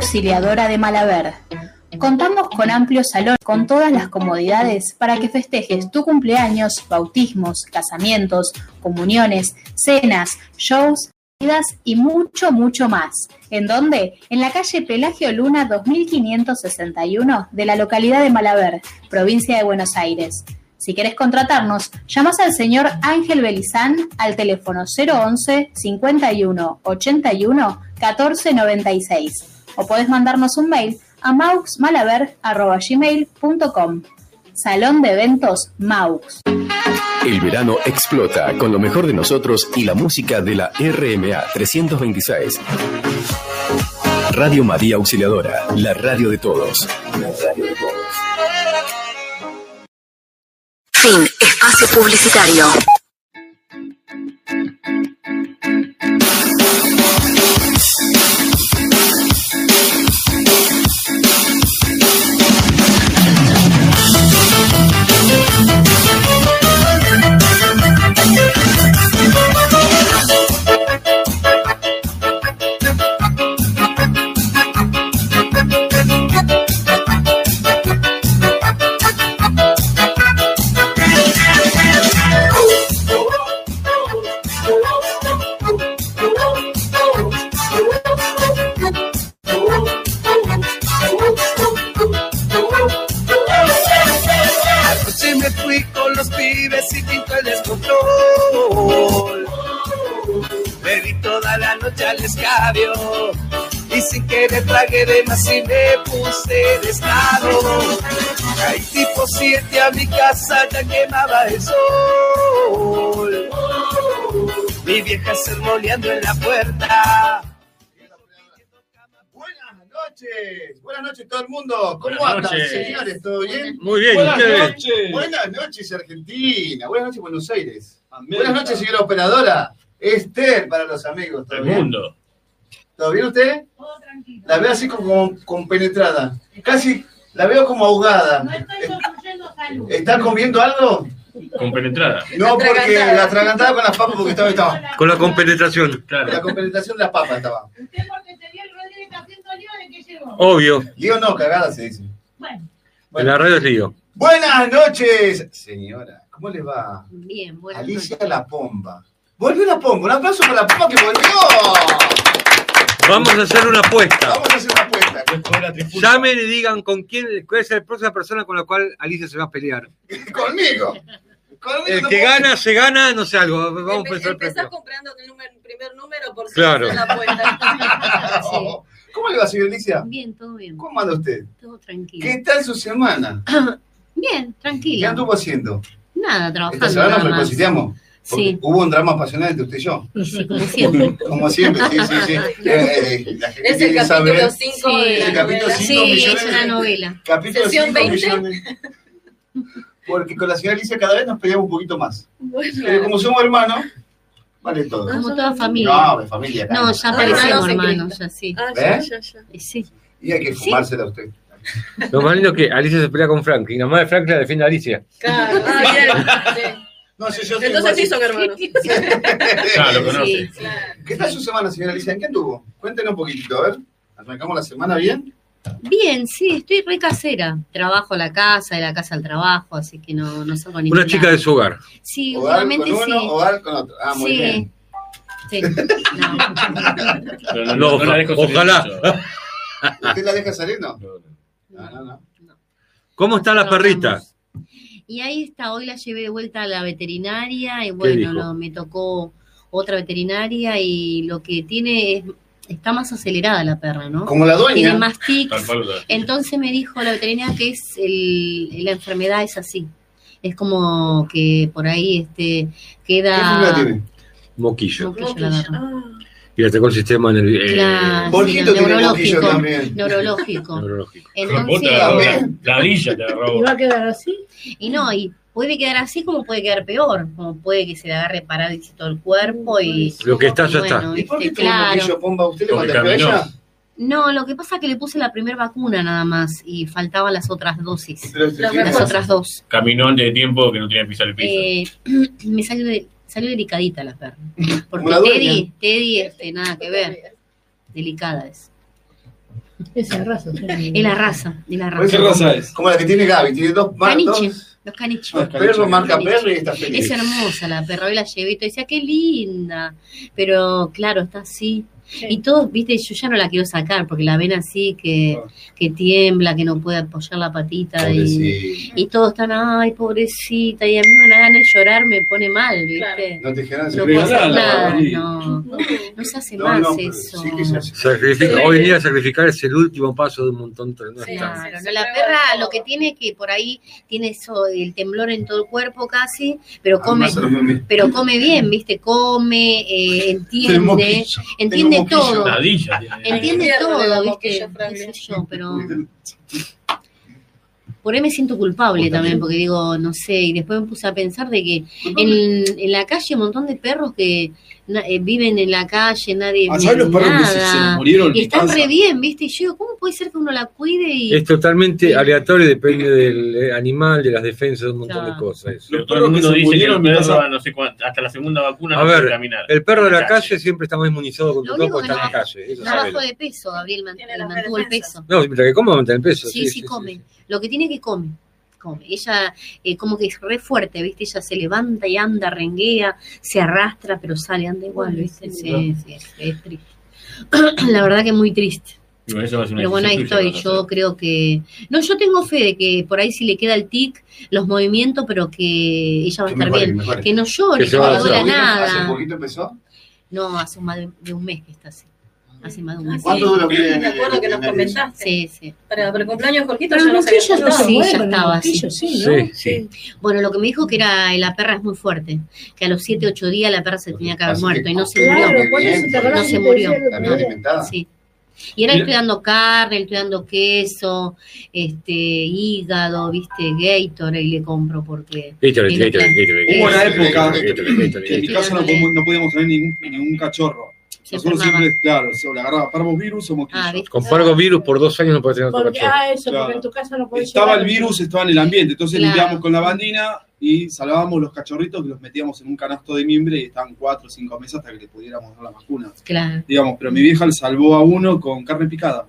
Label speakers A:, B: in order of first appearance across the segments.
A: Auxiliadora de Malaber. Contamos con amplios salones con todas las comodidades para que festejes tu cumpleaños, bautismos, casamientos, comuniones, cenas, shows, comidas y mucho, mucho más. ¿En dónde? En la calle Pelagio Luna 2561 de la localidad de Malaber, provincia de Buenos Aires. Si querés contratarnos, llamás al señor Ángel Belizán al teléfono 011 51 81 14 96 o podés mandarnos un mail a mauxmalaber.gmail.com Salón de Eventos Maux.
B: El verano explota con lo mejor de nosotros y la música de la RMA 326. Radio María Auxiliadora, la radio de todos.
C: Fin. Espacio publicitario.
D: Anoche me fui con los pibes y pinto el descontrol. Me vi toda la noche al escabio. Y sin querer tragué de más y me puse de estado. Caí tipo 7 a mi casa, ya quemaba el sol. Mi vieja sermoneando en la puerta.
E: Buenas noches, buenas noches todo el mundo. ¿Cómo
F: Buenas
E: andan,
F: noches.
E: señores? ¿Todo bien?
F: Muy bien,
E: buenas
F: ¿ustedes?
E: noches. Buenas noches, Argentina. Buenas noches, Buenos Aires. Buenas noches, señora operadora. Esther para los amigos. ¿Todo
F: El
E: bien?
F: mundo.
E: ¿Todo bien usted? La veo así como compenetrada. Casi la veo como ahogada. ¿Está comiendo algo?
F: Compenetrada.
E: No, porque la atragantada con las papas porque estaba, estaba.
G: Con la compenetración.
E: La
F: Claro.
E: compenetración de las papas estaba.
H: Usted porque tenía el Rodríguez está haciendo lío de que llegó.
G: Obvio.
E: Digo no, cagada se dice.
H: Bueno,
G: En la radio es lío.
E: Buenas noches, señora. ¿Cómo les va?
H: bien, bueno.
E: Alicia La Pomba. Volvió La Pomba. Un aplauso para La Pomba que volvió.
G: Vamos a hacer una apuesta.
E: Vamos a hacer una apuesta.
G: Llamen y digan con quién, cuál es la próxima persona con la cual Alicia se va a pelear.
E: Conmigo. Conmigo
G: El
E: no
G: que
E: puedo-
G: gana, se gana, no sé algo. Vamos a pensar el
I: Empezás
G: premio.
I: comprando el número- el primer número por si
G: Claro.
I: no se la apuesta. Sí.
E: No. ¿Cómo le va, señora Alicia?
H: Bien, todo bien,
E: ¿Cómo anda usted?
H: todo tranquilo.
E: ¿Qué tal su semana?
H: Bien,
E: ¿Qué
H: tranquilo.
E: anduvo haciendo?
H: Nada,
E: Esta
H: trabajando
E: semana
H: nada
E: nos
H: más.
E: reconciliamos. porque
H: Sí,
E: Hubo un drama apasionante entre usted y yo.
H: sí, como siempre.
E: Como siempre, sí, sí, sí. Eh, eh, eh, la gente
I: Es el
E: quiere
I: capítulo
E: saber.
I: 5
H: Sí.
I: de
E: El
I: la
E: capítulo
I: novela.
E: cinco
H: Sí,
E: millones
H: es una
E: de-
H: novela.
E: Capítulo
I: Sesión
E: 5
I: 20.
E: millones. Porque con la señora Alicia cada vez nos peleamos un poquito más. Pero
I: Bueno,
E: como somos hermanos, vale todo.
H: Como toda familia.
E: No, de familia.
H: No,
E: caramba.
H: ya
I: Ah, no,
H: parecemos
I: no,
H: hermanos, ya sí.
I: Ah, ya,
E: ¿Eh?
I: ya, ya.
H: Sí,
E: Y hay que fumársela a usted.
G: Lo más lindo es que Alicia se pelea con Frank y la madre de Frank la defiende a Alicia.
I: Claro, ah, bien.
E: No, sí, yo
I: Sí. Entonces sí son hermanos.
F: Ya lo conoce.
H: sí.
I: Claro.
E: ¿Qué tal su semana, señora Alicia? ¿En qué anduvo? Cuéntenos un poquitito, a ver. ¿Arrancamos la semana bien?
H: Bien, sí, estoy re casera. Trabajo a la casa, de la casa al trabajo, así que no, no salgo a ningún
G: Una chica
H: lado.
G: de su hogar.
H: Sí,
E: Hogar con
H: últimamente
E: uno,
H: sí.
E: hogar con otro. Ah, muy
H: sí.
E: bien.
H: Sí. No.
F: Pero
G: No,
F: la dejo salir
G: ojalá.
F: mucho.
E: ¿Usted la deja salir, Ah. no?
F: No,
E: No, no, no.
G: ¿Cómo está la
H: Nos
G: perrita?
H: vamos. Y ahí está, hoy la llevé de vuelta a la veterinaria y bueno,
G: dijo?
H: no, me tocó otra veterinaria y lo que tiene es, está más acelerada la perra, ¿no?
E: Como la
H: Tiene
E: dueña.
H: más tics.
F: Tal cual, tal.
H: Entonces me dijo la veterinaria que es el, la enfermedad es así. Es como que por ahí este
E: ¿Qué figura
H: queda
E: tiene?
G: Moquillo.
H: Moquillo la agarra.
G: Y le tocó el sistema nervi- eh,
H: Claro.
E: Borjito tiene
H: neurológico.
E: boquillo también.
H: neurológico.
G: neurológico.
F: Vos
H: Entonces,
F: te la robó,
E: Entonces-
F: la la villa te la robó.
J: ¿Iba a quedar así?
H: Y no, y puede quedar así como puede quedar peor, como puede que se le agarre parálisis todo el cuerpo y...
G: Lo que está,
H: y
G: ya está.
H: bueno,
E: ¿Y por qué
H: este,
E: tuvo un
H: claro.
E: boquillo pomba? ¿Usted le
F: Porque
E: contestó a
F: caminó.
E: ella?
H: No, lo que pasa es que le puse la primera vacuna nada más y faltaban las otras dosis.
E: Pero este,
I: Los
E: ¿qué
I: Pero
H: Las
E: pasa?
H: otras dos.
F: Caminó de tiempo que no tenía que pisar el piso.
H: Eh, me salió, de- salió delicadita la perra. Porque
E: la dueña.
H: Teddy, Teddy, este, nada que ver. Delicada es.
J: Es arraso.
H: El arrasa, el arrasa.
E: Por eso, como- Como la que tiene Gaby, tiene dos
H: Caniche,
E: manos.
H: los caniches.
E: Los perros marca perro y está feliz.
H: Es hermosa la perra, hoy la llevé y todo decía, qué linda. Pero claro, está así. Y todos, viste, yo ya no la quiero sacar porque la ven así que, que tiembla, que no puede apoyar la patita. Y,
E: Pobrecita.
H: y todos están, ay, pobrecita. Y a mí me da ganas de llorar, me pone mal, viste.
E: No te dijeron
H: No puedo hacer nada, no. No se hace más eso.
G: Sacrifica- Hoy en día sacrificar es el último paso de un montón. de- No está.
H: Claro, no, la perra lo que tiene es que por ahí tiene eso, el temblor en todo el cuerpo casi, pero come,
E: Además, los memes.
H: pero come bien, viste, come, eh,
E: Tiene
H: entiende,
E: moquillo,
H: entiende
E: tiene moquillo.
H: todo, Ah,
F: Nadilla tiene.
H: entiende
I: Infierno de la
H: todo,
I: moquilla,
H: viste,
I: Frank.
H: qué sé yo, pero por ahí me siento culpable también, porque digo, no sé, y después me puse a pensar de que en, en la calle hay un montón de perros que na- eh, viven en la calle, nadie
K: Ah,
H: ve
K: ¿sabes los perros que se- se
H: nada,
K: murieron
H: y
K: de
H: están
K: panza?
H: re bien, viste, y yo digo, ¿cómo puede ser que uno la cuide y
G: Es totalmente aleatorio, depende del eh, animal, de las defensas, de un montón de cosas. eso.
F: Pero todo el mundo dice que el
G: me pasa-
F: perro, no sé cuánto, hasta la segunda vacuna
G: A
F: no puede
G: ver,
F: caminar.
G: el perro de la calle siempre está más inmunizado contra
H: Lo
G: todo
H: único
G: porque
H: que
G: está en la
H: no-
G: calle. eso
H: No
G: sabelo.
H: bajó de peso, Gabriel mant- mantuvo el peso.
G: No, mientras que coma mantén el peso.
H: Sí, sí, come. Lo que tiene que come, come. Ella eh, como que es re fuerte, ¿viste? Ella se levanta y anda, renguea, se arrastra, pero sale, anda igual, ¿viste? Sí, sí, es, es triste. La verdad que muy triste.
F: Digo, eso va a ser una
H: Pero bueno, ahí
F: decisión
H: estoy.
F: tuya, ¿no?
H: Yo creo que... No, yo tengo fe de que por ahí si le queda el tic, los movimientos, pero que ella va a
E: Que
H: estar
E: mejore,
H: bien.
E: que mejore.
H: Que no llore,
E: Que
H: que,
E: se va a
H: no le duela
E: hacer. ¿Hace
H: nada.
E: poquito empezó?
H: No, hace más de- de un mes que está así. Hace más de un mes.
E: ¿Cuánto
H: Sí.
E: dura que tiene
I: Ah, Me acuerdo que nos
E: nariz?
I: comentaste.
H: Sí, sí.
I: Para, para el cumpleaños de Jorgito
H: Pero
I: ya
H: el
I: nos
H: moquillo
I: habías
H: no,
I: contado.
H: sí, ya estaba así.
I: ¿no?
H: Bueno, lo que me dijo que era la perra es muy fuerte, que a los 7, 8 días la perra se tenía que haber
I: Así
H: muerto
I: que-
H: y no se
I: Claro,
H: murió.
I: por eso te acordás
H: no
I: que
H: se
I: te
H: murió.
I: decía el otro
H: no.
I: día.
H: Sí. Y ahora
I: Mira.
H: estoy dando carne, estoy dando queso, este, hígado, viste, Gatorade le compro porque.
G: Gatorade,
H: tiene
G: Gatorade,
H: plan-
G: Gatorade,
K: Hubo una
H: Gatorade.
K: época
G: Gatorade.
K: que en mi casa no, podíamos- no podíamos tener ningún, ningún cachorro.
H: Se
K: Nosotros
H: enfermaba.
K: siempre, claro, se o le agarraba parvovirus o moquillo.
G: Con parvovirus por dos años no puedes tener otro
J: Porque,
G: cachorro.
J: ah, eso, porque
K: Claro.
J: en tu casa no podés
K: Estaba
J: llevar-
K: el virus, estaba en el ambiente. Entonces
J: Claro.
K: limpiábamos con la bandina y salvábamos los cachorritos que los metíamos en un canasto de mimbre y estaban cuatro o cinco meses hasta que le pudiéramos dar la vacuna.
H: Claro.
K: Digamos, pero mi vieja le salvó a uno con carne picada.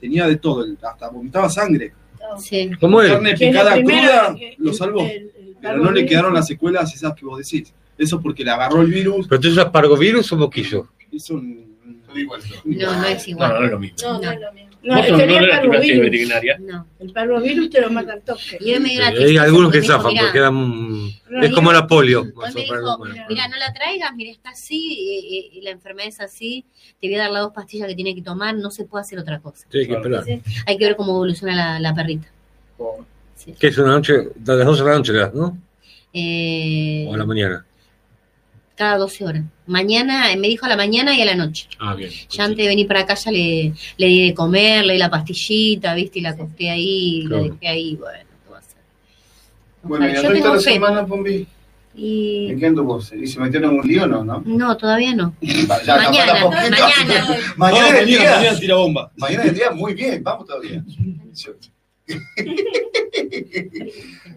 K: Tenía de todo, el- hasta vomitaba sangre.
H: Sí.
G: ¿Cómo es?
K: Carne
G: Que es lo
K: picada
G: primero
K: cruda
G: que-
K: lo salvó. pero no le
G: parvovirus.
K: quedaron las secuelas esas que vos decís. Eso porque le agarró el virus.
G: ¿Pero tú usas pargovirus o moquillo?
K: Hizo un.
H: No, no es igual.
G: No, no es lo mismo.
J: No, no es lo mismo. No,
G: ¿Vos no-
J: tenía
G: no le activaste
J: parvovirus.
G: veterinaria?
H: No.
J: El parvovirus te lo mata al toque.
H: Y hoy me dio la
G: Eh, Hay
H: tristeza
G: algunos
H: porque
G: que
H: me dijo,
G: zafan
H: "Mirá,
G: porque dan...
H: No,
G: Es como
H: yo-
G: la polio.
H: Hoy me dijo, mira, no la traigas, mira, está así, eh, eh, la enfermedad es así, te voy a dar las dos pastillas que tiene que tomar, no se puede hacer otra cosa.
G: Sí, hay que esperar.
H: Hay que ver cómo evoluciona la, la perrita.
G: ¿Qué es una noche? A las 12 de la noche le das, ¿no?
H: Eh,
G: O a la mañana.
H: cada 12 horas. Mañana, eh, me dijo a la mañana y a la noche.
G: Ah, bien.
H: Ya antes de venir para acá ya le, le di de comer, le di la pastillita, viste, y la acosté ahí,
K: Claro.
H: la dejé ahí, bueno, ¿qué va a hacer?
E: Bueno, y
H: Yo
E: el resto de
H: tengo
E: la
H: fe.
E: semana, Pombi.
H: Y
E: ¿En qué anduvo? ¿Y se metieron en un lío o no? no?
H: no, todavía no.
E: Ya, ya,
H: Mañana,
E: tampoco.
H: mañana.
E: Mañana
K: No,
E: es el
K: mañana,
E: día.
K: mañana tira bomba.
E: Mañana es el día, muy bien, vamos todavía.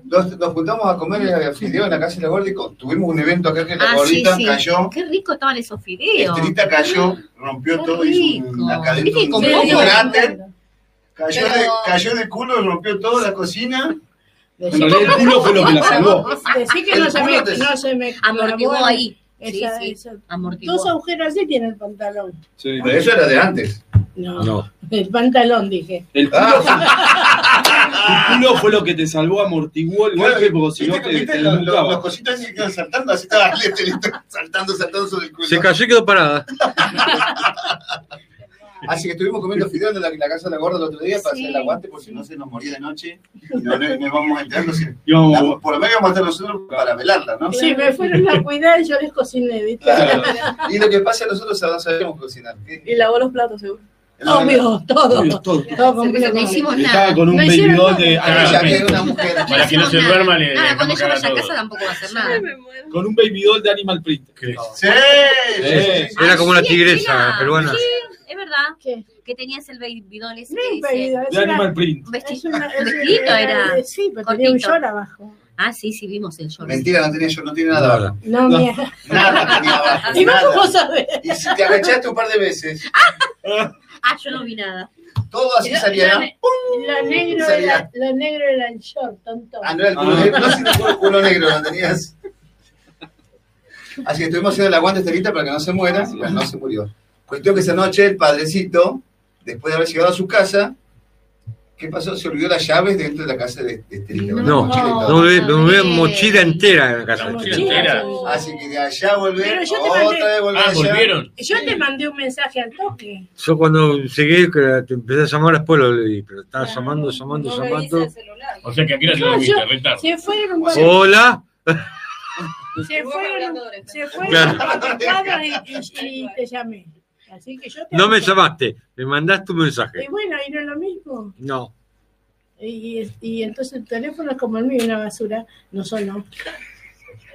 E: Nos, nos juntamos a comer en la fideo en la casa de la Gordi. con- Tuvimos un evento acá que la
H: Ah, sí,
E: gordita
H: sí.
E: cayó.
H: Qué rico estaban esos fideos.
E: Estrita cayó, rompió
H: Qué
E: todo, hizo
H: rico.
E: una cadena,
H: Viste que
E: un,
H: con
E: un
H: poco-
E: cráter. Cayó, de,
J: Pero-
E: cayó de culo, rompió toda la cocina.
J: En realidad el culo fue lo que la salvó. Decí que
E: El
J: no se, me,
E: culo te-
J: no se me
H: Amortiguó
J: clavó
H: ahí.
J: Esa,
H: Sí, sí,
J: esa.
H: amortiguó.
J: Dos agujeros así tiene el pantalón.
E: Pero eso era de antes.
J: No,
G: No.
J: el pantalón dije.
K: El culo, fue, el culo fue lo que te salvó, amortiguó el golpe, porque si no te,
E: Ah. ¿Viste
K: te
E: los, los-
K: desnucaba.
E: los cositos así que quedan saltando? Así estaba Lete, Lete, saltando, saltando sobre el culo.
G: Se cayó y quedó parada.
E: Así Ah, que estuvimos comiendo fideos en la, en la casa de la gorda el otro día para
K: Sí.
E: hacer el aguante, por si no se nos moría de noche. Y no no- no vamos a enterarnos. si-
K: Yo-
E: la- por lo menos vamos a estar nosotros para velarla, ¿no?
J: Sí, me fueron a cuidar y yo les cociné, ¿viste?
E: Claro. Y lo que pasa es que nosotros no sabemos cocinar. ¿Qué-
I: Y lavó los platos, seguro.
J: Obvio, todo.
E: Obvio,
K: todo.
J: Todo completo.
H: No hicimos
K: Estaba con un
J: No
K: baby
J: hicieron
K: doll
J: nada.
K: de.
E: Ya que una mujer.
K: Para que no se duerma,
D: Ah,
K: le dejamos
H: cuando ella
K: cagar
H: vaya a
K: todo.
H: casa tampoco va a hacer nada.
K: Con un baby doll de Animal Print.
E: Sí,
K: sí, sí.
G: Era como una
H: Sí,
G: tigresa
H: mira,
G: peruana.
H: Sí, es verdad. Que tenías el baby doll ese que dice-
J: es
G: De Animal Print.
H: Un vesti-
J: es-
H: vestidito era.
J: Sí, pero tenía un
H: Cortito.
J: short abajo.
H: Ah, sí, sí, vimos el short.
E: Mentira, no tiene yo, no tiene nada. abajo.
J: No, mía.
E: Nada tenía abajo.
J: ¿Y vos
E: nada.
J: cómo sabés?
E: Y si te agachaste un par de veces.
H: Ah, yo no vi nada.
E: Todo así
J: Lo-
E: salía,
J: Lo,
E: ¿no?
J: ne- lo negro
E: Salía.
J: era, lo negro era el short, tonto.
E: Ah, no era el culo
J: Ah.
E: negro, no, sino el culo negro, no tenías. Así que estuvimos haciendo el aguante hasta ahorita para que no se muera, y bueno, no se murió. Cuestión que esa noche el padrecito, después de haber llegado a su casa, ¿qué pasó? Se olvidó las llaves dentro de la casa de, de este niño, con la
G: No,
E: mochila y todo.
G: no, me me volví mochila entera en la casa.
E: Así que de allá volver,
J: Pero yo te
E: otra
J: mandé-
E: vez volver
K: Ah,
L: Ah,
E: allá.
J: Yo te mandé un mensaje al toque.
G: Yo cuando llegué, que te empecé a llamar después, lo leí, pero estaba llamando, llamando, llamando.
L: O sea que aquí
J: No, yo- se fueron cuando-
G: Hola.
J: Se fueron, se fueron
G: Claro.
J: cuadros y, y- y te llamé. Así que yo te
G: No me llamaste, me mandaste un mensaje.
J: Y bueno, y no es lo mismo.
G: No.
J: Y, y- y entonces el teléfono es como el mío, una basura. No sonó.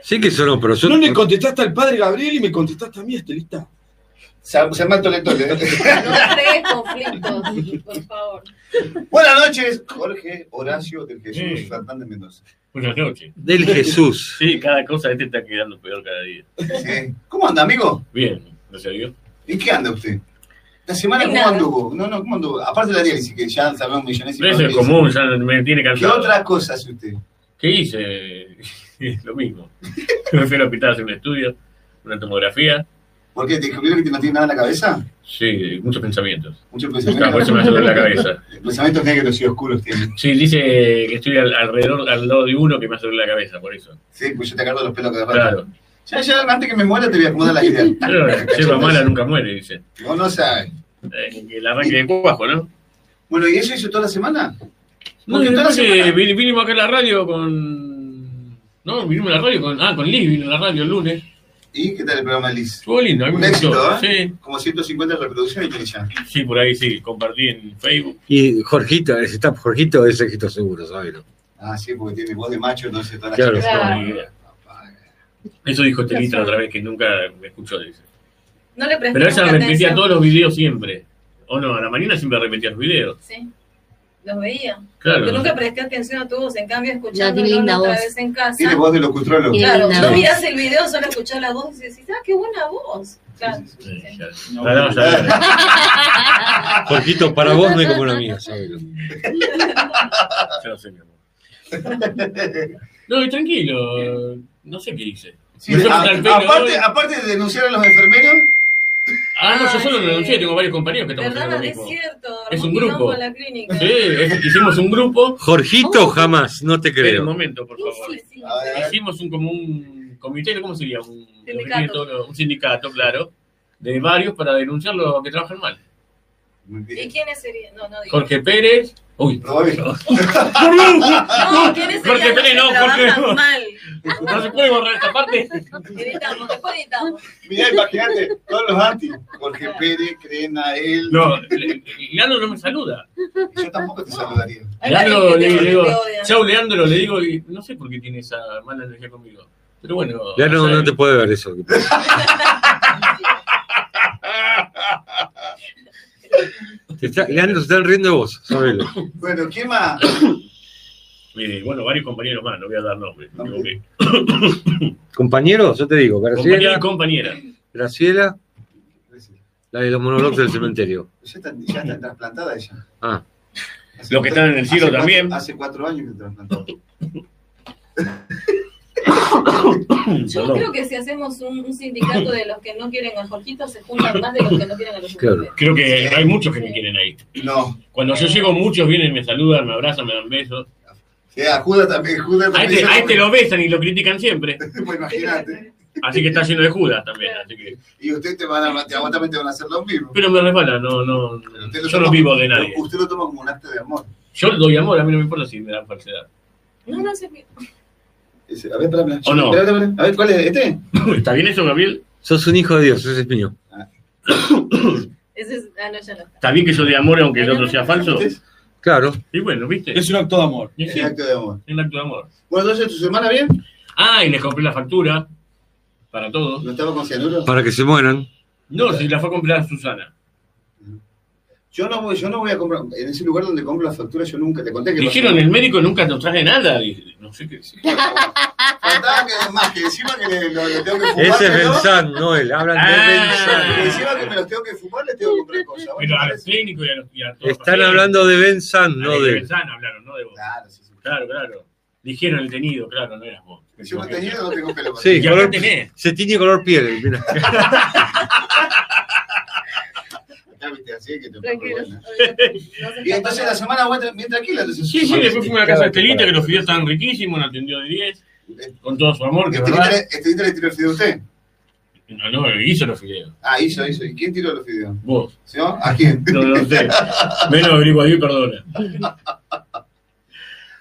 G: Sí que sonó, pero yo.
K: No le contestaste al padre Gabriel y me contestaste a mí, este, Estelita.
E: Se mató el
I: crees conflictos, por favor.
E: Buenas noches, Jorge Horacio del Jesús Fernández Mendoza.
L: Buenas noches.
G: Del Jesús.
L: Sí, cada cosa este está quedando peor cada día.
E: ¿Cómo anda, amigo?
L: Bien, gracias a Dios.
E: ¿En qué anda usted? La semana,
L: En
E: ¿cómo
L: nada.
E: anduvo? No, no, ¿cómo anduvo? Aparte de la diálisis, que ya sabemos millones y
L: Pero eso es
E: millones.
L: común, ya me tiene
E: ¿Qué
L: cansado.
E: otras cosas hace usted?
L: ¿Qué hice? Lo mismo. Me fui al hospital a hacer un estudio, una tomografía.
E: ¿Por qué? ¿Te descubrieron que te no tiene nada en la cabeza?
L: Sí, muchos pensamientos.
E: Muchos
L: Ah, por
E: pensamientos.
L: eso me duele la cabeza.
E: Pensamientos negros y oscuros tiene.
L: Sí, dice que estoy al- alrededor, al lado de uno que me hace doler la cabeza, por eso.
E: Sí, pues yo te agarro los pelos cada rato.
L: Claro.
E: Ya, ya, antes que me muera te voy a acomodar la idea.
L: Pero lleva mala, nunca muere, dice. Eh,
E: No, no sabe.
L: El arranque de cuajo, ¿no?
E: Bueno, ¿y eso hizo toda la semana?
L: No,
E: Porque
L: y
E: toda la
L: después
E: semana-
L: eh, vin- vinimos acá a la radio con. No, vinimos a la radio con. Ah, con Liz vino a la radio el lunes.
E: ¿Y qué tal el programa Liz?
L: Estuvo lindo, a mí
E: Un
L: me gustó.
E: éxito, ¿eh? Como 150 reproducciones tiene ya.
L: Sí, sí, por ahí sí, compartí en Facebook.
G: Y Jorgito, ese está Jorgito es éxito seguro, ¿sabes?
E: Ah, sí, porque tiene voz de macho, entonces todas las
G: Claro,
E: chicas-
G: claro.
L: Ni idea. Eso dijo Estelita otra vez que nunca me escuchó, dice.
I: No le presté
L: Pero ella
I: mucha
L: repetía
I: atención.
L: todos los videos siempre. O no, a la mañana siempre repetía los videos.
I: Sí, los veía.
L: Claro.
I: Yo nunca presté atención a tu voz, en cambio
H: No,
I: escuchando
H: tiene linda
I: otra
H: voz.
I: vez en casa.
E: Tiene voz de locutrolo.
I: Claro,
H: linda
I: no
H: voz.
I: miras el video, solo escuchás la voz y decís, ah, qué buena voz. Claro.
G: No, no, ya veo. Jorgito, para vos no es como la mía, ¿sabes?
L: Ya no sé, mi amor. No, y tranquilo. No sé qué hice.
E: Sí,
L: Me fui a
E: a-
L: cortar el pelo hoy.
E: aparte, aparte de denunciar a los enfermeros,
L: Ah, no, yo solo lo denuncié, tengo varios compañeros que estamos haciendo
I: ¿Verdad?
L: lo
I: Es
L: mismo.
I: cierto.
L: Es un
I: quilombo
L: grupo.
I: en la clínica.
L: Sí, es- hicimos un grupo.
G: Jorgito, jamás, no te
L: Espera un
G: creo.
L: momento, por favor. Hicimos un, como un comité, ¿cómo sería? Un los que tienen
I: Sindicato.
L: todos los- un sindicato, claro, de varios para denunciar los que trabajan mal.
I: ¿Y quiénes serían? No, no digo.
L: Jorge Pérez. Uy,
I: No,
L: Jorge
I: ¿quiénes serían los
L: Pérez,
I: que
L: no,
I: trabajan
L: Jorge.
I: mal?
L: No se puede borrar esta parte.
I: Editamos, después editamos.
E: mirá, imagínate, todos los anti. Jorge Pérez, creen a él.
L: No, le- Leandro no me saluda.
E: Yo tampoco te saludaría.
L: Leandro, le, le digo,
E: odia.
L: chau Leandro, le digo, y no sé por qué tiene esa mala energía conmigo. Pero bueno,
G: Ya no,
L: o sea,
G: no te puede ver eso. Te está- Leandro, se están riendo de vos, sabelo.
E: Bueno, ¿qué más?
L: mire, Eh, bueno, varios compañeros más, no voy a dar nombres. me equivoqué.
G: Compañeros, yo te digo,
L: Compañera y
G: Graciela,
L: compañera.
G: Graciela, la de los monologues del cementerio.
E: Ya está, ya está trasplantada ella.
G: Ah.
L: Los que están en el cielo
E: Hace cuatro-
L: también.
E: hace cuatro años que trasplantó.
I: Yo creo que si hacemos un, un sindicato de los que no quieren a Jorgito, se juntan más de los que no quieren a los
L: Creo que hay muchos que me quieren ahí.
E: No.
L: Cuando yo llego, muchos vienen, me saludan, me abrazan, me dan besos.
E: Sí, a Judas también. Judas
L: A
E: también
L: este,
E: se-
L: a este lo besan y lo critican siempre.
E: Pues imagínate.
L: Así que está lleno de Judas también. así que-
E: Y ustedes te van a, te, a vos también te van a hacer lo mismo.
L: Pero me resbala, no, no.
E: lo
L: Yo no
E: toma-
L: vivo de nadie.
E: Usted lo toma como un acto de amor.
L: Yo le doy amor, a mí no me importa si me dan falsedad.
I: No, no se pierde.
E: Ese- A ver, espera, espera.
L: ¿O no?
E: Espera, espera, espera. A ver, ¿cuál es este?
L: ¿Está bien eso, Gabriel?
G: Sos un hijo de Dios, sos espiño.
E: Ah.
I: Ese es, ah, no, ya no.
L: ¿Está bien que yo dé amor aunque el otro sea falso?
G: Claro.
L: Y bueno, ¿viste?
K: Es un acto de amor.
L: Y sí,
E: El acto de amor.
L: es un acto de amor.
E: Bueno, entonces, ¿tu semana bien?
L: Ah, y les compré la factura. Para todos.
E: ¿No estaba con cianuro?
G: Para que se mueran.
L: No, si la fue a comprar Susana.
E: Yo no, voy, yo no voy a comprar. En ese lugar donde compro las facturas, yo nunca te conté que.
L: Dijeron, el médico nunca nos trae nada. Y- No sé qué decir.
E: Faltaba que más, que encima que le- lo, lo tengo que fumar.
G: Ese es
E: ¿no?
G: Benzán, Noel. Hablan de
L: Ah,
E: Que
G: Benzán.
E: encima que me los tengo que fumar, le tengo que comprar cosas. Bueno,
F: Pero a los técnicos y a los y a todos
G: Están
F: los
G: hablando de Benzán,
F: pacientes.
G: no
F: De
G: de.
F: Benzán hablaron, no de vos. Claro, claro, Dijeron el tenido, claro, no eras vos.
E: Encima tenido no tengo pelo.
G: Sí,
F: y
G: color-
F: acá tenés.
G: se tiñe color piel. Mira.
E: Ya viste, así que te
I: Tranquilo.
E: Y entonces la semana fue tra- bien tranquila. Entonces,
F: Sí, sí, después fuimos a la casa de Estelita, que los fideos estaban riquísimos, nos atendió de 10,
E: Eh,
F: con todo su amor, que
E: Estelita
F: verdad.
E: le- Estelita le tiró el fideo a usted.
F: No, no, hizo los fideos.
E: Ah, hizo, hizo. ¿Y quién tiró los fideos?
F: Vos.
E: ¿Sí? no? ¿A quién?
F: No, no sé. Menos averigua Dios, perdona.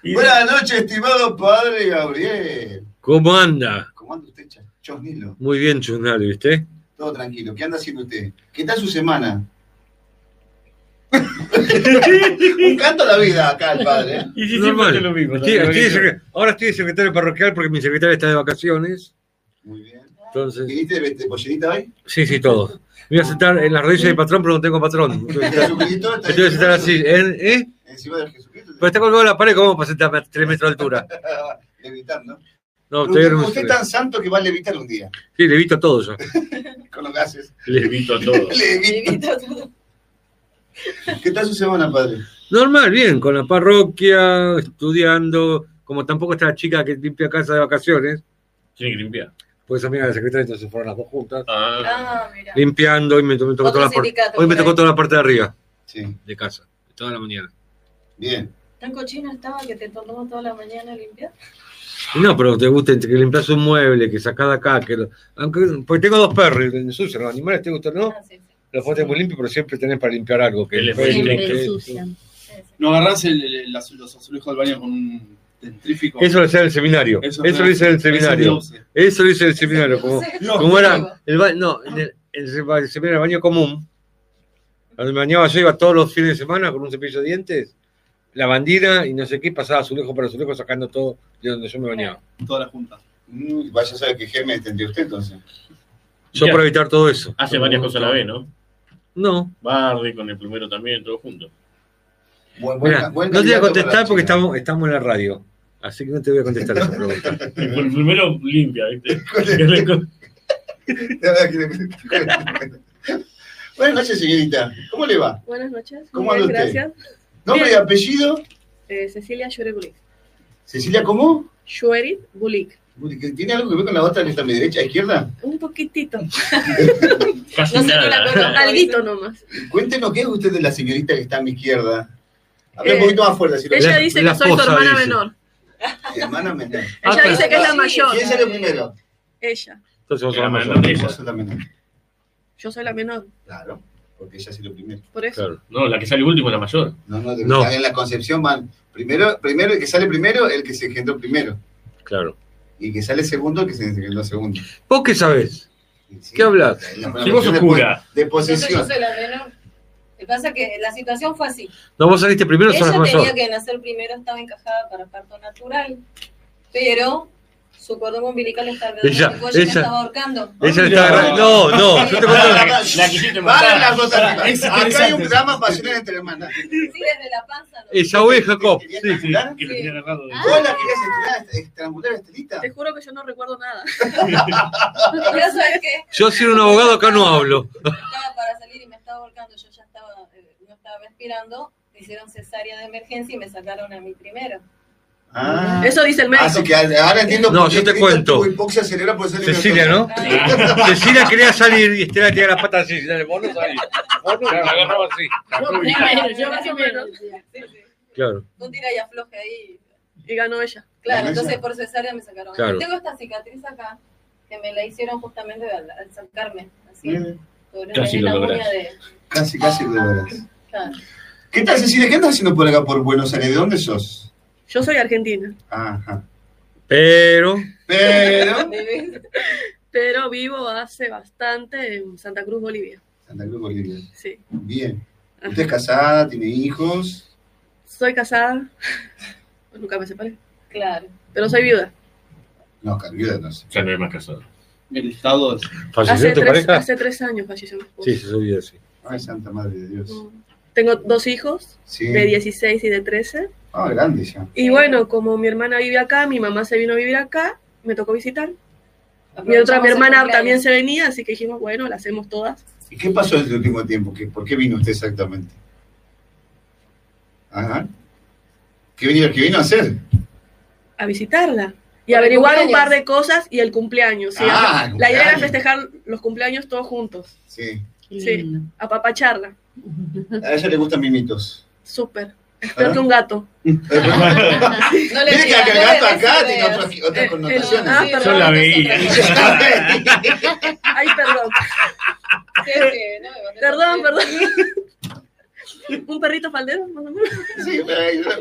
E: Buenas noches, estimado padre Gabriel.
G: ¿Cómo anda?
E: ¿Cómo anda usted, cha- Chosnilo?
G: Muy bien, Chunal, ¿viste?
E: Todo tranquilo. ¿Qué anda haciendo usted? ¿Qué tal su semana? Un canto a la vida acá el padre. ¿eh?
F: Y
G: Normal.
F: hace lo mismo,
G: Estoy-
F: también,
G: estoy
F: ¿no?
G: de secre- ahora estoy de secretario parroquial porque mi secretaria está de vacaciones. Entonces,
E: ¿Viniste de, de pollerita hoy?
G: sí, sí, todo. Me voy a sentar en las rodillas del patrón, pero no tengo patrón. Entonces,
E: Jesucristo
G: me tengo que sentar así. ¿eh? ¿Eh?
E: Encima del Jesucristo
G: Pero está colgado en la pared, ¿cómo para sentarme a 3 metros de altura?
E: levitando.
G: No, estoy
E: usted,
G: hermoso.
E: usted es tan santo que va a levitar un día.
G: Sí, le evito todo yo.
E: Con lo que haces.
G: Le
F: evito
E: Levita todo. ¿Qué tal su semana, padre?
G: Normal, bien, con la parroquia, estudiando. Como tampoco está la chica que limpia casa de vacaciones,
F: Tiene que limpiar.
G: pues esa amiga de la secretaria, entonces fueron las dos juntas.
I: Ah, mira.
G: Limpiando, hoy me, to- me tocó,
I: Otro
G: toda la, par-
I: sindicato
G: hoy me
I: por ahí.
G: tocó toda la parte de arriba
E: Sí.
G: de casa, toda la mañana.
E: Bien.
I: ¿Tan cochino estaba que te tocó toda la mañana limpiar?
G: Y No, pero te gusta entre que limpias un mueble, que sacás de acá, que lo- aunque- porque tengo dos perros, y ensucian los animales, te gusta,
I: Ah,
G: ¿no? Los fotos muy limpios, pero siempre tenés para limpiar algo. Que
F: Siempre ensucian.
K: No agarrás el- el- las- los azulejos del baño con un dentrífico.
G: Eso lo hacía en el seminario. Eso,
K: Eso
G: lo hice en el
K: es de
G: seminario.
K: once.
G: Eso lo hice en el seminario. Como,
K: No,
G: como
K: no.
G: era el ba- no, en el, en el sema- el seminario era baño común, donde me bañaba yo iba todos los fines de semana con un cepillo de dientes, la bandina y no sé qué, pasaba azulejo para azulejo sacando todo de donde yo me bañaba.
K: Todas las juntas.
E: Mm, vaya a saber qué geme entendió usted entonces.
G: Yo
F: Ya.
G: para evitar todo eso.
F: Hace varias cosas a la vez, ¿no?
G: No.
F: Bardi con el primero también, todos juntos.
E: Buen,
G: Mirá, no te voy a contestar porque estamos, estamos en la radio. Así que no te voy a contestar esa pregunta.
F: El primero limpia,
D: ¿eh?
F: ¿viste? Que le-
E: Buenas noches, señorita. ¿Cómo le va?
M: Buenas noches.
E: ¿Cómo
M: Muy bien,
E: anda usted?
M: gracias.
E: Nombre y
M: Bien.
E: apellido.
M: Eh, Cecilia Shurebulik.
E: Cecilia, ¿cómo?
M: Shuerit Bulik.
E: Uy, que ¿Tiene algo que ver con la otra que está a mi derecha, izquierda?
M: Un poquitito.
F: Casi ¿eh?
M: no sé, no la conozco. Alguito nomás.
E: Cuéntenos qué es usted de la señorita que está a mi izquierda. Hable un
M: Eh,
E: poquito más fuerte. si lo-
M: Ella dice que soy su hermana menor.
E: Hermana menor. Ella
M: Ella dice que es la mayor.
E: ¿Quién salió primero?
M: Ella.
G: Entonces vos
F: Era
G: sos la
F: menor de
G: mayor.
F: ella.
E: Vos sos la menor.
M: Yo soy la menor.
E: Claro, porque ella salió primero.
M: Por eso.
F: No, la que sale último es la mayor.
E: No, no, de-
F: No.
E: en la concepción van primero, primero el que sale primero, el que se engendró primero.
G: Claro.
E: Y que sale segundo, el que se engendró segundo.
G: ¿Vos qué sabés? ¿Qué hablas?
E: Si vos sos cura. De
I: Entonces yo
E: posesión.
I: soy la menor. Lo que pasa es que la situación fue así.
G: No, vos saliste primero, sos la
I: Ella
G: mayor.
I: tenía que nacer primero, estaba encajada para parto natural, pero su cordón umbilical estaba
G: Ella-
I: su cuello me
G: ella-
I: estaba ahorcando.
G: Ella está agarrando- No, no, yo te cuento-
F: La quisiste
E: Vale
F: matar.
E: las dos arriba.
F: Ah, es
E: Acá hay un
F: interesante.
E: drama pasional entre hermanas.
G: Esaú y Jacob.
E: Sí, sí.
F: Que lo tenía agarrado
G: Ah,
F: de-
E: ¿Vos la querías estirar, estrangular a Estelita?
M: Te juro que yo no recuerdo nada.
I: Pero ¿sabes qué?
G: Yo soy un abogado, acá no hablo.
I: Estaba para salir y me estaba ahorcando, yo ya estaba, eh, no estaba respirando, me hicieron cesárea de emergencia y me sacaron a mí primero.
E: Ah.
M: Eso dice el médico.
E: Así que ahora entiendo
G: No,
E: por qué
G: yo te
E: Estelita
G: cuento.
E: tuvo hipoxia cerebral por salir
G: Cecilia, ¿no? Cecilia quería salir y Estela tenía las patas así. Dale, vos no salís. Vos no, la agarraba así.
M: yo más o menos.
G: Claro.
I: Tú tira y afloje ahí.
M: Y ganó ella.
I: Claro, entonces por cesárea me sacaron.
G: Claro.
I: Tengo esta cicatriz acá que me la hicieron justamente al, al sacarme. Así.
E: Bien.
I: Sobre
E: Casi
I: la
E: lo
I: uña
E: lográs.
I: de-
E: Casi, casi lo lográs.
I: claro.
E: ¿Qué tal, Cecilia? ¿Qué andas haciendo por acá, por Buenos Aires? ¿De dónde sos?
M: Yo soy argentina,
E: Ajá.
G: Pero.
E: Pero.
M: pero vivo hace bastante en Santa Cruz, Bolivia.
E: Santa Cruz, Bolivia.
M: Sí.
E: Bien. ¿Usted es casada? ¿Tiene hijos?
M: Soy casada. Pues nunca me separé.
I: Claro.
M: Pero soy viuda.
E: No, Carviuda no sé.
F: Ya no hay más casado.
K: El estado es.
G: ¿Falleció
M: hace,
G: tu
M: tres,
G: pareja?
M: hace tres años falleció mi esposo. Mm.
G: Sí, se subió así.
E: Ay, Santa Madre de Dios.
M: Tengo dos hijos,
E: Sí.
M: de 16 y de 13.
E: Ah, grande ya.
M: Y bueno, como mi hermana vive acá, mi mamá se vino a vivir acá me tocó visitar. Mi otra, mi hermana también se venía, así que dijimos, bueno, la hacemos todas.
E: ¿Y qué pasó en el último tiempo? ¿Qué- ¿Por qué vino usted exactamente? Ajá. ¿Qué vino, qué vino a hacer?
M: A visitarla.
I: Por
M: Y
I: el
M: averiguar un
I: cumpleaños.
M: par de cosas y el cumpleaños. sí.
E: Ah, el
M: La idea era
E: cumpleaños.
M: festejar los cumpleaños todos juntos.
E: Sí.
M: Sí, apapacharla.
E: A ella le ¿Ah? gustan mimitos.
M: Súper. Es peor que un gato.
E: Mira que
M: digas,
E: el
M: no
E: gato
M: le des
E: acá tiene
M: ideas.
E: otras, otras connotaciones.
M: ah, perdón. Yo la veía. Ay, perdón. perdón, perdón. ¿Un perrito faldero? más o menos?
E: Sí, Pero si, dice-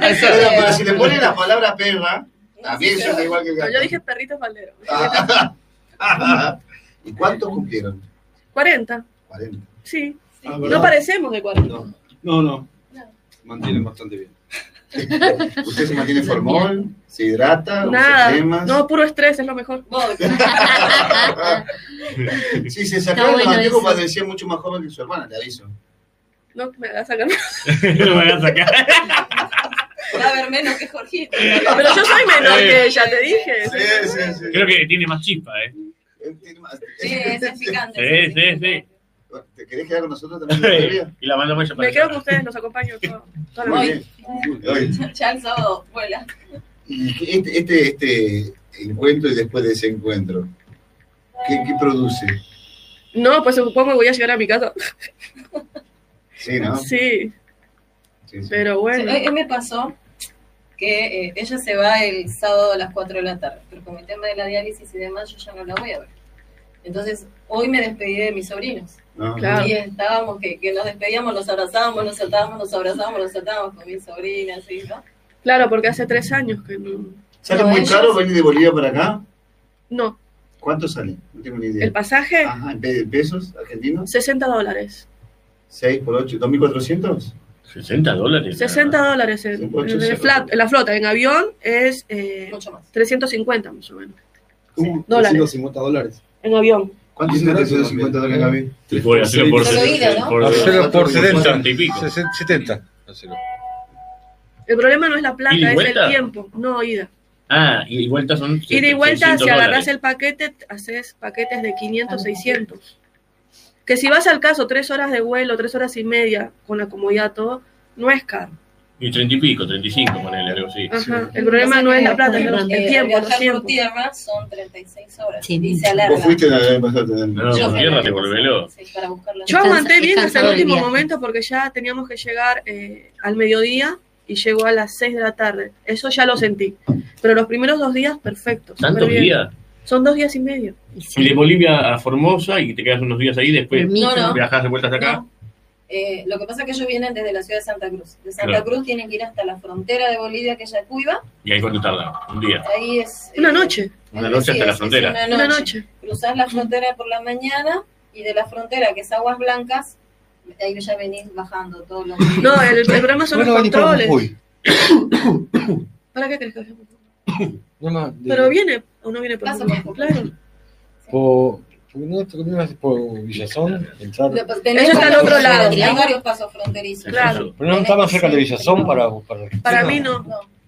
E: pero- pero si le ponen la palabra perra, también
M: sí,
E: suena
M: pero-
E: igual que el
M: No,
E: gato.
M: yo dije perrito faldero.
E: Ah, ah, ah. ¿Y cuántos cumplieron?
M: 40,
E: 40.
M: sí.
K: Ah,
M: no
K: ¿verdad?
M: parecemos de 40.
K: No, no. Mantienen bastante bien.
E: ¿Usted se mantiene formol? ¿Se hidrata? ¿Usa
M: Nada.
E: cremas?
M: No, puro estrés es lo mejor.
E: Sí, se sacó
M: Está
E: el
M: bueno
E: manteco
M: eso.
E: cuando decía mucho más joven que su hermana, le aviso.
M: no, me la sacan.
L: Lo voy a sacar.
I: Va a haber menos que Jorgito.
M: Pero yo soy menor
L: Sí.
M: que ella, te dije.
E: Sí, sí, sí.
L: Creo que tiene más chispa, ¿eh?
I: Sí, es picante.
L: Sí, sí, sí.
E: ¿Te querés quedar con nosotros también?
L: Y la mandamos ella para
M: Me quedo con ustedes, los acompaño todo- toda la
E: Muy
M: vida.
E: bien. Oye,
I: Ya el sábado vuela.
E: y Este, este, este encuentro y después de ese encuentro, ¿qué, qué produce?
M: No, pues supongo que voy a llegar a mi casa.
E: Sí, ¿no?
M: Sí. Pero bueno.
I: Eh, eh, me pasó que eh, ella se va el sábado a las 4 de la tarde, pero con el tema de la diálisis y demás, yo ya no la voy a ver. Entonces, hoy me despedí de mis sobrinos.
E: Ah.
L: Claro.
I: Y estábamos, que, que nos despedíamos, nos abrazábamos, nos saltábamos, nos abrazábamos, nos saltábamos con mis sobrinas, ¿sí, ¿no?
M: Claro, porque hace tres años que no.
E: ¿Sale muy caro venir de Bolivia para acá?
M: No,
E: ¿Cuánto sale? No tengo ni idea.
M: el pasaje,
E: Ajá, ¿en pe- en pesos argentinos?
M: 60 dólares.
E: 6 por 8, 2.400? 60 dólares.
M: 60 dólares en,
E: Son ocho
M: en el
E: ceros.
M: flat- en la flota, en avión es eh, 350 más o menos.
K: ¿Cómo?
M: Dólares.
K: 350 dólares.
M: En avión.
E: ¿Cuántos son 350 dólares, Gaby?
L: Voy a hacerlo por
M: Solo ida, ¿no?
L: por-
G: Hacelo por 70.
L: 60 y pico.
G: 60, 70. hacelo.
M: El problema no es la plata,
L: ¿Ida y
M: es
L: vuelta?
M: el tiempo. No, ida.
L: Ah, y vuelta son.
M: Ida y vuelta,
L: 600
M: si agarras
L: dólares.
M: el paquete, haces paquetes de 500, 600. Que si vas al caso, tres horas de vuelo, tres horas y media, con la comodidad todo, no es caro.
L: Y 30 y pico, 35, ponele algo así.
M: Ajá. El problema no es la plata, es
I: Porque
M: el tiempo, los
I: viajar por
M: tiempos.
I: tierra son 36 horas. y se alarga.
E: Vos fuiste la vez pasada.
L: No, por tierra te volvés loco.
I: Sí, para buscarla.
M: Yo aguanté bien hasta el último momento porque ya teníamos que llegar eh, al mediodía y llegó a las 6 de la tarde. Eso ya lo sentí. Pero los primeros dos días, perfecto. súper
L: ¿Tantos
M: bien.
L: días?
M: Son dos días y medio.
L: Y de Bolivia a Formosa y te quedas unos días ahí, después
I: No, no.
L: viajas de vuelta hasta acá.
I: Eh, lo que pasa es que ellos vienen desde la ciudad de Santa Cruz. De Santa
L: Claro.
I: Cruz tienen que ir hasta la frontera de Bolivia, que es Yacuiba.
L: Y ahí cuánto tarda, un día.
I: Ahí es. eh,
M: Una noche.
L: Una noche hasta la frontera.
I: Una noche. Cruzás la frontera por la mañana y de la frontera, que es Aguas Blancas, ahí ya venís bajando todos los días.
M: No, el, el problema son
G: Bueno,
M: los
G: vení para
M: controles.
G: Jujuy.
M: ¿Para qué crees que vayamos?
G: No, no, de-
M: Pero viene o no viene por
I: Pasa
M: Jujuy, claro.
G: Por, ¿por qué no te comienzas por Villazón? Entrar.
I: Lo- pues
M: Eso está al otro lado.
I: Hay varios pasos fronterizos.
M: Claro.
G: Pero no está más cerca de Villazón para. para-
M: Para mí no.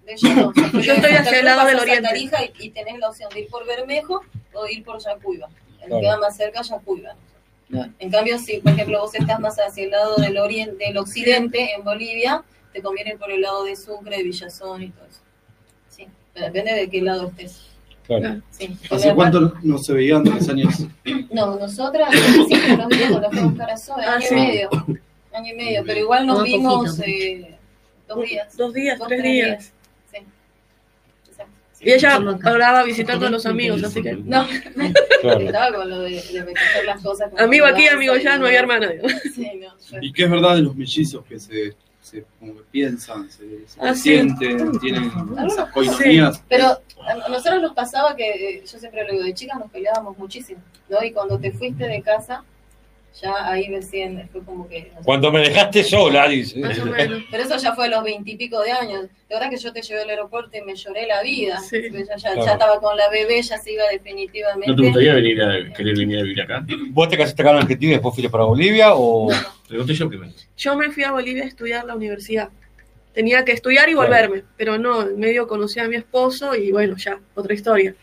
I: De ellos no.
M: Yo estoy hacia el lado del oriente.
I: Tarija y, y tenés la opción de ir por Bermejo o ir por Yacuiba. El
M: Claro.
I: que va más cerca es Yacuiba.
G: Claro.
I: En cambio, si por ejemplo vos estás más hacia el lado del oriente, del occidente, en Bolivia, te conviene ir por el lado de Sucre, de Villazón y todo eso. Sí, pero depende de qué lado estés.
K: Claro.
I: Sí.
K: ¿Hace cuánto no- no se veían? ¿Tres años?
I: No, nosotras sí, nos vimos, nos fuimos para Zoe, año
K: sí.
I: y medio. Año y medio, pero igual nos
M: Ah,
I: vimos
M: poquito.
I: eh, dos días.
M: Dos días,
I: Dos,
M: tres
I: tres
M: días.
I: días. Sí. Exacto. Sí.
M: Y ella hablaba visitando a los amigos, así que.
I: No,
K: Claro.
I: estaba con lo de, de recoger las cosas. con
M: Amigo
I: los
M: aquí,
I: brazos
M: amigo allá,
I: y-
M: no había hermana.
I: Sí, no, yo-
K: ¿Y qué es verdad de los mellizos que se, se como que piensan, se, se
I: Ah, sí. Ah,
K: sienten, tienen esas coinonías?
I: Pero a nosotros nos pasaba que, eh, yo siempre lo digo, de chicas nos peleábamos muchísimo, ¿no? Y cuando te fuiste de casa, ya ahí recién fue como que... no sé,
G: Cuando me dejaste sola, dice.
I: Más o menos. Pero eso ya fue a los veintipico de años. La verdad que yo te llevé al aeropuerto y me lloré la vida. Porque Ya, ya- ya
L: Claro.
I: estaba con la bebé, ya se iba definitivamente.
L: ¿No te gustaría venir a, querer venir a vivir acá?
G: ¿Vos te casaste acá en Argentina y después fuiste para Bolivia o.?
L: Pregunté yo primero.
M: Yo me fui a Bolivia a estudiar la universidad. tenía que estudiar y volverme, pero no, en medio conocí a mi esposo y bueno, ya, otra historia.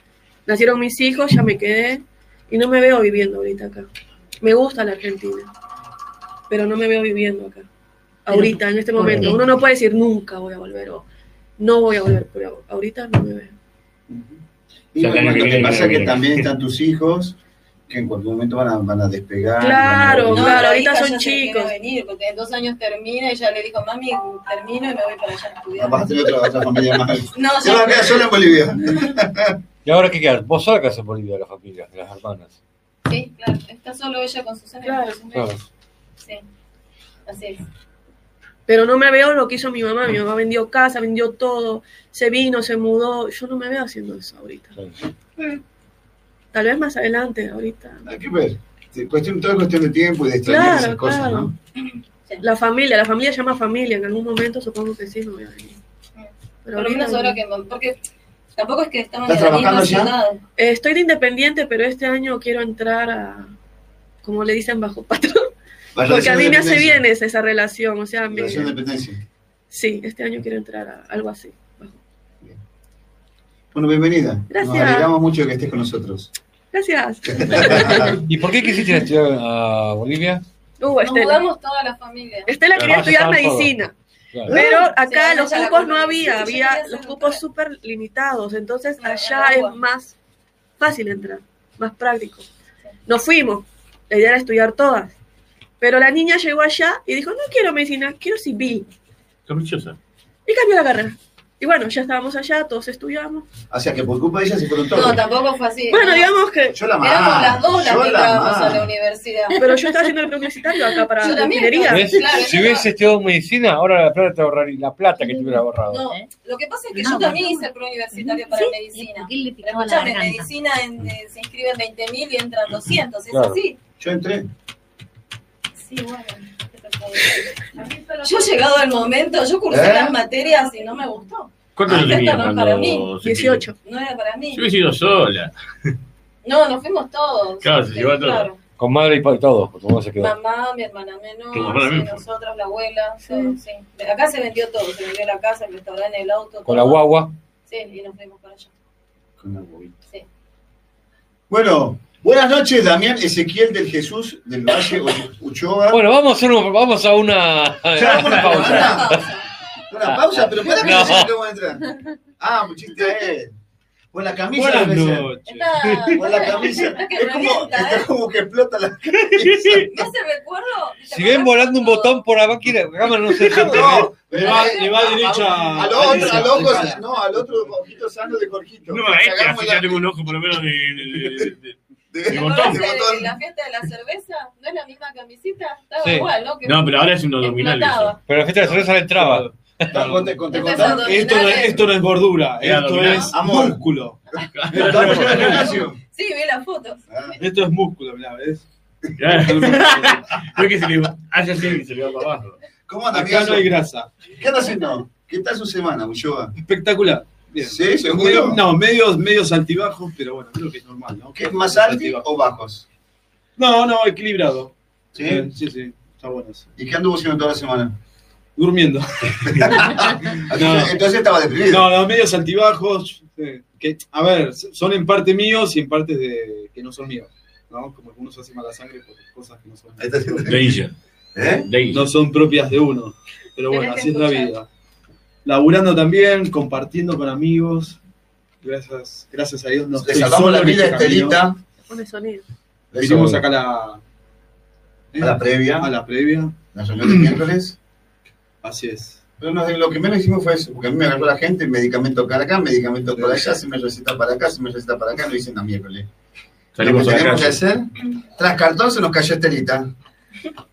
M: Nacieron mis hijos, ya me quedé y no me veo viviendo ahorita acá. Me gusta la Argentina, pero no me veo viviendo acá. Ahorita, en este
I: ¿por
M: momento.
I: qué?
M: Uno no puede decir nunca voy a volver o no voy a volver, pero ahorita no me veo.
E: Y lo que lo que pasa es que también están tus hijos que en cualquier momento van a, van a despegar.
M: Claro,
E: van a-
M: claro,
I: la
M: ahorita
I: hija
M: son
I: ya se
M: chicos.
I: quiere venir, porque en dos años termina y ya le dijo, mami, termino y me voy para allá a estudiar.
E: Vas a tener otra, otra familia más.
I: No,
E: Se va a quedar sola en Bolivia.
G: ¿Y ahora qué quedas? Vos sola quedás en Bolivia, la familia, las hermanas.
I: Sí, claro, está solo ella con Susana. Claro,
G: Claro.
I: Sí, así es.
M: Pero no me veo lo que hizo mi mamá.
E: Mm.
M: Mi mamá vendió casa, vendió todo, se vino, se mudó. Yo no me veo haciendo eso ahorita. Tal vez más adelante, ahorita.
E: Hay que ver. Sí, Cuestión, todo es cuestión de tiempo y de extrañar
M: Claro,
E: esas cosas,
M: claro.
E: ¿no?
M: La familia, la familia llama familia. En algún momento supongo que sí me voy a venir.
I: Pero Por lo menos ahora que... Porque tampoco es que estamos
M: ¿Estás
I: en la misma
M: trabajando ya?
I: ciudad.
M: Eh, estoy de independiente, pero este año quiero entrar a, como le dicen, bajo patrón.
E: Vaya,
M: Porque a
E: eso
M: mí
E: es
M: me hace
E: dependencia.
M: bien esa, esa relación. O sea, me-
E: Relación de dependencia.
M: sí, este año quiero entrar a algo así.
E: Bueno, bienvenida.
M: Gracias.
E: Nos alegramos mucho de que estés con nosotros. Ah,
M: Gracias.
G: ¿Y por qué quisiste ir a estudiar a Bolivia?
M: Uh,
I: Nos
M: Estela.
I: mudamos toda la familia.
M: Estela quería
G: Ah,
M: estudiar
G: estaban todos.
M: medicina.
G: Claro.
M: Pero
I: Ah,
M: acá
I: sí,
M: los
I: ella la
M: cupos no
I: conoce.
M: había,
I: Sí, ella
M: había
I: quería
M: los cupos súper limitados, entonces allá es más fácil entrar, más práctico. Nos fuimos, la idea era estudiar todas, pero la niña llegó allá y dijo, no quiero medicina, quiero civil,
L: Caprichosa.
M: y cambió la carrera. Y bueno, ya estábamos allá, todos estudiamos.
E: O sea que por culpa de ella se fueron todos.
I: No, tampoco fue así.
M: Bueno,
I: No.
M: digamos que...
E: Yo la amaba.
I: Éramos las dos las
E: Yo
I: que
E: la
I: entrábamos a la
E: amaba.
I: universidad.
M: Pero yo estaba haciendo el preuniversitario acá para
I: Yo también,
M: ingeniería.
G: ¿Ves? si hubiese estudiado medicina, ahora la plata te ahorraría, la plata que te hubiera ahorrado.
I: No, lo que pasa es que
H: Ah,
I: yo
H: bueno.
I: también hice el preuniversitario para medicina.
H: la
I: Escuchame,
H: garganta.
I: medicina en- eh, se inscriben 20.000 y entran 200, ¿es
E: Claro.
I: así?
E: Yo entré.
I: Sí, bueno. Yo he llegado al momento, yo cursé
L: ¿Eh?
I: las materias y no me gustó.
L: ¿Cuántos años
I: Esto
L: tenías
I: no es
L: cuando
I: para mí.
L: se tiró?
I: No era para mí.
L: Yo hubiese ido sola.
I: No, nos fuimos todos.
L: Claro, se llevó a todos.
I: Claro.
G: Con madre y pa- y todo, porque vos se quedó.
I: Mamá, mi hermana menor,
G: Tu hermana
I: sí,
G: menor.
I: nosotros, la abuela. todo, sí. Acá se vendió todo, se vendió la casa, el restaurante, el auto.
G: Con la
I: todo.
G: guagua.
I: Sí, y nos fuimos para allá. Sí.
E: Bueno, buenas noches, Damián Ezequiel del Jesús del Valle Uch- Uchoa.
G: Bueno, vamos a, hacer un- vamos a una, a una pausa.
E: Una pausa, pero para que
G: No.
E: no sé cómo entrar. Ah, muchísimas gracias. Con la camisa.
G: Buenas
E: debe ser.
I: Está-
E: Con la camisa.
I: Está que
E: Es como,
I: revienta,
E: está
I: ¿eh?
E: como que explota la camisa.
I: Me hace recuerdo
G: Si ven volando un botón por la máquina, la cámara no se siente.
E: No,
G: ¿eh?
E: le va- le va derecho a- Al otro, al ojo, no, al otro ojito sano de Jorgito.
L: No, a este,
E: Hagamos
L: así
E: la-
L: ya tengo un ojo por lo menos de, de, de- de- de
I: ¿Te
L: botón.
I: acordás de la fiesta de la cerveza? ¿No es la misma camisita? Estaba
G: Sí.
I: igual, ¿no? Que
L: No, pero ahora es un abdominal
I: explotaba.
L: eso.
G: Pero la fiesta de la cerveza le entraba.
K: Esto no, esto no es gordura,
L: Era
K: esto
L: abdominal.
K: es músculo.
I: Sí, vi la foto.
K: Esto es músculo, mirá, ¿ves?
L: No es que se le haya así y se le va para abajo.
E: ¿Cómo anda,
K: Acá
E: amigazo?
K: no hay grasa.
E: ¿Qué anda haciendo? ¿Qué tal su semana, Ulloa?
K: Espectacular. Bien.
E: Sí, seguro.
K: Me- no, medios, medios altibajos, pero bueno, creo que es normal, ¿no?
E: ¿Qué es más alto o bajos?
K: No, no, equilibrado.
E: ¿Sí?
K: Bien, sí, sí, está bueno. eso.
E: ¿Y qué anduvo haciendo toda la semana?
K: Durmiendo.
E: Entonces estaba deprimido.
K: No, los medios altibajos, eh, que, a ver, son en parte míos y en parte de, que no son míos. ¿no? Como algunos hacen mala sangre por cosas que no son
L: Danger.
K: ¿Eh? No son propias de uno. Pero bueno,
L: Tenés
K: así
L: que
K: es la
L: escuchar.
K: vida. Laburando también, compartiendo con amigos. Gracias, gracias a Dios nos
E: Le salvamos la vida a Estelita.
M: Pone sonido.
K: Vinimos este acá a la,
E: A la previa.
K: A la previa.
E: La reunión de miércoles.
K: Así es.
E: Pero no, lo que menos hicimos fue eso, porque a mí me agarró la gente, medicamento para acá, medicamento para allá, se me receta para acá, se me receta para acá, lo hice en la miércoles.
L: Salimos
E: lo
L: a
E: que
L: la
E: tenemos que
L: calle.
E: hacer, tras cartón se nos cayó Estelita.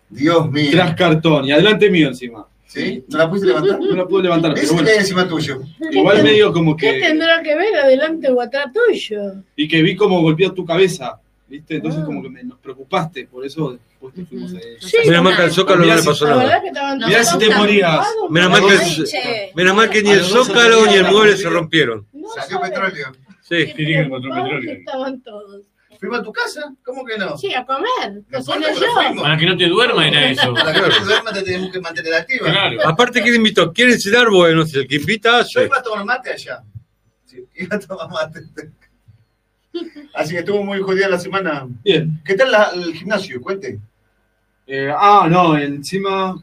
E: Dios mío.
K: Tras cartón y adelante mío encima.
E: ¿Sí? ¿No la pudiste levantar?
K: No la pude levantar.
E: Ese
K: Pero bueno,
E: que hay encima tuyo. Este-
K: igual medio como
J: ¿Qué
L: este-
K: que.
J: tendrá que ver adelante o atrás tuyo?
K: Y que vi como golpeó tu cabeza. ¿Viste?
L: Ah.
K: Entonces, como que me- nos preocupaste. Por eso después te fuimos ahí.
J: Sí.
G: Menos mal que al Zócalo no le pasó
J: La verdad
G: nada.
J: que estaban
K: Mirá
J: todos
K: si te morías.
J: tapados,
G: Menos mal que, el- menos mal que ni el Zócalo ni el mueble se rompieron.
E: Salió petróleo.
G: Sí.
L: Te dije que encontró
J: tapados que
L: petróleo.
J: Estaban todos.
E: ¿Fuimos a tu casa? ¿Cómo que no?
J: Sí, a comer. Cociné
E: Bueno, pero
J: yo.
E: fuimos.
F: Para que no te duerma era eso.
E: Para que no te duerma te tenemos que mantener activa.
G: Aparte, ¿quién invitó? ¿Quieren cenar? Bueno, si el que invita
E: Yo
G: hace.
E: iba a tomar mate allá. Sí, iba a tomar mate. Así que estuvo muy jodida la semana.
K: Bien.
E: ¿Qué tal la- el gimnasio? Cuente.
K: Eh, ah, no, encima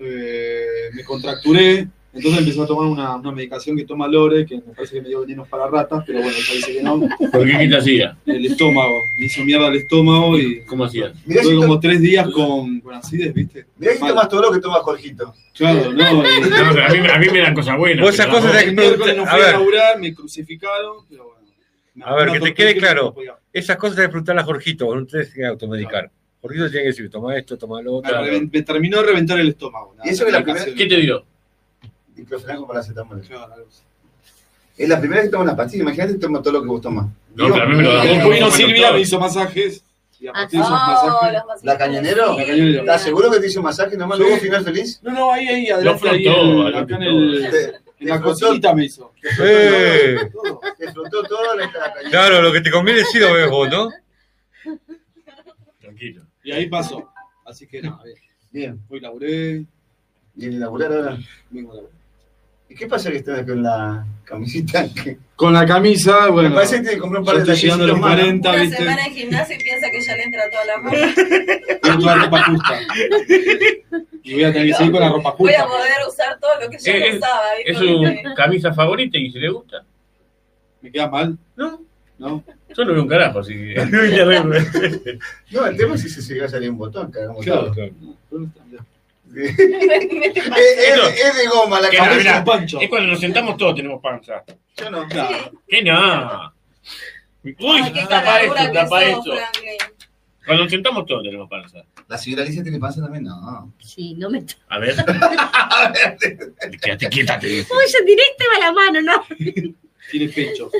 K: eh, me contracturé, entonces empecé a tomar una, una medicación que toma Lore, que me parece que me dio venenos para ratas, pero bueno, ya dice que no.
L: ¿Por qué qué te hacía?
K: El estómago, me hizo mierda el estómago y...
L: ¿Cómo hacías?
K: Tuve como tres días con, con acides, ¿viste?
E: Mirá que tomas todo lo que toma Jorgito.
K: Claro, no. eh.
L: No, pero a mí- a mí me dan cosas buenas, Vos esas pero cosas no. de que
K: El
L: me
K: miércoles
L: gusta-
K: no
L: a
K: fui a
L: ver.
K: laburar, me crucificaron, pero bueno.
G: A ver, que te
K: tortura
G: quede
K: no
G: claro.
K: podía.
G: Esas cosas hay que preguntarle a Jorgito, no te que automedicar. Jorgito tiene que decir, toma esto, toma lo otro.
K: Claro, Me, me terminó de reventar el estómago.
E: ¿Y eso que la primera- ¿Qué te
L: dio?
E: Diclofenaco para acetamol. Es la primera vez que tomo las pastillas. Imagínate que toma todo lo que vos tomás.
L: No, pero a mí me lo da.
K: Después vino
L: Bueno,
K: Silvia,
L: todo.
K: me hizo masajes. Y a partir de esos
I: Ah,
K: masajes.
I: los masajes.
E: ¿La cañonero?
K: La cañonero.
E: ¿Estás seguro que te hizo masaje nomás?
K: Sí.
E: ¿Luego final feliz?
K: No, no, ahí, ahí, adelante. ahí,
E: flotó,
K: el- acá en,
E: Te-
K: el, en la cosita me hizo.
G: ¡Eh!
E: Te flotó todo la la cañonero.
G: Claro, lo que te conviene sí lo ves vos, ¿no?
L: Tranquilo.
K: Y ahí pasó. Así que nada, bien.
E: Bien.
K: Hoy laburé.
E: ¿Y el laburar ahora?
K: Vengo a laburar.
E: ¿Y qué pasa que estás con la camisita?
K: Con la camisa, Ah, bueno.
E: Me parece que te compré un par
K: yo
E: de
K: estoy llegando a los
E: tallecitos más.
K: 40,
I: Una
K: ¿viste?
I: semana de gimnasio y piensa que ya le entra toda la ropa.
K: Tengo toda la ropa justa. Y voy a tener que seguir con la ropa
I: Voy a
K: justa.
I: poder usar todo lo que yo
L: Eh,
I: no
L: es-
I: usaba. ¿viste?
L: Es su camisa favorita y si le gusta.
K: ¿Me queda mal?
L: No.
K: No.
L: Yo no veo un carajo, así que. no me arreglo.
E: No, el tema es si se llega a salir un botón. Cagamos todo.
I: Me-
E: Es, es- es de goma la
L: Que no, mirá,
E: camisa.
L: Es cuando nos sentamos todos tenemos panza.
E: Yo no.
L: ¿Qué no? Uy,
I: Ay, qué
L: tapa
I: caradura
L: esto,
I: que
L: tapa
I: sos,
L: esto.
I: Franklin.
L: Cuando nos sentamos todos tenemos panza.
E: La señora Alicia tiene panza también, no.
H: Sí, no me.
L: A ver. Quédate quieta, te digo.
H: Oye, directo va la mano, ¿no?
K: Tiene pecho.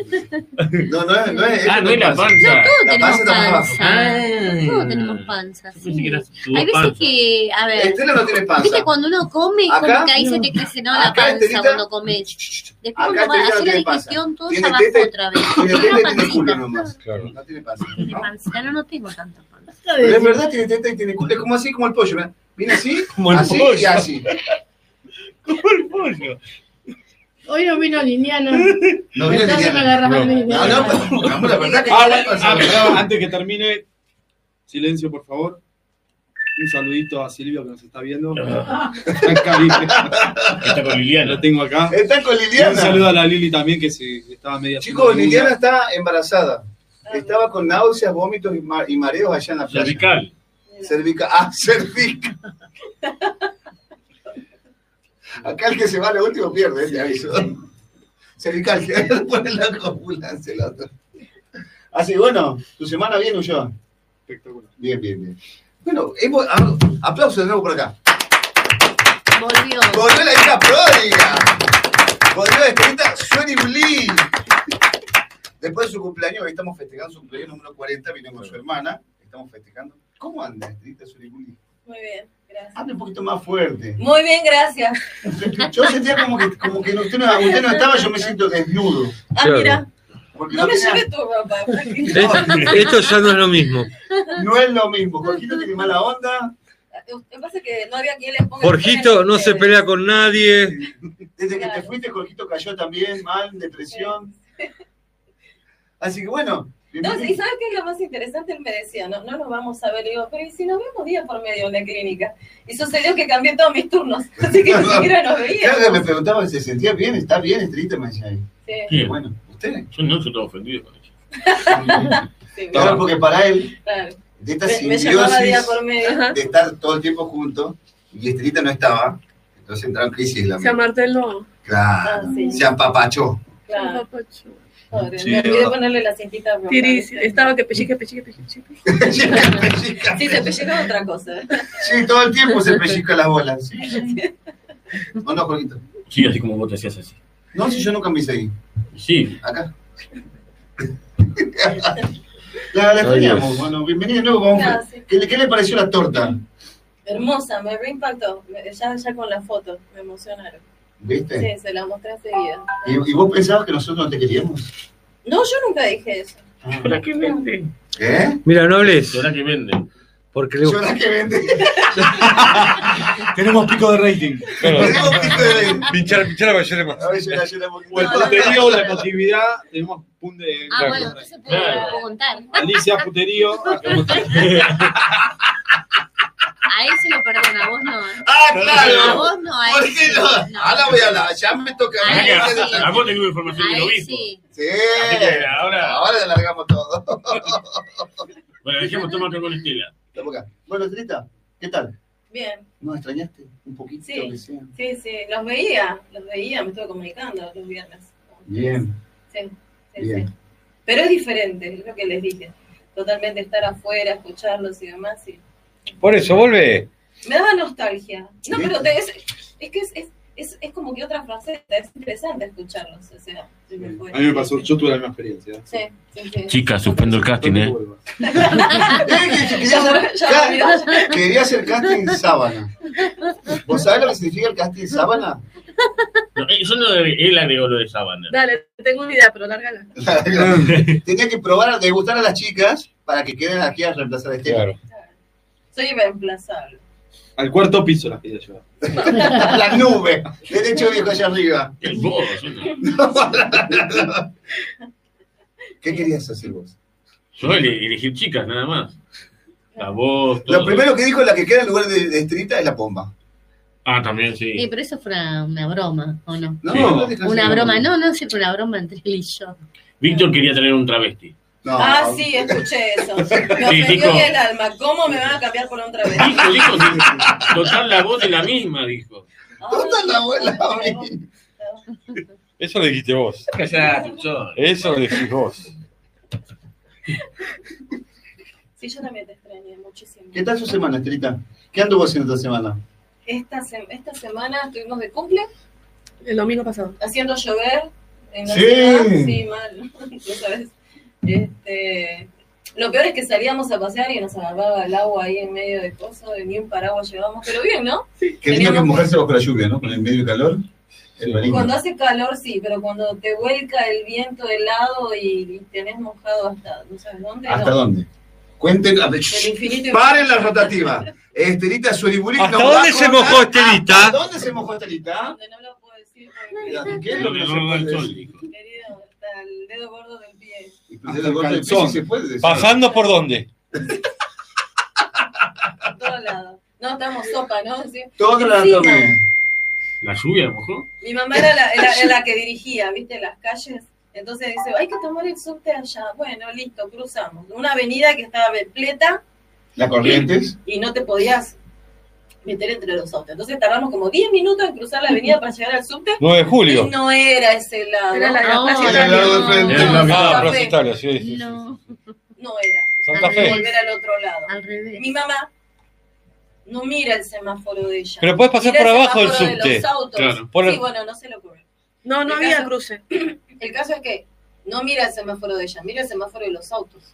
E: No, no es. No es
L: Ah, no es la panza.
H: No, todos
E: La
H: tenemos
E: panza está más
H: panza.
L: abajo.
H: Todos tenemos panza.
L: pensé que
H: sí.
L: eras tú,
H: Hay veces
L: panza.
H: que, a ver.
E: Estela Este no tiene panza.
H: Viste, cuando uno come,
E: Acá,
H: como que ahí se te
E: no.
H: crece ¿no? la
E: Acá, este
H: panza
E: Estelita.
H: cuando comes. Después
E: Acá,
H: cuando vas a
E: Estelita no
H: hacer la
E: tiene panza.
H: digestión, todo
E: Tiene
H: ya bajó
E: teta y-
H: otra vez.
E: Tiene
H: Tiene
E: teta
H: una
E: y tiene culo
H: pancita.
E: nomás.
G: Claro.
E: No tiene panza.
H: Tiene pancita. No, no tengo tanta panza.
E: Pero es verdad, tiene teta y tiene culo. Es como así, como el pollo. mirá. Viene así,
L: Como el
E: así y
L: pollo.
E: así.
J: Hoy no vino Liniano.
E: No viene
J: Entonces
E: Liliana.
J: me agarras a mí.
E: No, no,
J: pues,
E: pero vamos, la verdad que
K: Ah,
E: tiene
K: bueno,
E: panza.
K: ah, perdón, antes que termine, silencio, por favor. Un saludito a Silvio que nos está viendo. Está acá, ¿viste?
L: Está con Liliana.
K: Lo tengo acá.
E: Están con
K: Y Un saludo
E: Liliana.
K: a la Lili también, que se estaba media.
E: Chicos,
K: haciendo
E: Liliana
K: alguna.
E: está embarazada. Estaba con náuseas, vómitos y, ma- y mareos allá en la playa.
L: Cervical.
E: Cervica. Ah, cervica. Acá el que se va lo último pierde, eh, te aviso. Cervical, que le pone la ambulancia el otro. Así, Ah, bueno, tu semana bien, Ulloa.
K: Espectacular.
E: Bien, bien, bien. Bueno, hemos, a- aplausos de nuevo por acá.
H: Volvió.
E: Volvió la hija pródiga. Volvió la escrita Sueni Blin. Después de su cumpleaños, hoy estamos festejando su cumpleaños número 40, vino con su hermana. Estamos festejando. ¿Cómo anda la escrita Sueni Blin?
I: Muy bien, gracias.
E: Habla un poquito más fuerte.
I: Muy bien, gracias.
E: Yo sentía como que, como que usted, no, usted no estaba, yo me siento desnudo.
I: Ah,
G: Claro.
I: mira,
E: Porque
I: no me
E: tenía-
I: lleves tu ropa, Franklin.
G: Es- Esto ya no es lo mismo.
E: no es lo mismo. Jorgito tiene mala onda.
I: Lo que pasa es que no había quien le ponga.
G: Jorgito no se pelea con nadie.
E: Desde que te fuiste, Jorgito cayó también mal, depresión. Así que bueno.
I: No,
E: bienvenido.
I: y ¿sabes qué es lo más interesante? Él me decía, no, no nos vamos a ver. Le digo, pero ¿y si nos vemos día por medio en la clínica? Y sucedió que cambié todos mis turnos, así que ni siquiera nos
E: Claro que me
I: veíamos.
E: preguntaba si se sentía bien, está bien, estrellita, me decía. ahí.
I: Sí,
L: ¿Quién?
E: Bueno, usted.
L: Yo no estoy todo ofendido con eso.
I: sí,
E: Claro, porque para él,
I: claro.
E: de esta
I: Me, me llamaba día
E: simbiosis
I: por medio.
E: de estar todo el tiempo juntos, y estrellita no estaba, entonces entraron en crisis la
M: Se amarteló.
E: Claro,
I: Ah, sí.
E: se apapachó.
I: Claro,
M: Papacho.
I: pobre,
E: Sí.
I: me olvidé ponerle la cintita roja.
M: Tiris, estaba que pellique, pellique, pellique.
I: Sí, se pellizca otra cosa.
E: Sí, todo el tiempo se pellizca las bolas. Sí, sí. ¿O no, Jorgito?
L: Sí, así como vos te hacías así.
E: No, si yo nunca me hice ahí.
L: Sí.
E: Acá. La, la extrañamos. Bueno, bienvenido de nuevo. vamos a-
I: Gracias.
E: ¿Qué, le- qué le pareció la torta?
I: Hermosa, me reimpactó. Me- Ya, ya con la foto, me emocionaron.
E: ¿Viste?
I: Sí, se la mostré enseguida.
E: ¿Y, y vos pensabas que nosotros no te queríamos?
I: No, yo nunca dije eso.
E: Ah.
L: ¿Llora que vende?
E: ¿Eh?
G: Mira, no hables.
L: ¿Llora que vende?
G: Porque le
E: Llora que vende.
K: Tenemos pico de rating.
E: Tenemos pico de rating.
G: Pinchar, pinchar para que llore más.
E: A ver, llora, llora un poquito.
K: O el puterío o la emotividad, tenemos pun de.
H: Ah, bueno, entonces puedo,
K: Claro.
H: puedo contar.
K: Alicia, puterío.
H: A él se lo perdona, a vos no. ¿eh?
E: Ah, claro.
H: A vos no, a él.
E: ¿Por qué no? Ahora Ah, voy a hablar, ya me toca a mí.
L: Acá, A vos te dio información del
H: A él
L: obispo.
H: sí.
E: Sí.
L: Así que ahora-
E: Ahora alargamos todo.
L: Bueno, dejemos tomar acá con Estela.
E: Estamos acá. Bueno, Trita, ¿qué tal?
I: Bien,
E: ¿No extrañaste un poquito?
I: Sí.
E: aunque sea?
I: sí, sí, los veía, los veía, me estuve comunicando los viernes.
E: Bien,
I: Sí, sí, sí.
E: bien.
I: Pero es diferente, es lo que les dije. Totalmente estar afuera, escucharlos y demás. Y...
G: Por eso, vuelve.
I: Me daba nostalgia. No, pero te- es, es que es, es, es, es como que otra faceta, es interesante escucharlos. O sea, si me fuera.
K: A mí me pasó, yo tuve la misma experiencia.
I: Sí, sí, sí.
L: Chicas, suspendo el casting, ¿eh?
I: Ya me- ya me olvidé.
E: Quería hacer casting sábana. ¿Vos sabés lo que significa el casting sábana?
L: No, eh, yo no, él agregó lo de sábana.
M: Dale, tengo una idea, pero lárgala.
E: Tenía que probar a degustar a las chicas para que queden aquí a reemplazar a este.
K: Claro.
I: Soy reemplazable.
K: Al cuarto piso las quería llevar.
E: La nube. Derecho viejo allá arriba.
L: El vos, yo,
E: ¿Qué querías hacer vos?
L: yo ele- elegí chicas nada más. La voz, todo.
E: Lo primero que dijo la que queda en lugar de, de Trita es la pomba.
L: Ah, también sí.
H: Sí, Eh, pero eso fue una, una broma, ¿o no?
E: No,
L: Sí.
E: no dejas de-
H: Una broma, no, no, siempre una broma entre él y yo.
L: Víctor quería tener un travesti.
E: No.
I: Ah, sí, escuché eso. Me ofendió
L: dijo-
I: en el alma. ¿Cómo me van a cambiar por otra vez? Ah,
L: Dijo, dijo, sí. total la voz es la misma, dijo.
E: Total, la abuela.
G: Eso lo dijiste vos.
L: Callate, yo.
G: Eso lo dijiste vos.
I: Sí, yo también te extrañé muchísimo.
E: ¿Qué tal su semana, Trita? ¿Qué anduvo haciendo esta semana?
I: Esta, se- esta semana estuvimos de cumple
M: El domingo pasado.
I: haciendo llover en la
E: Sí.
I: ciudad. Sí, mal. No sabes. Este, lo peor es que salíamos a pasear y nos agarraba el agua ahí en medio de coso y ni un paraguas llevábamos, pero bien, ¿no?
E: Que lindo que mojarse bajo la lluvia, ¿no? Con el medio calor. El peligro.
I: Cuando hace calor, sí, pero cuando te vuelca el viento helado y, y tenés mojado hasta no sabes dónde.
E: ¿Hasta
I: no.
E: dónde? Cuenten. a ver,
I: Del infinito y-
E: Paren la rotativa. Estelita Sueliburí.
G: ¿Hasta
E: nos va Ah,
G: dónde
E: a
G: se
E: contar-
G: mojó Estelita?
E: ¿Hasta dónde se mojó Estelita?
I: Donde no lo puedo decir,
E: Mira,
I: porque,
E: ¿Qué es
L: Lo
E: lo
L: que
E: que se
L: roba
E: puede
L: el sol,
E: decir?
L: dijo.
I: querido, hasta el dedo gordo del pie.
E: Desde
L: Ah,
E: la gorda del
K: Calzón.
E: piso se puede decir.
G: ¿Pasando por dónde?
I: A todos lados. No, estábamos sopa, ¿no? Sí.
E: Todo el
I: Encima,
E: abdomen.
L: ¿La lluvia mojó?
I: Mi mamá era la, era- era la que dirigía, ¿viste? Las calles. Entonces dice, hay que tomar el subte allá. Bueno, listo, cruzamos. Una avenida que estaba repleta
E: La Corrientes.
I: y no te podías meter entre los autos. Entonces tardamos como 10 minutos en cruzar la avenida para llegar al subte.
G: 9 de julio.
I: Y no era ese lado.
M: Era la de la
H: No,
M: playa.
E: Era la de frente.
I: no,
G: Ah,
I: no,
G: ah,
I: Santa
G: Plaza
I: Fe.
G: Italia, sí, sí, sí.
H: No,
I: No era. Tenía
G: Santa
I: que
G: Fe.
I: Volver al otro lado.
H: al revés.
I: Mi mamá no mira el semáforo de ella.
G: Pero podés pasar
I: Mira
G: por
I: el
G: abajo del
I: semáforo de
G: subte.
I: los autos.
L: Claro.
G: Por
I: Sí,
G: el-
I: bueno, no se lo ocurre.
M: No, no
I: Me
M: había
I: caso.
M: cruce.
I: El caso es que no mira el semáforo de ella, mira el semáforo de los autos.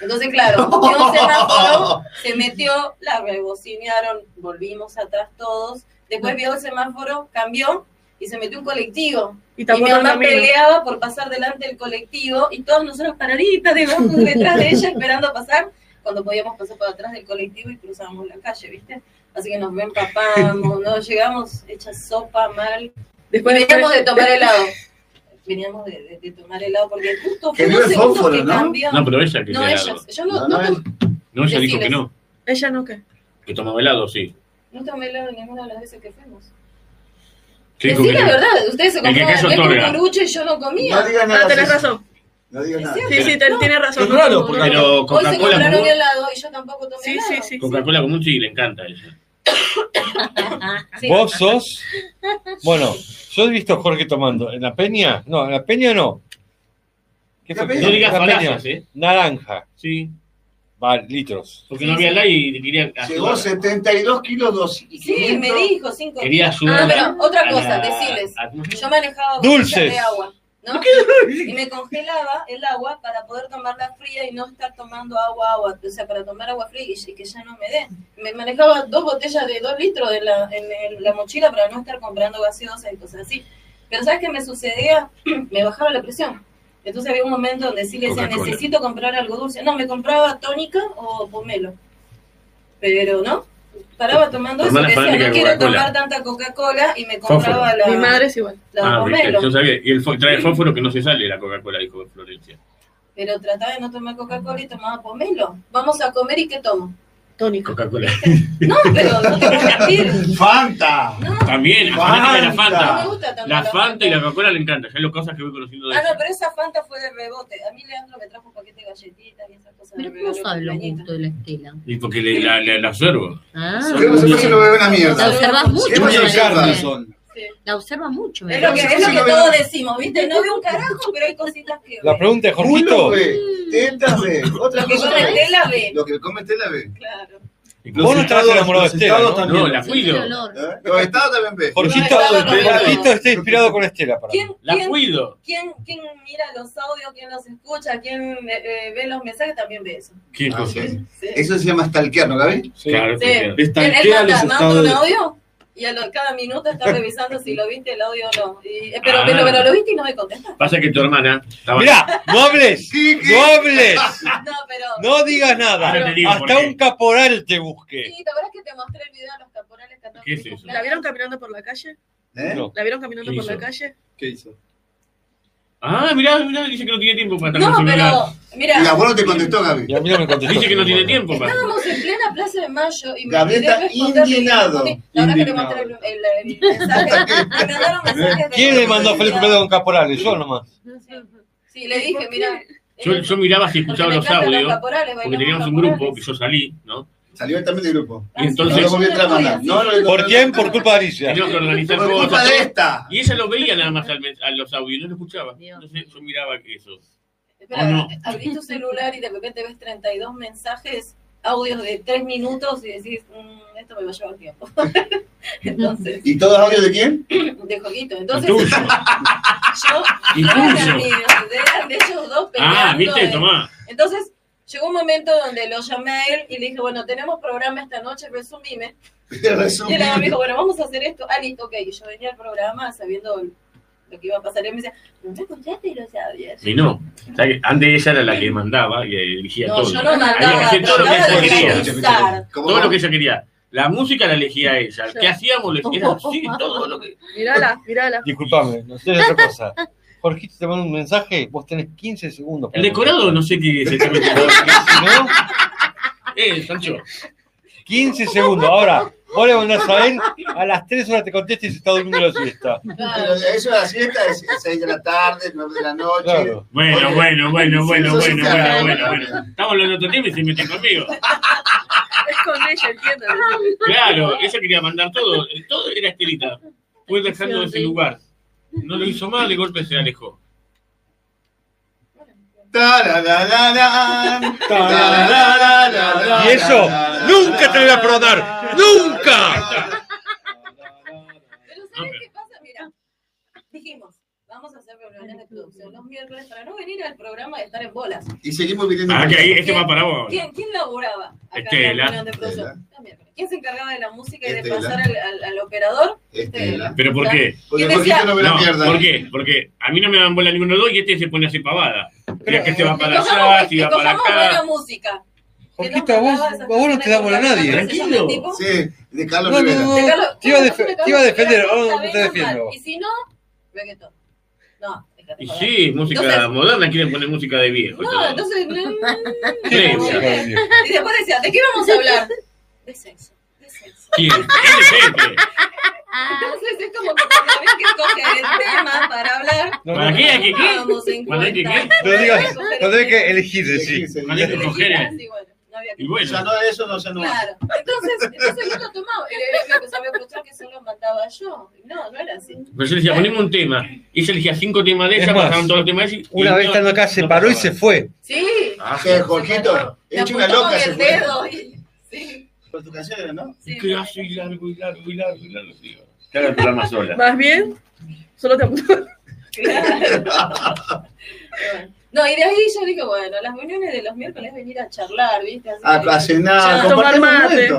I: Entonces, claro, vio un semáforo, se metió, la rebocinearon, volvimos atrás todos. Después vio el semáforo, cambió y se metió un colectivo.
M: Y
I: Y
M: tampoco
I: mi
M: el
I: mamá
M: camino.
I: peleaba por pasar delante del colectivo y todos nosotros paraditas de brazos detrás de ella esperando pasar cuando podíamos pasar por atrás del colectivo y cruzábamos la calle, ¿viste? Así que nos ven papamos, no llegamos hecha sopa mal.
M: Después
I: Veníamos de tomar helado. Veníamos de, de- de tomar helado porque justo
E: Que
I: fue
E: no
I: unos
E: es
I: segundos
E: fósforo,
I: que
E: ¿no?
I: cambió.
L: No, pero ella quería
I: No, ella,
L: helado.
I: yo no,
E: No,
I: no,
E: no,
I: tom-
L: No, ella dijo
I: Deciles.
L: que no,
M: Ella no qué.
L: que tomaba helado, sí.
I: no tomé helado ninguna de las veces que fuimos.
L: Que
I: Decí
L: dijo que
I: la
L: no.
I: verdad, ustedes se
L: El que
I: compraban
L: cayó
I: el
L: otorga.
I: luche y yo no
E: No
I: comía.
E: digas nada.
M: Ah, tenés
E: Ceci.
M: razón.
E: No digas nada.
M: Sí, sí, ten- tenés razón.
K: Es raro,
M: No,
K: porque-
M: no, no.
L: Pero
I: Hoy se
L: Coca-Cola
I: compraron
L: común,
I: helado y yo tampoco tomé
M: Sí, sí,
I: helado.
M: sí. sí.
L: Coca-Cola común sí le encanta a ella.
I: Sí.
G: Vos sos. Bueno, yo he visto a Jorge tomando. ¿En la peña? No, en la peña no. ¿Qué
E: La
G: fue?
E: Peña.
L: No digas
G: La
L: falacias, ¿eh?
G: Naranja.
L: Sí,
G: Va, litros.
L: porque no había helado y quería
E: Llegó
L: ayudar.
E: 72 kilos dos y
I: Sí, me
E: 500.
I: dijo cinco.
L: Quería ayudar.
I: Ah,
L: a-
I: pero otra
L: a
I: cosa,
L: la-
I: deciles.
L: a- ¿cómo se
I: Yo
L: llama?
I: manejaba botellas
G: Dulces.
I: de agua, ¿no? Y me congelaba el agua para poder tomarla fría y no estar tomando agua, agua, o sea, para tomar agua fría y que ya no me dé. Me manejaba dos botellas de dos litros de la, en, en la mochila para no estar comprando gaseosa y cosas así. Pero ¿sabes qué me sucedía? me bajaba la presión. Entonces había un momento donde sí le decía,
L: Coca-Cola.
I: necesito comprar algo dulce. No, me compraba tónica o pomelo. Pero no, paraba tomando eso.
L: Hermana
I: Decía,
L: fanática
I: no
L: de
I: quiero
L: Coca-Cola".
I: tomar tanta Coca-Cola y me compraba la.
M: Mi madre es igual.
I: La
L: Ah,
I: pomelo.
L: perfecto, yo sabía. Y el fo- trae el fósforo que no se sale de la Coca-Cola, dijo Florencia.
I: Pero trataba de no tomar Coca-Cola y tomaba pomelo. Vamos a comer y ¿qué tomo?
M: Tónico.
L: Coca-Cola.
I: No, pero no te voy a mentir.
E: Fanta.
L: También, la fanática de la
I: No me
L: Fanta.
I: gusta tanto
L: La
I: la
L: Fanta y la Coca-Cola le encanta. Ya las cosas que voy conociendo de
I: Ah,
L: ella.
I: no, pero esa Fanta fue de rebote. A mí Leandro me trajo un paquete de galletitas y esas cosas.
H: Pero ¿cómo sabe los gustos de la Estela?
L: Y porque le, la, la, la observo.
H: Ah,
L: Pero eso no se lo veo
E: una mierda.
H: La observas mucho.
E: Hemos
H: Belén.
E: observado.
H: La observas mucho. ¿eh?
I: Es lo que, es lo que todos decimos, ¿viste? No veo un carajo, pero hay cositas que.
G: La pregunta es,
E: Culo
G: Jorgito,
E: ve, tetas ve, otra
I: Lo que
E: cosa
I: come
E: ve.
I: Tela ve.
E: Lo que come Tela ve.
I: Claro.
G: vos no estabas enamorado de Estela,
E: estados
G: ¿no?
E: también.
L: cuido.
E: ¿Eh? Los estados también ve.
G: Jorgito,
I: No, no, no, no, no.
G: Jorgito está inspirado con Estela para mí.
I: ¿Quién, quién- ¿quién, quién mira los audios, quién los escucha, quién eh, eh, ve los mensajes? También ve eso.
L: ¿Qué
E: Ah,
L: cosa?
E: sí.
I: Sí.
E: Eso se llama stalkear, ¿no la ves?
L: Claro,
I: Sí.
L: sí,
I: Él,
K: Está
I: él manda, manda un
K: de-
I: audio y a lo- cada minuto está revisando si lo viste el audio o no. Y- eh, pero,
L: Ah.
I: pero, pero lo viste y no me contesta.
L: Pasa que tu hermana estaba.
G: Mirá, no hables, no hables,
I: No, pero.
G: no digas nada.
L: Ahora te digo por
G: Hasta
L: qué.
G: un caporal te busqué.
I: Sí, ¿te acuerdas que te mostré el video de los caporales cantando?
L: ¿Qué es eso?
M: ¿La vieron caminando por la calle?
G: No.
M: ¿La vieron caminando
L: ¿Qué
M: por la
L: hizo?
M: calle?
K: ¿Qué hizo?
L: Ah, mirá, mirá, dice que no tiene tiempo para estar
I: No,
L: con el celular.
I: pero. Mira.
E: Y la abuela te contestó, Gaby.
G: Y a mí no me contestó.
L: Dice que no tiene tiempo para.
I: Estábamos en plena Plaza de Mayo y me
E: Gabriel
I: olvidé
E: está
I: responderle.
E: indignado,
I: La verdad que le
K: indignado.
I: mostré el, el- el mensaje. Me mandaron mensajes de-
G: ¿Quién le mandó a Felipe Pedro con caporales? Yo nomás.
I: Sí, le dije, mira.
L: Yo, yo miraba si escuchaba
I: eh, Porque me
L: los
I: encantan los
L: audios,
I: caporales,
L: porque
I: bailamos
L: teníamos un
I: caporales. Ah,
L: grupo que yo salí, ¿no?
E: Salió él también del grupo.
L: Y
E: No
L: entonces
E: lo volví a entrar a mandar. No, no, no,
G: ¿Por
E: no,
G: quién?
E: no.
G: Por culpa de Alicia.
L: teníamos que organizar
E: Por
L: cosas.
E: culpa de esta.
L: Y ella lo veía nada más al men- a los audios, no lo escuchaba. Entonces yo miraba eso.
I: Espera,
L: Oh, no.
I: abrí tu celular y de repente ves 32 mensajes, audios de 3 minutos y decís, "Mm, esto me va a llevar tiempo. Entonces,
E: ¿Y todos audios de quién?
I: de Jorgito. Entonces,
L: Tuyo.
I: yo,
L: Y
I: no eran
L: tuyo.
I: míos, eran de ellos dos peleando. eh.
L: Ah, viste,
I: en-
L: tomá.
I: Entonces, llegó un momento donde lo llamé a él y le dije, bueno, tenemos programa esta noche, resumime. Y él me dijo, bueno, vamos a hacer esto. Ah, listo, ok. Y yo venía al programa sabiendo lo que iba a pasar. Y él me decía, no me escuchaste y lo sabías.
L: Y no. O sea, que antes ella era la que mandaba y eh, dirigía
I: No,
L: todo.
I: yo no mandaba,
L: Había que hacer todo lo que
I: trataba
L: ella
I: de
L: quería.
I: organizar.
L: Todo lo que ella quería. La música la elegía ella.
M: Sí.
L: ¿Qué hacíamos? Le- Era así, todo lo que.
M: Mirala, mirala.
G: Disculpame, no sé de otra cosa. Jorgito te manda un mensaje, vos tenés 15 segundos. para
L: El decorado no sé qué se está metiendo.
G: contestar, ¿no?
L: Eh, Sancho.
G: 15 segundos. Ahora, vos le mandás a él, a las 3 horas te contesta y se está durmiendo la siesta.
E: Pero Eso de la siesta es 6 de la tarde, 9 de la noche.
G: Claro.
L: Bueno, bueno, bueno, bueno,
E: Sí, sos
L: bueno,
E: un
L: bueno,
E: cagado.
L: bueno, bueno. Estamos hablando de otro tema y se meten conmigo.
M: Es con ella, entiendo.
L: Claro, ella quería mandar todo. Todo era estelita. Fue dejando ese lugar. No lo hizo mal, de golpe se alejó.
E: Tararararán, tararararán,
G: Y eso
E: tararararán.
G: nunca te lo voy a perdonar. ¡Nunca!
I: Pero
L: No, pero-
I: ¿sabes qué pasa? Mira, dijimos, vamos a hacer reuniones de producción los miércoles para no venir al programa y estar en bolas.
E: Y seguimos viviendo.
L: Ah, que ahí este va para vos.
I: ¿Quién, quién laboraba acá en
L: Estela.
I: la reunión de producción? Los miércoles. ¿Quién se encargaba de la música y de
E: Estela.
I: pasar al, al- al operador?
E: Estela.
L: ¿Pero por qué?
E: Porque
I: Y
E: Jorgito
I: decía-
E: no ve la
L: No,
E: mierda.
L: ¿Por qué? Porque a mí no me dan bola ninguno de los dos y este se pone a hacer pavada. Mira que este va para allá,
I: Escojamos
L: este va para
I: escojamos buena
L: acá.
I: música.
G: Jorgito, a vos, a vos no te da bola a nadie.
L: Tranquilo.
E: Sí, de Carlos
G: No, no,
E: Rivera.
G: no.
I: Te Carlos-
G: Te iba a
I: Carlos, Carlos,
G: defe- te iba a
I: Carlos,
G: defender,
I: Carlos,
G: ahora no te
I: está bien,
G: defiendo.
I: mal. Y si no, reggaetón. No, déjate
L: Y
I: joder.
L: sí, música
I: Entonces-
L: moderna, quieren poner música de viejo. y
I: No,
L: todo.
I: entonces. mm,
L: Sí,
I: como
L: sí.
I: que- Y después decía, ¿de qué vamos a hablar? De sexo. De sexo.
L: ¿Quién? ¿Quién es este?
I: Entonces es como que cuando ves que coge el tema para hablar,
G: No,
L: ¿Para
G: no,
L: qué? ¿A qué qué?
I: vamos en
L: ¿Cuándo hay que
I: cuenta.
L: qué?
G: No digas, no tenés que elegir, sí.
L: ¿Cuándo hay que
I: Y
L: coger?
I: elegías, y bueno, no había que-
L: Y
E: Ya
L: bueno,
E: no, eso no, ya no.
I: Claro. Entonces, entonces yo lo tomaba. Era el ejemplo, sabía escuchar que solo mandaba yo. No, no era así.
L: pero Pues yo le decía, poneme un tema. Y ella elegía cinco temas de
G: Es
L: ella,
G: más,
L: pasaban todos los temas de ella. y-
G: Una
L: y
G: vez
L: no-
G: estando acá se
L: no
G: paró y
L: pasaba.
G: se fue.
I: Sí.
L: Ah,
E: Sí,
I: Se
E: Eh, Jorgito,
I: paró, la
E: hecho una
I: apuntó
E: loca.
I: con
E: se
I: el
E: fue.
I: dedo y- Sí.
E: Por tu canción era, ¿no?
I: sí,
L: qué
I: bueno.
L: así largo y largo y largo y largo. sí. Que haga el programa sola.
M: ¿Vas bien? Solo te apuntó.
I: Claro. No, y de ahí yo dije, bueno, las reuniones de los miércoles venir a charlar, ¿viste? Así
E: A,
I: que-
E: a cenar,
I: Ya,
E: compartir
M: tomar
E: un
M: mate.
L: A
E: momento.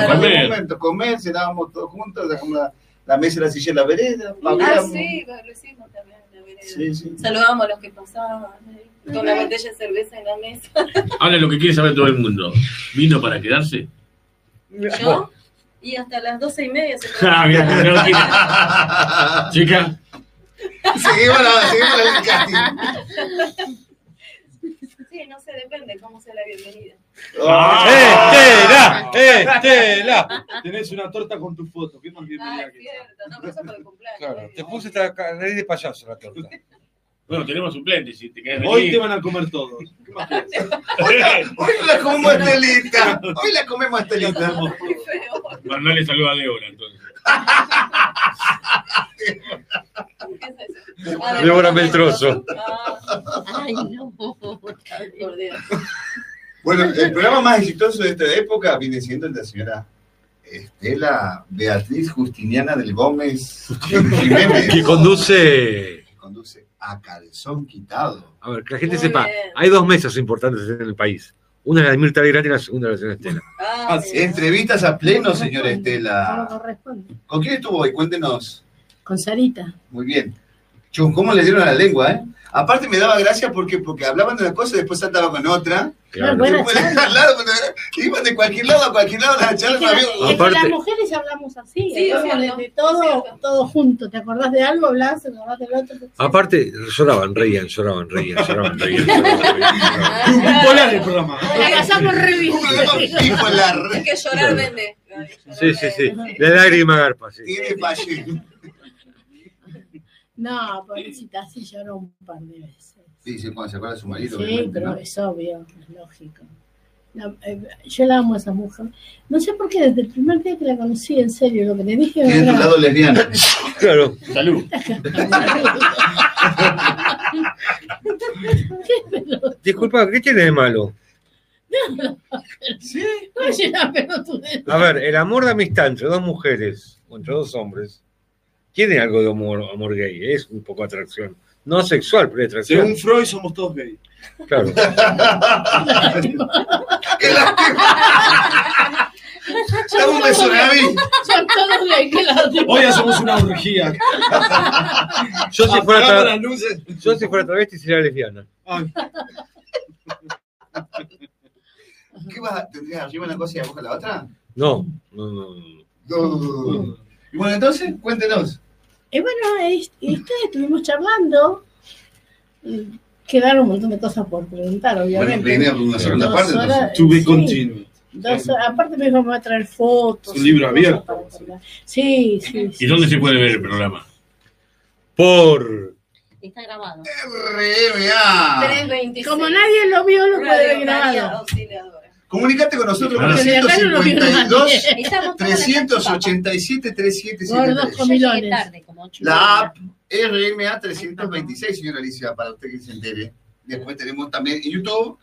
I: Claro.
L: comer.
E: Un momento, comer, cenábamos todos juntos, dejamos la, la mesa y la silla en la vereda.
I: Ah,
E: babeamos.
I: sí, lo hicimos también en la vereda.
E: Sí, sí.
I: Saludábamos a los que pasaban, ahí, con la
E: Ajá.
I: botella de cerveza en la mesa.
L: Ahora lo que quiere saber todo el mundo. ¿Vino para quedarse?
I: ¿Yo? Y hasta las doce y media se
L: Ah, mira, no tiene. Chica,
E: Seguimos la, seguimos la línea de casting.
I: Sí, no sé, depende cómo sea la bienvenida.
L: Eh,
K: ¡Ah! ¡Estela! Tenés una torta con tu foto. ¿Qué más
D: Ah,
K: bienvenida que
G: Claro, te puse esta ca- nariz de payaso la torta.
L: Bueno, tenemos suplentes, si te querés venir.
K: Hoy te van a comer todos.
E: Hoy la comemos estelita. Hoy la comemos estelita.
L: Mandale saludo a Débora, entonces.
G: Débora Beltroso.
D: Ah,
H: Ay, no.
I: Por Dios.
E: Bueno, el programa más exitoso de esta época viene siendo el de la señora Estela Beatriz Justiniana del Gómez Jiménez.
G: Que conduce.
E: Que conduce a calzón quitado.
G: A ver, que la gente sepa, hay dos mesas importantes en el país. Una es la de Mirta Legrand y la segunda es la de la señora Estela.
K: Ah,
I: Ah,
E: Entrevistas a pleno, señora Estela.
J: corresponde.
E: ¿Con quién estuvo hoy? Cuéntenos.
J: Con Sarita.
E: Muy bien. Chus, ¿cómo le dieron la lengua, eh? Aparte me daba gracia porque, porque hablaban de una cosa y después saltaba con otra.
G: Claro.
J: Buena
E: Después- claro, pero era- iban de cualquier lado a cualquier lado la
J: Es que,
E: charla. amigo.
J: la- es que las mujeres hablamos así,
I: Sí,
J: hablamos
I: es
J: de, de todo, todo junto. ¿Te acordás de algo? Hablás, te acordás del otro.
G: Aparte, lloraban, reían, lloraban, reían, lloraban, reían.
K: Bipolar el programa.
I: La
J: casamos re bien.
I: Es que llorar vende.
G: Sí, sí, sí. La lágrima garpa, sí.
E: Tiene falle.
J: No, pobrecita, sí lloró un par de veces.
E: Sí, sí, cuando se acuerda de su marido.
J: Sí,
E: obviamente,
J: pero
E: ¿no?
J: es obvio, es lógico. No, eh, yo la amo a esa mujer. No sé por qué desde el primer día que la conocí, en serio, lo que te dije.
E: Tiene
J: verdad.
E: tu lado lesbiano.
G: Claro.
L: Salud.
G: Disculpa, ¿qué tiene de malo?
J: ¿Sí? Oye, la pelotudez.
G: A
D: eh,
G: ver, el amor de amistad entre dos mujeres o entre dos hombres tiene algo de amor, amor gay, es un poco atracción. No sexual, pero es atracción.
K: Según Freud somos todos gays.
G: Claro.
E: Dame un beso, Gaby.
J: Son todos de aquel lado.
K: Hoy hacemos una orgía.
G: Yo si fuera,
K: Apagamos
G: tra-
K: las luces.
G: yo si fuera travesti sería lesbiana.
K: Ay,
E: ¿Qué vas a tendrías arriba una cosa y abajo la otra?
G: No, no, no. no.
E: No. Y bueno, entonces, cuéntenos.
J: Y bueno, ahí- y ustedes estuvimos charlando. y Quedaron un montón de cosas por preguntar,
E: Bueno,
J: obviamente.
E: primero una segunda
J: Dos
E: parte,
J: horas,
E: entonces.
K: to be
J: sí,
K: continued.
J: dos horas. Aparte, me dijo que me va a traer fotos.
K: Es un libro
J: y
K: abierto.
J: cosas para- Sí, sí.
L: ¿Y dónde se puede ver el programa?
G: Por.
H: Está grabado.
E: RMA.
I: 3.26.
J: Como nadie lo vio, lo puede
I: Radio
J: ver
I: María
J: grabado.
I: Auxiliadora.
E: Comunicate con nosotros
J: Porque de acá no lo vieron
E: 352
J: nadie.
H: Estamos todos en la casa, papá.
E: 387 3773.
J: Gordos
H: Yo llegué
J: comilones.
H: tarde, como ocho y
E: La
H: media.
E: app RMA 326, señora Alicia, para usted que se entere. Después tenemos también YouTube.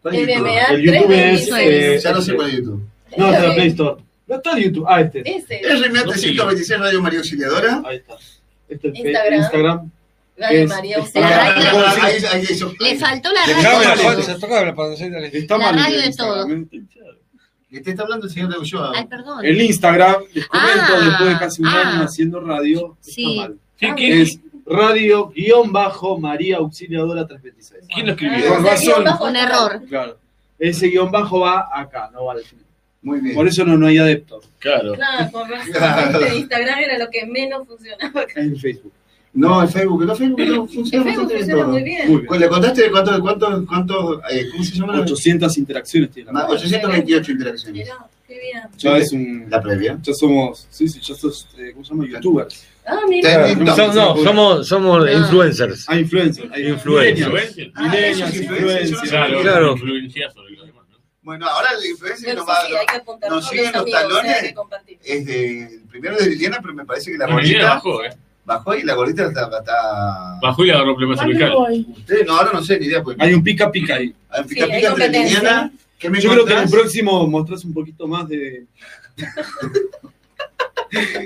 E: ¿Cuál es YouTube?
I: RMA
K: El YouTube es.
I: 326.
K: eh,
E: Ya no sé cuál es YouTube.
K: No, está en Play Store. No está en YouTube. Ah, este.
I: Ese.
E: RMA
L: No, sí.
E: 326 Radio María Auxiliadora.
K: Ahí está. Este es
I: Instagram.
K: Instagram. Instagram.
I: Radio
K: es-
I: María
K: es-
I: Auxiliadora.
E: Ah, ahí- ahí- ahí- eso.
H: Le faltó la
E: Le
H: radio.
E: cabe
G: Tocame
E: la
G: la
E: foto.
G: panza, tocame la panza, dale.
K: Está
H: La
K: mal el
H: radio de
K: Instagram.
E: ¿Qué te está hablando el señor de Ulloa?
H: Ay, perdón.
K: El Instagram, les comento,
H: Ah,
K: después de casi un
H: ah.
K: año haciendo radio,
H: Sí.
K: está mal.
L: ¿Qué- qué-
K: Es radio guión bajo María Auxiliadora 326.
L: ¿Quién lo
K: Por
L: escribió?
I: Ah.
K: razón.
H: Un error.
K: Claro. Ese guión bajo va acá, no va al final.
E: Muy bien.
K: Por eso no, no hay adeptos
L: Claro.
I: Nada, con razón. Este Instagram era lo que menos funcionaba.
K: en Facebook.
E: No, el Facebook, no, Facebook no
I: El
E: funciona.
I: Facebook
E: bastante
I: funciona
E: bien todo.
I: muy bien.
K: Muy
E: Bueno,
K: bien.
E: ¿Le contaste cuántos, cuántos, cuántos, eh, cómo se llama?
K: 800 interacciones tiene.
E: Ma- 828 interacciones.
I: Mirá, qué bien.
K: Ya es un.
E: La previa.
K: Ya somos. Sí, sí, ya sos. eh, ¿Cómo se llama? Youtubers.
I: Ah, mira.
E: Claro.
G: Son- no, somos, somos
E: Ah,
G: influencers.
K: Hay Ah, influencers. Hay
G: Influencers.
K: millennials,
L: ¿Influencia?
K: Millennials, influencers.
L: Claro,
G: Claro.
L: influencia sobre los demás, ¿no?
E: Bueno, ahora la influencia nos
I: No, sí,
E: va
I: hay que apuntar
E: nos
I: con
E: siguen los
I: amigos,
E: talones.
I: o sea, hay que compartir.
E: es de, primero de Liliana, pero me parece que la
L: La mayoría
E: gordita
L: bajó, ¿eh?
E: bajó y la gordita está... está-
L: Bajó y le agarró problemas
J: ¿Cuándo
L: cervicales.
J: voy?
E: Ustedes, no, ahora no sé ni idea, porque
K: Hay un pica pica ahí.
E: al pica
I: hay
E: pica entre
I: competencia.
E: Liliana, ¿qué me
K: Yo creo que en el
E: encontrás?
K: próximo mostrás un poquito más de.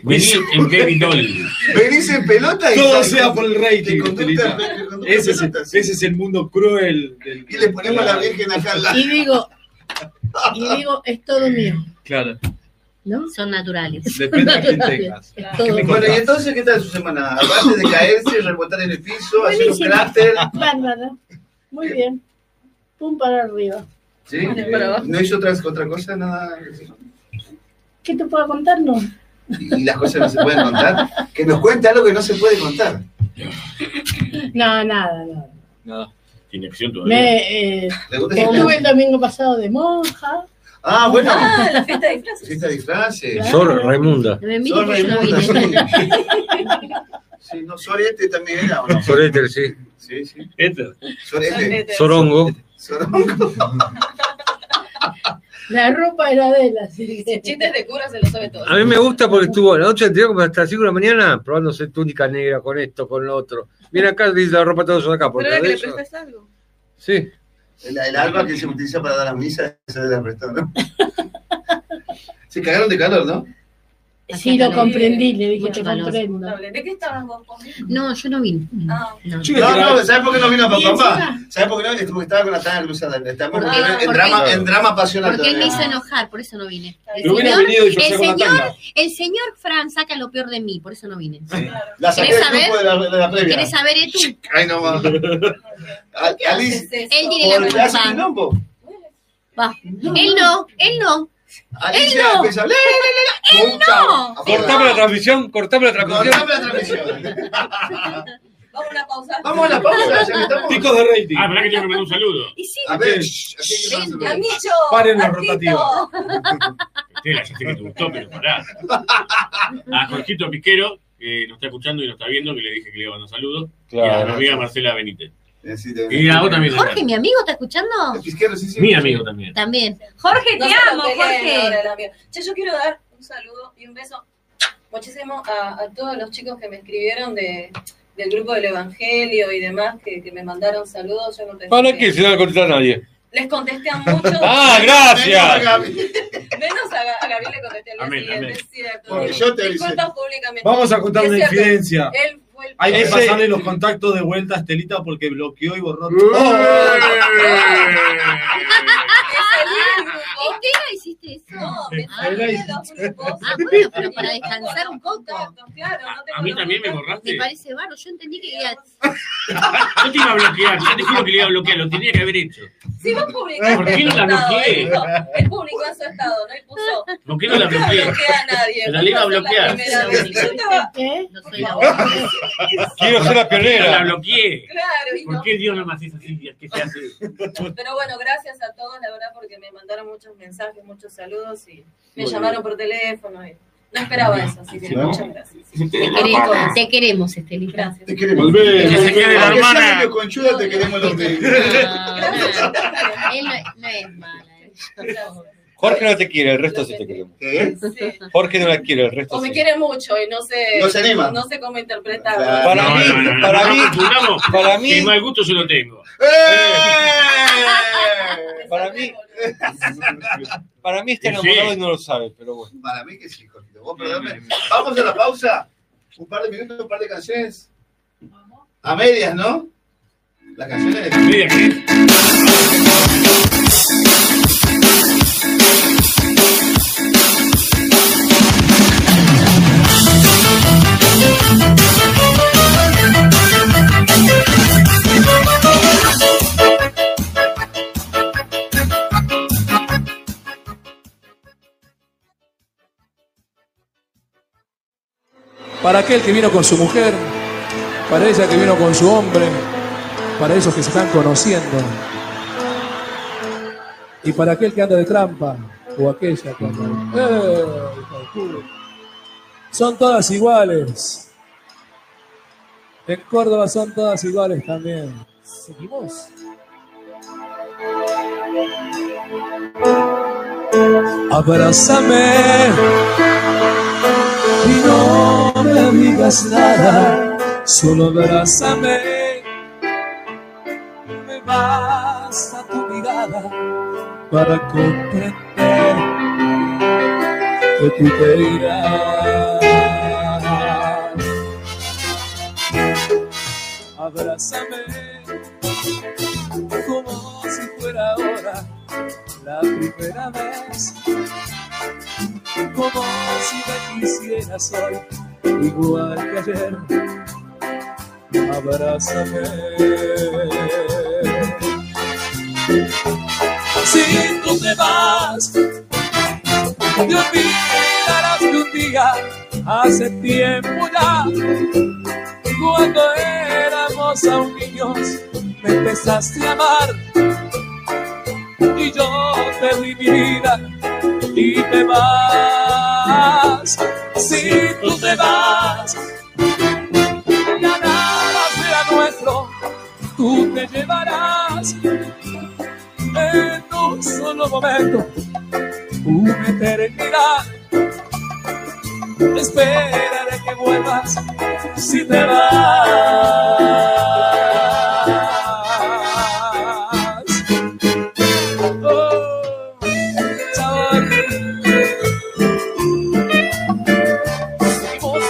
L: Vení en Baby Doll.
E: Venís en pelota y...
K: Todo
E: salís
K: sea
E: con-
K: por el
E: te
K: rating,
E: conductas-
K: Estelita.
E: te conductas
K: Ese es,
E: pelotas.
K: ese es el mundo cruel del.
E: Y le ponemos a la virgen acá al lado.
J: Y digo, y digo, es todo mío.
K: Claro.
J: ¿no?
H: Son naturales.
E: Depende de quién
H: Naturales.
E: tengas.
H: Todo.
E: Bueno, y entonces, ¿qué tal su semana? Aparte de caerse, rebotar en el piso, hacer un
J: Buenísimo.
E: cráter.
J: Bárbara. Muy bien. Pum para arriba.
E: ¿Sí? Eh,
J: Vale, para abajo.
E: ¿No hizo otra, otra cosa? Nada.
J: ¿Qué te puedo contar? No.
E: Y las cosas no se pueden contar. Que nos cuente algo que no se puede contar.
J: No, nada, nada.
L: Nada. Tiene acción todavía.
J: Me, eh, estuve el domingo pasado de monja.
E: Ah, bueno.
J: Ah, la
I: fiesta de disfraces.
E: Fiesta de disfraces.
G: Sor Raimunda.
H: No me mires
E: Sor
H: que yo no
E: Raimunda,
H: vine.
E: Sí, no, Sorete también era, ¿o no?
G: Sor Éter, sí.
E: Sí, sí.
L: Éter.
E: Sorete.
G: Sorongo.
E: Sorongo.
J: La ropa era de la sí.
I: Chistes de cura se lo sabe todo.
G: A mí me gusta porque estuvo la noche anterior como hasta las 5 de la mañana probándose túnica negra con esto, con lo otro. Viene acá, dice la ropa todos son acá. Porque
M: Pero era que
G: de
M: le
G: eso-
M: prestas algo.
G: Sí.
E: El, el alba que se utiliza para dar las misas, esa de la prestó, ¿no? Se cagaron de calor, ¿no?
J: Sí, lo comprendí, le dije,
H: Mucho
J: te
H: calor.
J: comprendo.
I: ¿De qué estabas vos Ah, conmigo?
H: No, yo no vine. No.
E: No, no, ¿sabes por qué no vino
H: Y
E: papá?
H: encima-
E: ¿Sabes por qué no vino? Porque estaba con la tanga cruzada. Estamos
H: Porque-
E: en,
H: porque-
E: drama, en drama pasional.
H: Porque él me hizo
E: todavía.
H: enojar, por eso no vine. El
E: Pero hubiera
H: señor,
E: venido y yo
H: el,
E: saco la
H: señor,
E: tanga.
H: el señor Fran saca lo peor de mí, por eso no vine.
E: La saqué
H: ¿Querés
E: del grupo de la, de la previa.
H: ¿Querés saber eh, tú?
E: Ay, no más. A- Alice.
H: Él tiene la
E: ¿por qué hace
H: culpa.
E: quilombo?
H: Va. Él no, él no. Él
E: Alicia
H: no.
E: empieza a-
H: Él no.
G: Cortame la transmisión, cortame la transmisión.
E: Cortame la transmisión.
I: Vamos a una pausa.
E: Vamos a la pausa, ya que estamos.
G: Picos de rating.
L: Ah, pará que tengo que mandar un saludo.
I: Y sí,
E: A ver, shh, así que no se lo-
I: Amicho.
L: Paren las
I: Martito.
L: Estela, ya sé que te gustó, pero pará. A Jorgito Piquero, que nos está escuchando y nos está viendo, que le dije que le iba a mandar un saludo.
E: Claro.
L: y a mi amiga Marcela Benítez.
E: Eh, Sí, te-
L: Y a vos también.
H: Jorge, mi amigo, ¿está escuchando?
E: Pisquero, sí, sí.
L: Mi amigo también.
H: También. Jorge,
I: No
H: te
I: se lo
H: amo,
I: peleen ahora,
H: Jorge.
I: la mía. Che, yo quiero dar un saludo y un beso muchísimo a, a todos los chicos que me escribieron de, del grupo del Evangelio y demás que, que me mandaron saludos. Yo no pensé
G: ¿Para
I: que-
G: qué? Si no le contesta a nadie.
I: Les contesté a muchos.
G: ¡Ah, gracias!
I: Menos a, Ga- a Gabriel le contesté al día
L: Amén,
I: siguiente,
L: amén.
I: es cierto.
K: Porque yo te avisé.
I: Disculpas públicamente.
K: Vamos a contar
I: Es
K: una
I: cierto,
K: infidencia.
I: Él fue el
K: Hay que
I: Ese-
K: pasarle los contactos de vuelta a Estelita porque bloqueó y borró
I: ese mismo grupo.
H: Estela, hiciste eso?
I: No, me
K: Ahí
I: salí
K: la
I: de los grupos.
H: Ah, bueno, pero para descansar un poco.
I: Claro, no te
L: A mí también me
H: Me
L: borraste. Ah,
H: parece barro. Yo entendí que ya-
L: Yo te iba a bloquear, yo te juro que le iba a bloquear, lo tenía que haber hecho.
I: Si vos publicaste
L: ¿Por qué
I: en
L: no
I: su
L: la
I: estado,
L: bloqueé?
I: él, dijo, él publicó en su estado, ¿no? Y puso.
L: ¿Por qué no la
I: "Nunca
L: bloqueé?
I: bloqueé a nadie.
L: Pero la iba a
I: Vos sos
L: bloquear.
I: primera vez. Y yo estaba-
J: ¿Qué?
H: No soy la otra.
G: Quiero ser la
L: Yo la
G: pionera.
L: bloqueé.
I: Claro, y no.
L: ¿Por qué Dios no me hace así? ¿Qué se hace?
I: Pero bueno, gracias a todos, la verdad, porque me mandaron muchos mensajes, muchos saludos y me llamaron por teléfono. y no esperaba eso, así que
K: No.
I: muchas gracias.
H: Te queremos, te queremos, Estelita.
I: Gracias.
E: Te queremos.
K: Volvé,
E: Aunque
L: volvé.
E: sea
L: Hermana.
E: medio conchuda, te queremos los
H: No,
E: de.
H: no, él no, no es mala. ella.
G: Jorge no te quiere, el resto sí te queremos.
E: ¿Eh?
I: Sí.
G: Jorge no la quiere, el resto
I: O me
G: sí.
I: quieren mucho y no sé,
E: No se anima.
I: no sé cómo interpretarlo.
E: Claro.
G: Para mí, para mí,
L: confundamos,
G: para mí-
L: que mal gusto yo lo tengo.
E: ¡Eh!
G: para mí- Para mí está
L: Sí.
G: enamorado y no lo sabe, pero bueno.
E: Para mí que sí, Jorgito. Vos perdóname. Vamos a la pausa. Un par de minutos, un par de canciones. A medias, ¿no? Las canciones.
L: Mira, ¿qué?
N: Para aquel que vino con su mujer, para ella que vino con su hombre, para esos que se están conociendo. Y para aquel que anda de trampa, o aquella cuando. ¡Eh, hijo de culo! Son todas iguales. En Córdoba son todas iguales también. ¿Seguimos? Abrázame y no me digas nada, solo abrázame. Me basta tu mirada para comprender que tú te irás. Abrázame como si fuera ahora la primera vez como si me quisieras hoy, igual que ayer. Abrázame. Si tú te vas, te olvidarás que un día, hace tiempo ya, cuando éramos aún niños, me empezaste a amar. Y yo te di mi vida y te vas. Si tú te vas, ya nada será nuestro, tú te llevarás en un solo momento una eternidad. Esperaré que vuelvas si te vas. Oh, chaval. Y vos,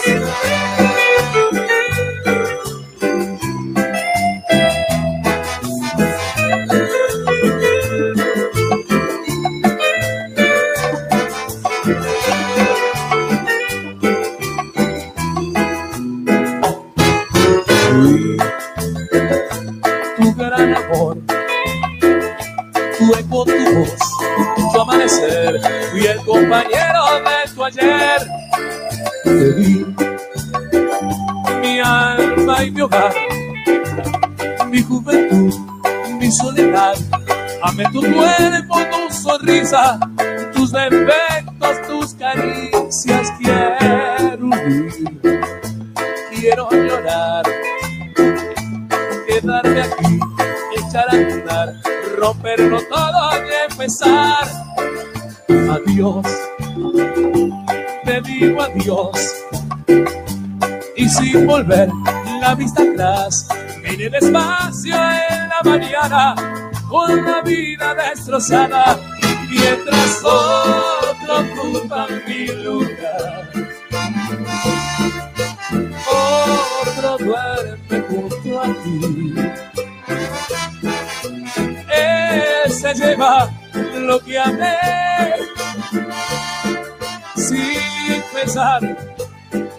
N: tu gran amor, tu eco, tu voz, tu amanecer, fui el compañero de tu ayer. Te di mi alma y mi hogar, mi juventud, mi soledad. Amé tu cuerpo, tu sonrisa, tus defectos, tus caricias. Quiero huir, quiero llorar, quedarme aquí, echar a andar, romperlo todo y empezar. Adiós, te digo adiós. Y sin volver la vista atrás, en el espacio en la mañana, con la vida destrozada, mientras otro ocupa mi lugar. Otro duerme junto a ti. Él se lleva lo que amé sin pensar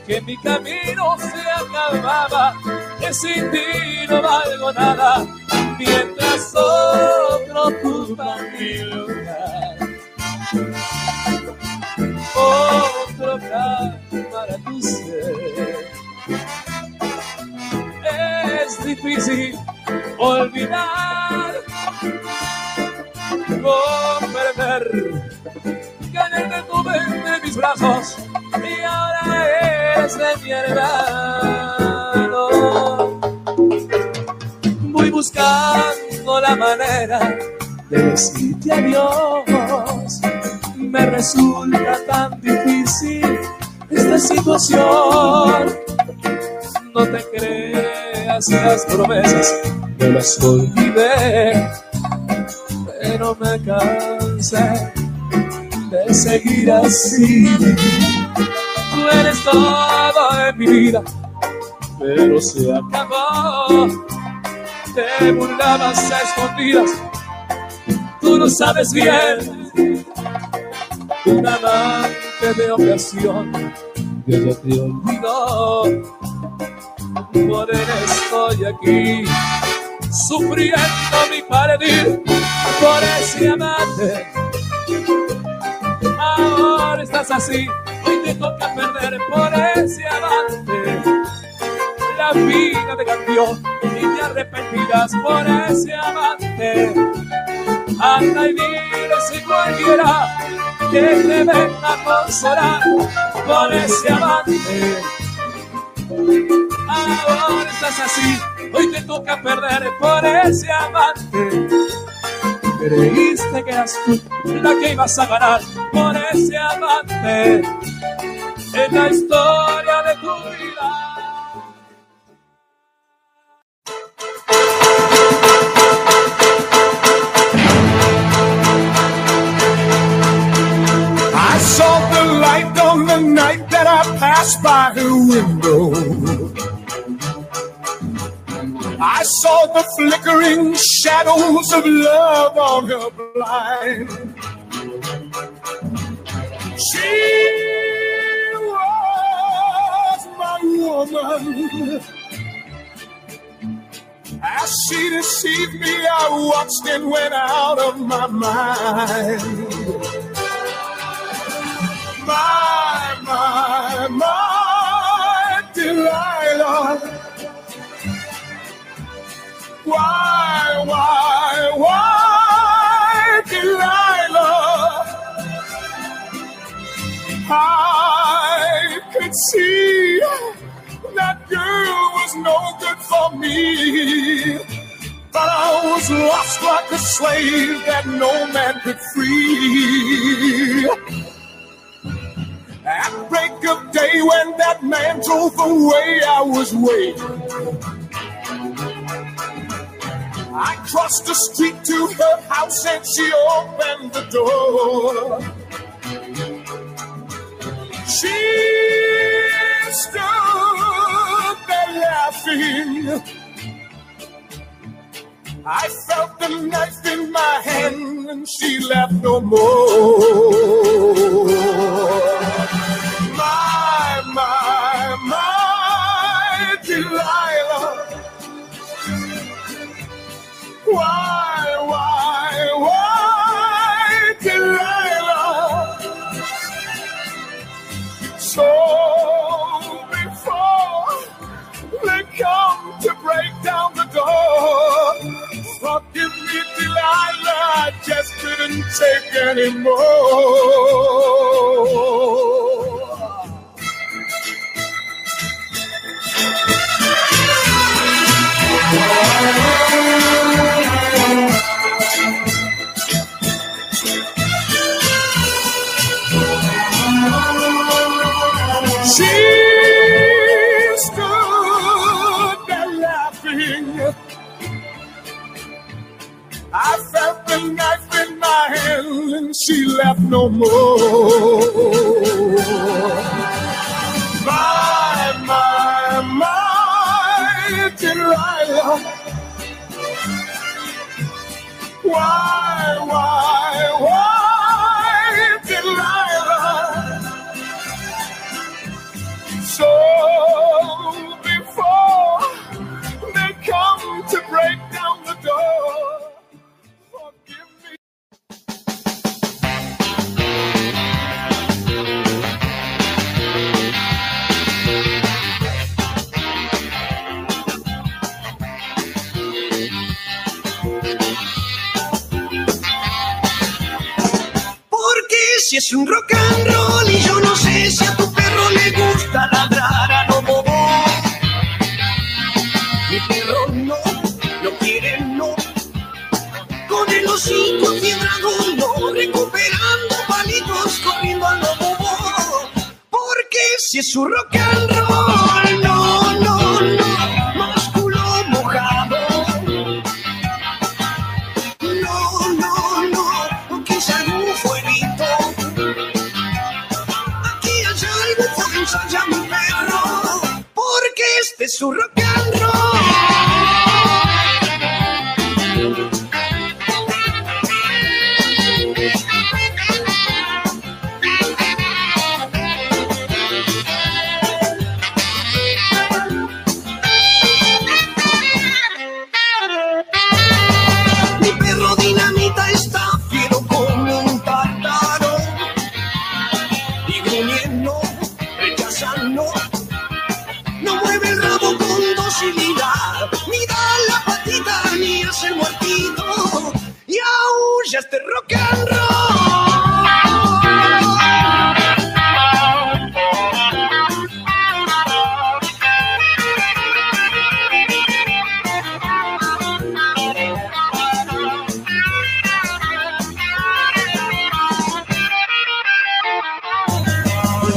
N: que mi camino se acababa, que sin ti no valgo nada, mientras otro ocupa mi lugar. Otro para tu ser. Es difícil olvidar, comprender que te tuve entre mis brazos y ahora es de mi hermano. Voy buscando la manera de decirte adiós. Me resulta tan difícil esta situación. No te creas las promesas, me las olvidé, pero me cansé de seguir así. Tú eres todo en mi vida, pero se acabó. Te burlabas a escondidas, tú no sabes bien. Un amante de ocasión que ya te olvidó. Por él estoy aquí, sufriendo mi paredir por ese amante. Ahora estás así, hoy te toca perder por ese amante. La vida te cambió y te arrepentirás por ese amante. Anda y dile si cualquiera que te venga a consolar por ese amante. Ahora estás así, hoy te toca perder por ese amante. Creíste que eras tú la que ibas a ganar por ese amante. En la historia de tu vida.
O: I saw the light on the night that I passed by her window. I saw the flickering shadows of love on her blind. She was my woman. As she deceived me, I watched it went out of my mind. My, my, my Delilah. Why, why, why, Delilah? I could see that girl was no good for me. But I was lost like a slave that no man could free. At break of day, when that man drove away, I was waiting. I crossed the street to her house and she opened the door. She stood there laughing. I felt the knife in my hand and she laughed no more. My, my, my Delilah. Why, why, why, Delilah? So before they come to break down the door, forgive me, Delilah, I just couldn't take anymore. She stood there laughing. I felt the knife in my hand and she left no more. My, my, my Delilah. Why, why, why, Delilah? So before they come to break down the door.
D: Porque si es un rock and roll y yo no sé si a tu perro le gusta ladrar a lo bobo. Mi perro no, no quiere no. Con el hocico tiene dragón, no, recuperando palitos corriendo a lo bobo. Porque si es un rock and roll, no, no, no. Músculo mojado. No, no, no, no quise algún fueguito. Aquí hay algo que ensaya mi perro, porque este es su rock and roll. Mi perro dinamita está fiero como un tártaro Y gruñendo, rechazando No mueve el rabo con docilidad Ni da la patita ni hace el muertito Y aúlla este rock and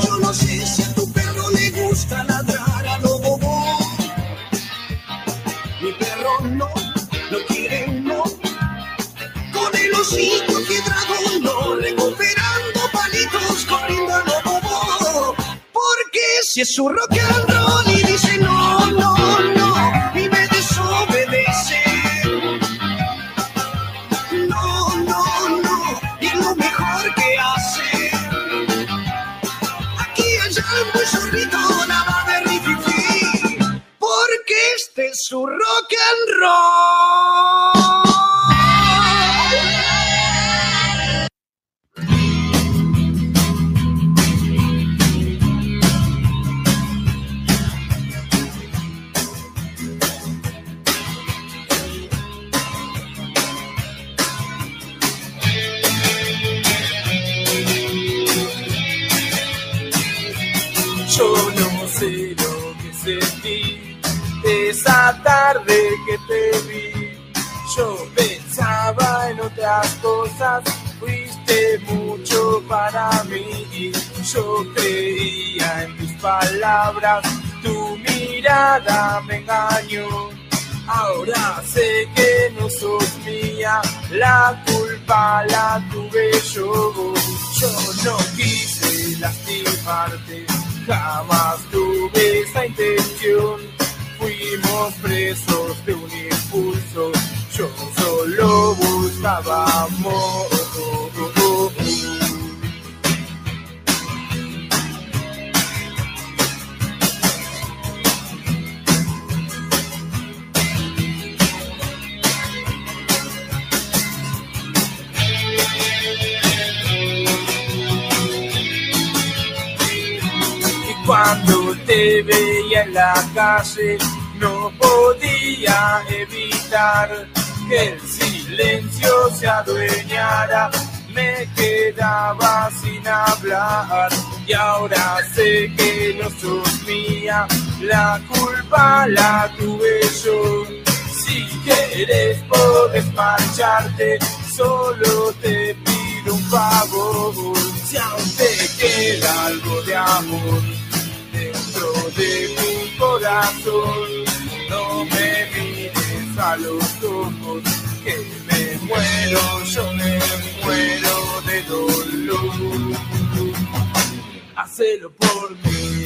D: Yo no sé si a tu perro le gusta ladrar a lo bobo. Mi perro no, no quiere no. Con el hocico quebrado no, recuperando palitos corriendo a lo bobo. Porque si es su rock and roll y dice no, no, no, y me desobedece. No, no, no, y es lo mejor que hace.
O: este su rock and roll.
P: Yo no sé lo que sentí esa tarde que te vi. Yo pensaba en otras cosas, fuiste mucho para mí. Yo creía en tus palabras, tu mirada me engañó. Ahora sé que no sos mía, la culpa la tuve yo. Yo no quise lastimarte, jamás tuve esa intención. Fuimos presos de un impulso, yo solo buscaba amor. Y cuando te veía en la calle, no podía evitar que el silencio se adueñara. Me quedaba sin hablar y ahora sé que no sos mía, la culpa la tuve yo. Si quieres podés marcharte, solo te pido un favor. Si aún te queda algo de amor dentro de mi corazón, no me mires a los ojos, que me muero, yo me muero de dolor. Hacelo por mí.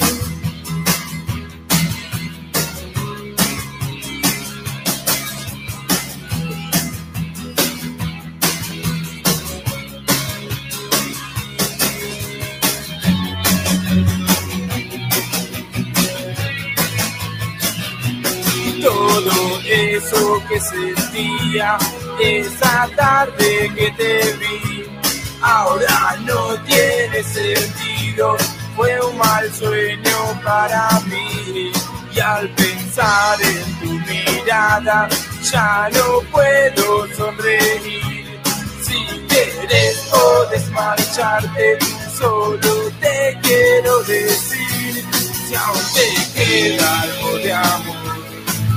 P: todo eso que sentía esa tarde que te vi. Ahora no tiene sentido, fue un mal sueño para mí. Y al pensar en tu mirada, ya no puedo sonreír. Si quieres podés marcharte, solo te quiero decir, si aún te queda algo de amor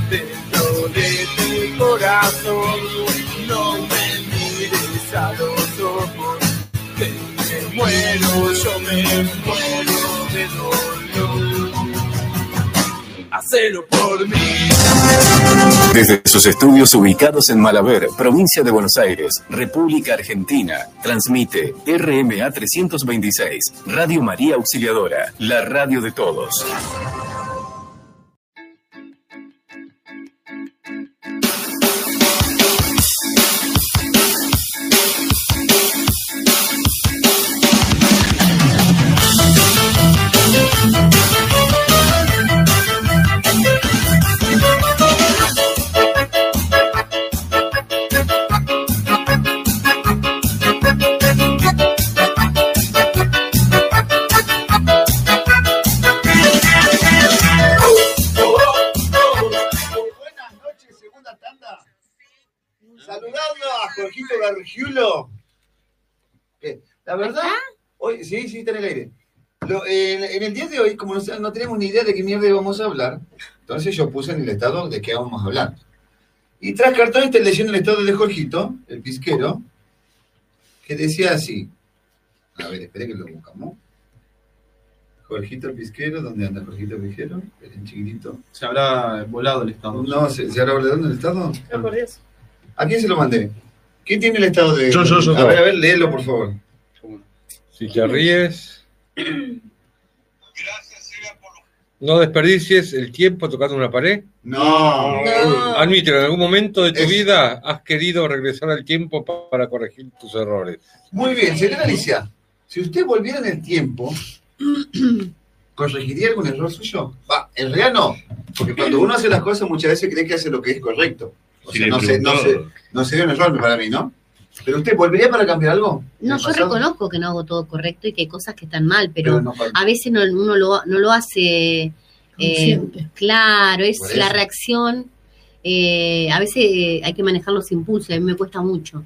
P: dentro de tu corazón. No me mires a los ojos, que me muero, yo me muero de dolor. Hacelo por mí.
B: Desde sus estudios ubicados en Malaber, provincia de Buenos Aires, República Argentina, transmite RMA 326, Radio María Auxiliadora, la radio de todos.
E: Saludando a Jorgito Gargiulo. Eh, La verdad, hoy, sí, sí, está en el aire. Lo- en, en el día de hoy, como no, sé- no tenemos ni idea de qué mierda íbamos a hablar, entonces yo puse en el estado de qué íbamos a hablar. Y tras cartón estoy leyendo el estado de Jorgito, el pisquero, que decía así. A ver, espere que lo buscamos. Jorgito el pisquero, ¿dónde anda Jorgito el pisquero? Esperen, chiquitito.
K: Se habrá volado el estado.
E: No, ¿se, se habrá volado el estado?
K: No, por Dios.
E: ¿A quién se lo mandé? ¿Quién tiene el estado de.?
G: Yo, yo, yo.
E: A ver, a ver, léelo, por favor.
G: Si te ríes. No desperdicies el tiempo tocando una pared.
E: No. No.
G: Admítelo, en algún momento de tu vida has querido regresar al tiempo pa- para corregir tus errores.
E: Muy bien, señora Alicia. Si usted volviera en el tiempo ¿corregiría algún error suyo? Va, en realidad no, porque cuando uno hace las cosas muchas veces cree que hace lo que es correcto. O
L: Sí,
E: sea,
L: le
E: no, se, no, se,
L: preguntó.
E: no sería un error para mí, ¿no? Pero usted, ¿volvería para cambiar algo?
H: No,
E: ¿Del
H: yo
E: pasado?
H: reconozco que no hago todo correcto y que hay cosas que están mal, pero,
E: Pero no falta.
H: a veces no, uno lo, no lo hace eh,
J: Consciente.
H: claro, es
J: Por
H: la
J: eso.
H: reacción. eh, a veces eh, hay que manejar los impulsos, a mí me cuesta mucho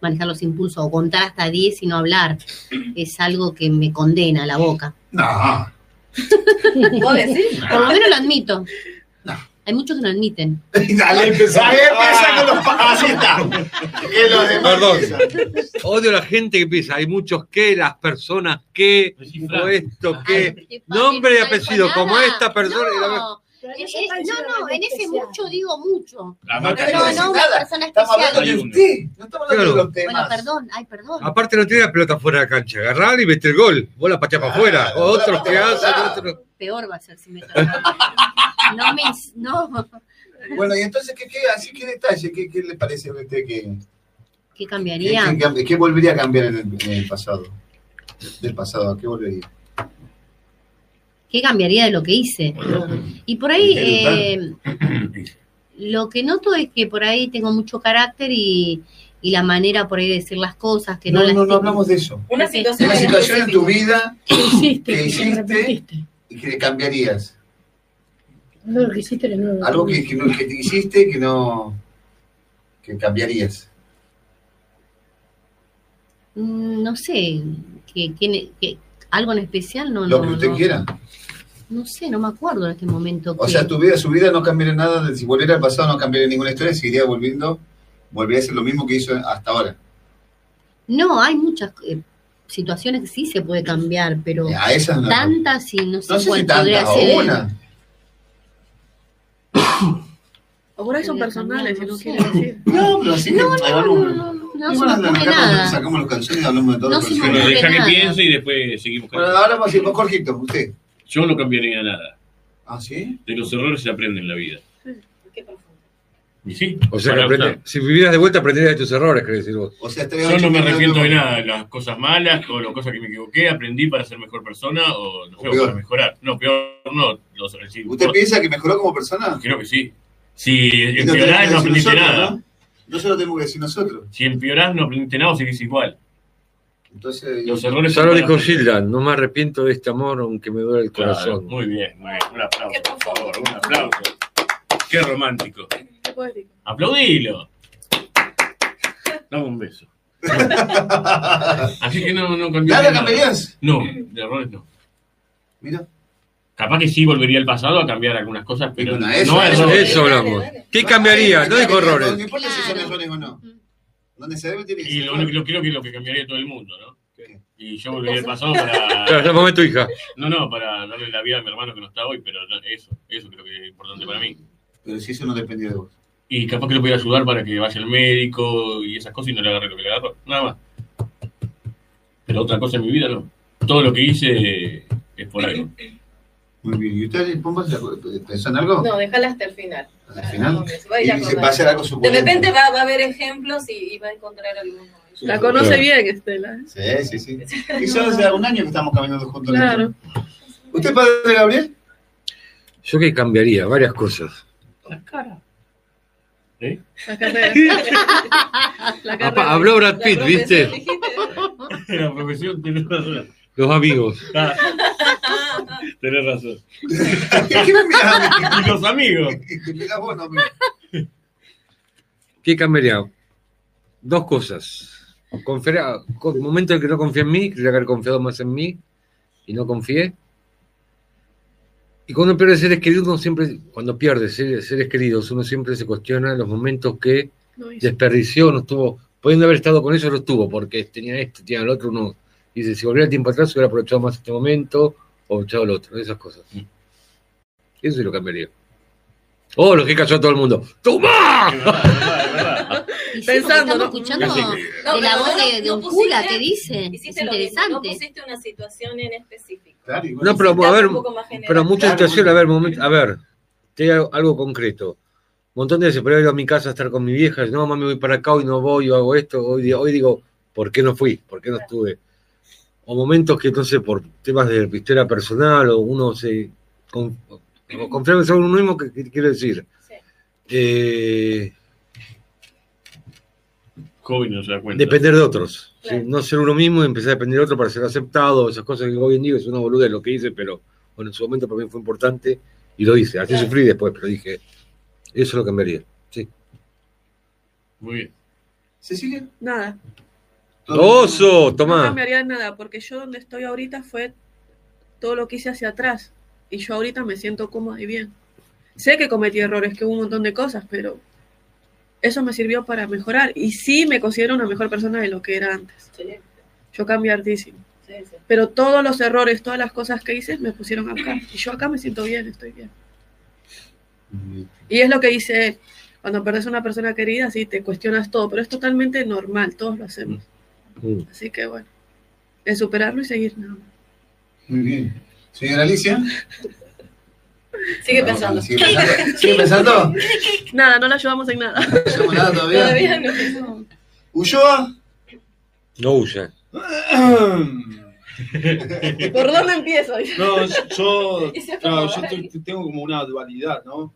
H: manejar los impulsos o contar hasta 10 y no hablar. Es algo que me condena la boca.
E: No.
H: ¿Vos decís? Por lo menos lo admito. Hay muchos que no admiten.
E: Dale, empezá. Ahí empezá con los pa- así está. Que los demás
G: Perdón.
E: empiezan.
G: Odio a la gente que empieza. Hay muchos que, las personas que, o esto que. Nombre y apellido, como esta persona. y la-
H: No, eh, eh, no, no, en ese mucho digo mucho.
G: La
H: no,
G: marca
H: no,
G: no dice
H: no, una
G: nada.
H: persona
E: Estamos
H: especial.
E: hablando de usted. No estamos hablando de
G: Claro.
H: Bueno,
E: los temas.
H: perdón, ay, perdón.
G: Aparte, no tiene la pelota fuera de la cancha. Agarrar y meter el gol. Vos la pateás para afuera.
E: Claro,
G: Otro
E: claro,
G: que hace.
E: claro.
G: otro-
H: Peor va a ser si me No me. ins- No.
E: Bueno, y entonces, ¿qué, qué, así, ¿qué detalle? ¿Qué, qué le parece a usted que,
H: ¿Qué
E: que-
H: cambiaría?
E: que cambie- qué volvería a cambiar en el, en el pasado? Del pasado, ¿a qué volvería?
H: ¿Qué cambiaría de lo que hice? Y por ahí eh, lo que noto es que por ahí tengo mucho carácter y, y la manera por ahí de decir las cosas que no,
E: No,
H: las
E: no, no
H: tengo.
E: hablamos de eso.
I: Una situación
E: Una
I: en
E: situación en tu vida que hiciste,
J: que
E: y que le cambiarías.
J: No, lo que hiciste que no lo
E: Algo que, que, no- que te hiciste que no. que cambiarías.
H: Mm, No sé, que, que- que- algo en especial no,
E: Lo
H: no,
E: que usted
H: no,
E: quiera.
H: no sé, no me acuerdo en este momento.
E: O
H: que-
E: sea, tu vida, su vida no cambiaría nada. de- Si volviera al pasado, no cambiaría ninguna historia. Seguiría volviendo. Volvería a hacer lo mismo que hizo hasta ahora.
H: No, hay muchas eh, situaciones que sí se puede cambiar, pero
E: Eh, A esas no.
H: tantas y no sé
E: No sé
H: cuál
E: si
H: podría
E: tantas o
H: ser.
E: una.
M: O por ahí son personales, si no quieren decir.
E: No, pero así
M: No,
E: no,
M: no,
E: hay volumen. No,
M: no se me ocurre nada.
E: Sacamos los canciones y hablamos de todo.
M: No
E: los
M: se me
E: canciones.
M: ocurre
L: Deja que piense y después seguimos
E: Bueno, ahora vamos a ir con Jorgito, usted.
L: Yo no cambiaría nada.
E: ¿Ah, sí?
L: De los errores se aprende en la vida. ¿Y sí?
G: O sea, que
L: Para
G: aprende- si vivieras de vuelta, aprenderías de tus errores, querés decir vos.
E: O sea,
L: usted. Yo no me arrepiento de nada, de las cosas malas o las cosas que me equivoqué, aprendí para ser mejor persona o, no sé, o
E: peor.
L: para mejorar. No, peor no. Los, sí,
E: ¿Usted
L: no,
E: piensa que mejoró como persona?
L: Creo que sí. Si
E: Y no
L: empeorás,
E: tenemos
L: no
E: que decir
L: aprendiste
E: nosotros,
L: nada.
E: ¿no? No se lo tenemos que decir nosotros.
L: Si empeorás, no aprendiste nada o seguís igual.
E: Entonces,
L: Los errores
G: Ya lo
L: son
G: dijo
L: para-
G: Gilda, no me arrepiento de este amor aunque me duele el
L: Claro,
G: corazón.
L: Muy bien, muy bien. Un aplauso, por favor. Un aplauso. Qué romántico.
M: Qué poético.
L: Aplaudilo. Dame un beso. Así que no, no cambiaría.
E: ¿Nada
L: nada.
E: cambiarías?
L: No, de errores no.
E: Mira.
L: Capaz que sí volvería al pasado a cambiar algunas cosas, pero no,
G: eso-
L: a
G: eso-
L: errores.
G: eso hablamos. ¿Qué cambiaría? No dijo errores.
E: No importa si son errores o no.
M: Mm.
E: No necesariamente tiene que
L: Y
E: ser
L: lo,
E: errores.
L: lo creo que es lo que cambiaría todo el mundo, ¿no? Y yo volvería al pasado para.
G: Claro, ya mamé tu hija.
L: No, no, para darle la vida a mi hermano que no está hoy, pero no- eso, eso creo que es importante para mí.
E: Pero si eso no dependía de vos.
L: Y capaz que lo podía ayudar para que vaya al médico y esas cosas y no le agarre lo que le agarró, nada más. Pero otra cosa en mi vida no. Todo lo que hice es por algo.
E: Muy bien. ¿Y usted, Pompas, pensó en algo?
I: No, déjala hasta el final.
E: Al final.
I: Va a ir
E: Y
I: a
E: dice,
I: acordar.
E: va a ser algo
I: De
E: suculento.
I: repente va, va a haber ejemplos y, y va a encontrar algunos.
M: La conoce
E: Claro.
M: bien, Estela. ¿eh?
E: Sí, sí, sí. Y solo hace un año que estamos caminando juntos.
M: Claro.
E: ¿Usted, padre Gabriel?
G: Yo que cambiaría varias cosas.
M: La cara.
L: ¿Eh?
M: La carrera. La
G: Apa, habló Brad Pitt,
M: La
G: ¿viste?
M: profesión,
L: La profesión tenés razón.
G: Los amigos.
L: Ah, tenés razón.
E: ¿Qué me mirás a
L: Y los amigos.
E: Te pegás vos, no, amigo.
G: ¿Qué cambiaría? Dos cosas. Confiar, con- momento en que no confié en mí, quería haber confiado más en mí y no confié. Y cuando pierde seres queridos, uno siempre, cuando pierde seres, seres queridos, uno siempre se cuestiona los momentos que
M: No hizo.
G: desperdició, no estuvo, pudiendo haber estado con ellos, no estuvo, porque tenía esto, tenía el otro, uno dice, si volviera el tiempo atrás, hubiera aprovechado más este momento, o aprovechado el otro, esas cosas. Eso sí lo cambiaría. Oh, lo que cayó a todo el mundo. ¡Toma!
H: Y sí, porque
M: Pensando,
H: estamos
M: ¿no?
H: escuchando
G: Ya sé
I: No,
H: de la
I: pero
H: voz
I: no,
H: de, de
I: no
H: un cura
I: pusiste-
H: que dice. Es
I: Hiciste lo mismo, no
H: interesante.
I: pusiste una situación en específico.
E: Claro, y bueno,
G: No, pero a ver,
I: un poco más general.
G: pero mucha
I: Claro,
G: situación, a ver, momen- a ver, te digo algo, algo concreto. Un montón de veces, pero ir a mi casa a estar con mi vieja, no, mamá, me voy para acá, hoy no voy, o hago esto, hoy, di- hoy digo, ¿por qué no fui? ¿Por qué no estuve? o momentos que, no sé, por temas de pistera personal o uno se. Con, o confianza en uno mismo, que, que quiero decir. Eh,
L: Kobe no se da cuenta.
G: depender de otros. ¿sí? No ser uno mismo y empezar a depender de otro para ser aceptado. Esas cosas que hoy en día es una boluda de lo que hice, pero bueno, en su momento para mí fue importante y lo hice. Así
L: Claro.
G: sufrí después, pero dije, eso es lo cambiaría. Sí.
L: Muy bien.
E: ¿Cecilia?
M: Nada.
G: ¡Oso!
M: No
G: Tomá.
M: cambiaría nada, porque yo donde estoy ahorita fue todo lo que hice hacia atrás. Y yo ahorita me siento cómoda y bien. Sé que cometí errores, que hubo un montón de cosas, pero eso me sirvió para mejorar. Y sí me considero una mejor persona de lo que era antes. Yo cambié hartísimo. Pero todos los errores, todas las cosas que hice me pusieron acá. Y yo acá me siento bien, estoy bien. Y es lo que dice él. Cuando perdes a una persona querida, sí, te cuestionas todo, pero es totalmente normal, todos lo hacemos.
E: Mm.
M: Así que bueno, es superarlo y seguir nada más.
E: Muy bien. Señora Alicia.
I: Sigue
E: No,
I: pensando.
E: ¿Sigue pensando? ¿Sigue pensando?
M: Nada, no la ayudamos en nada. No
E: hacemos nada todavía.
M: Todavía no.
E: ¿Ulloa?
G: No huya.
M: ¿Por dónde empiezo?
K: No, yo,
M: Ese fue
K: claro,
M: como
K: yo
M: Barney.
K: te- tengo como una dualidad, ¿no?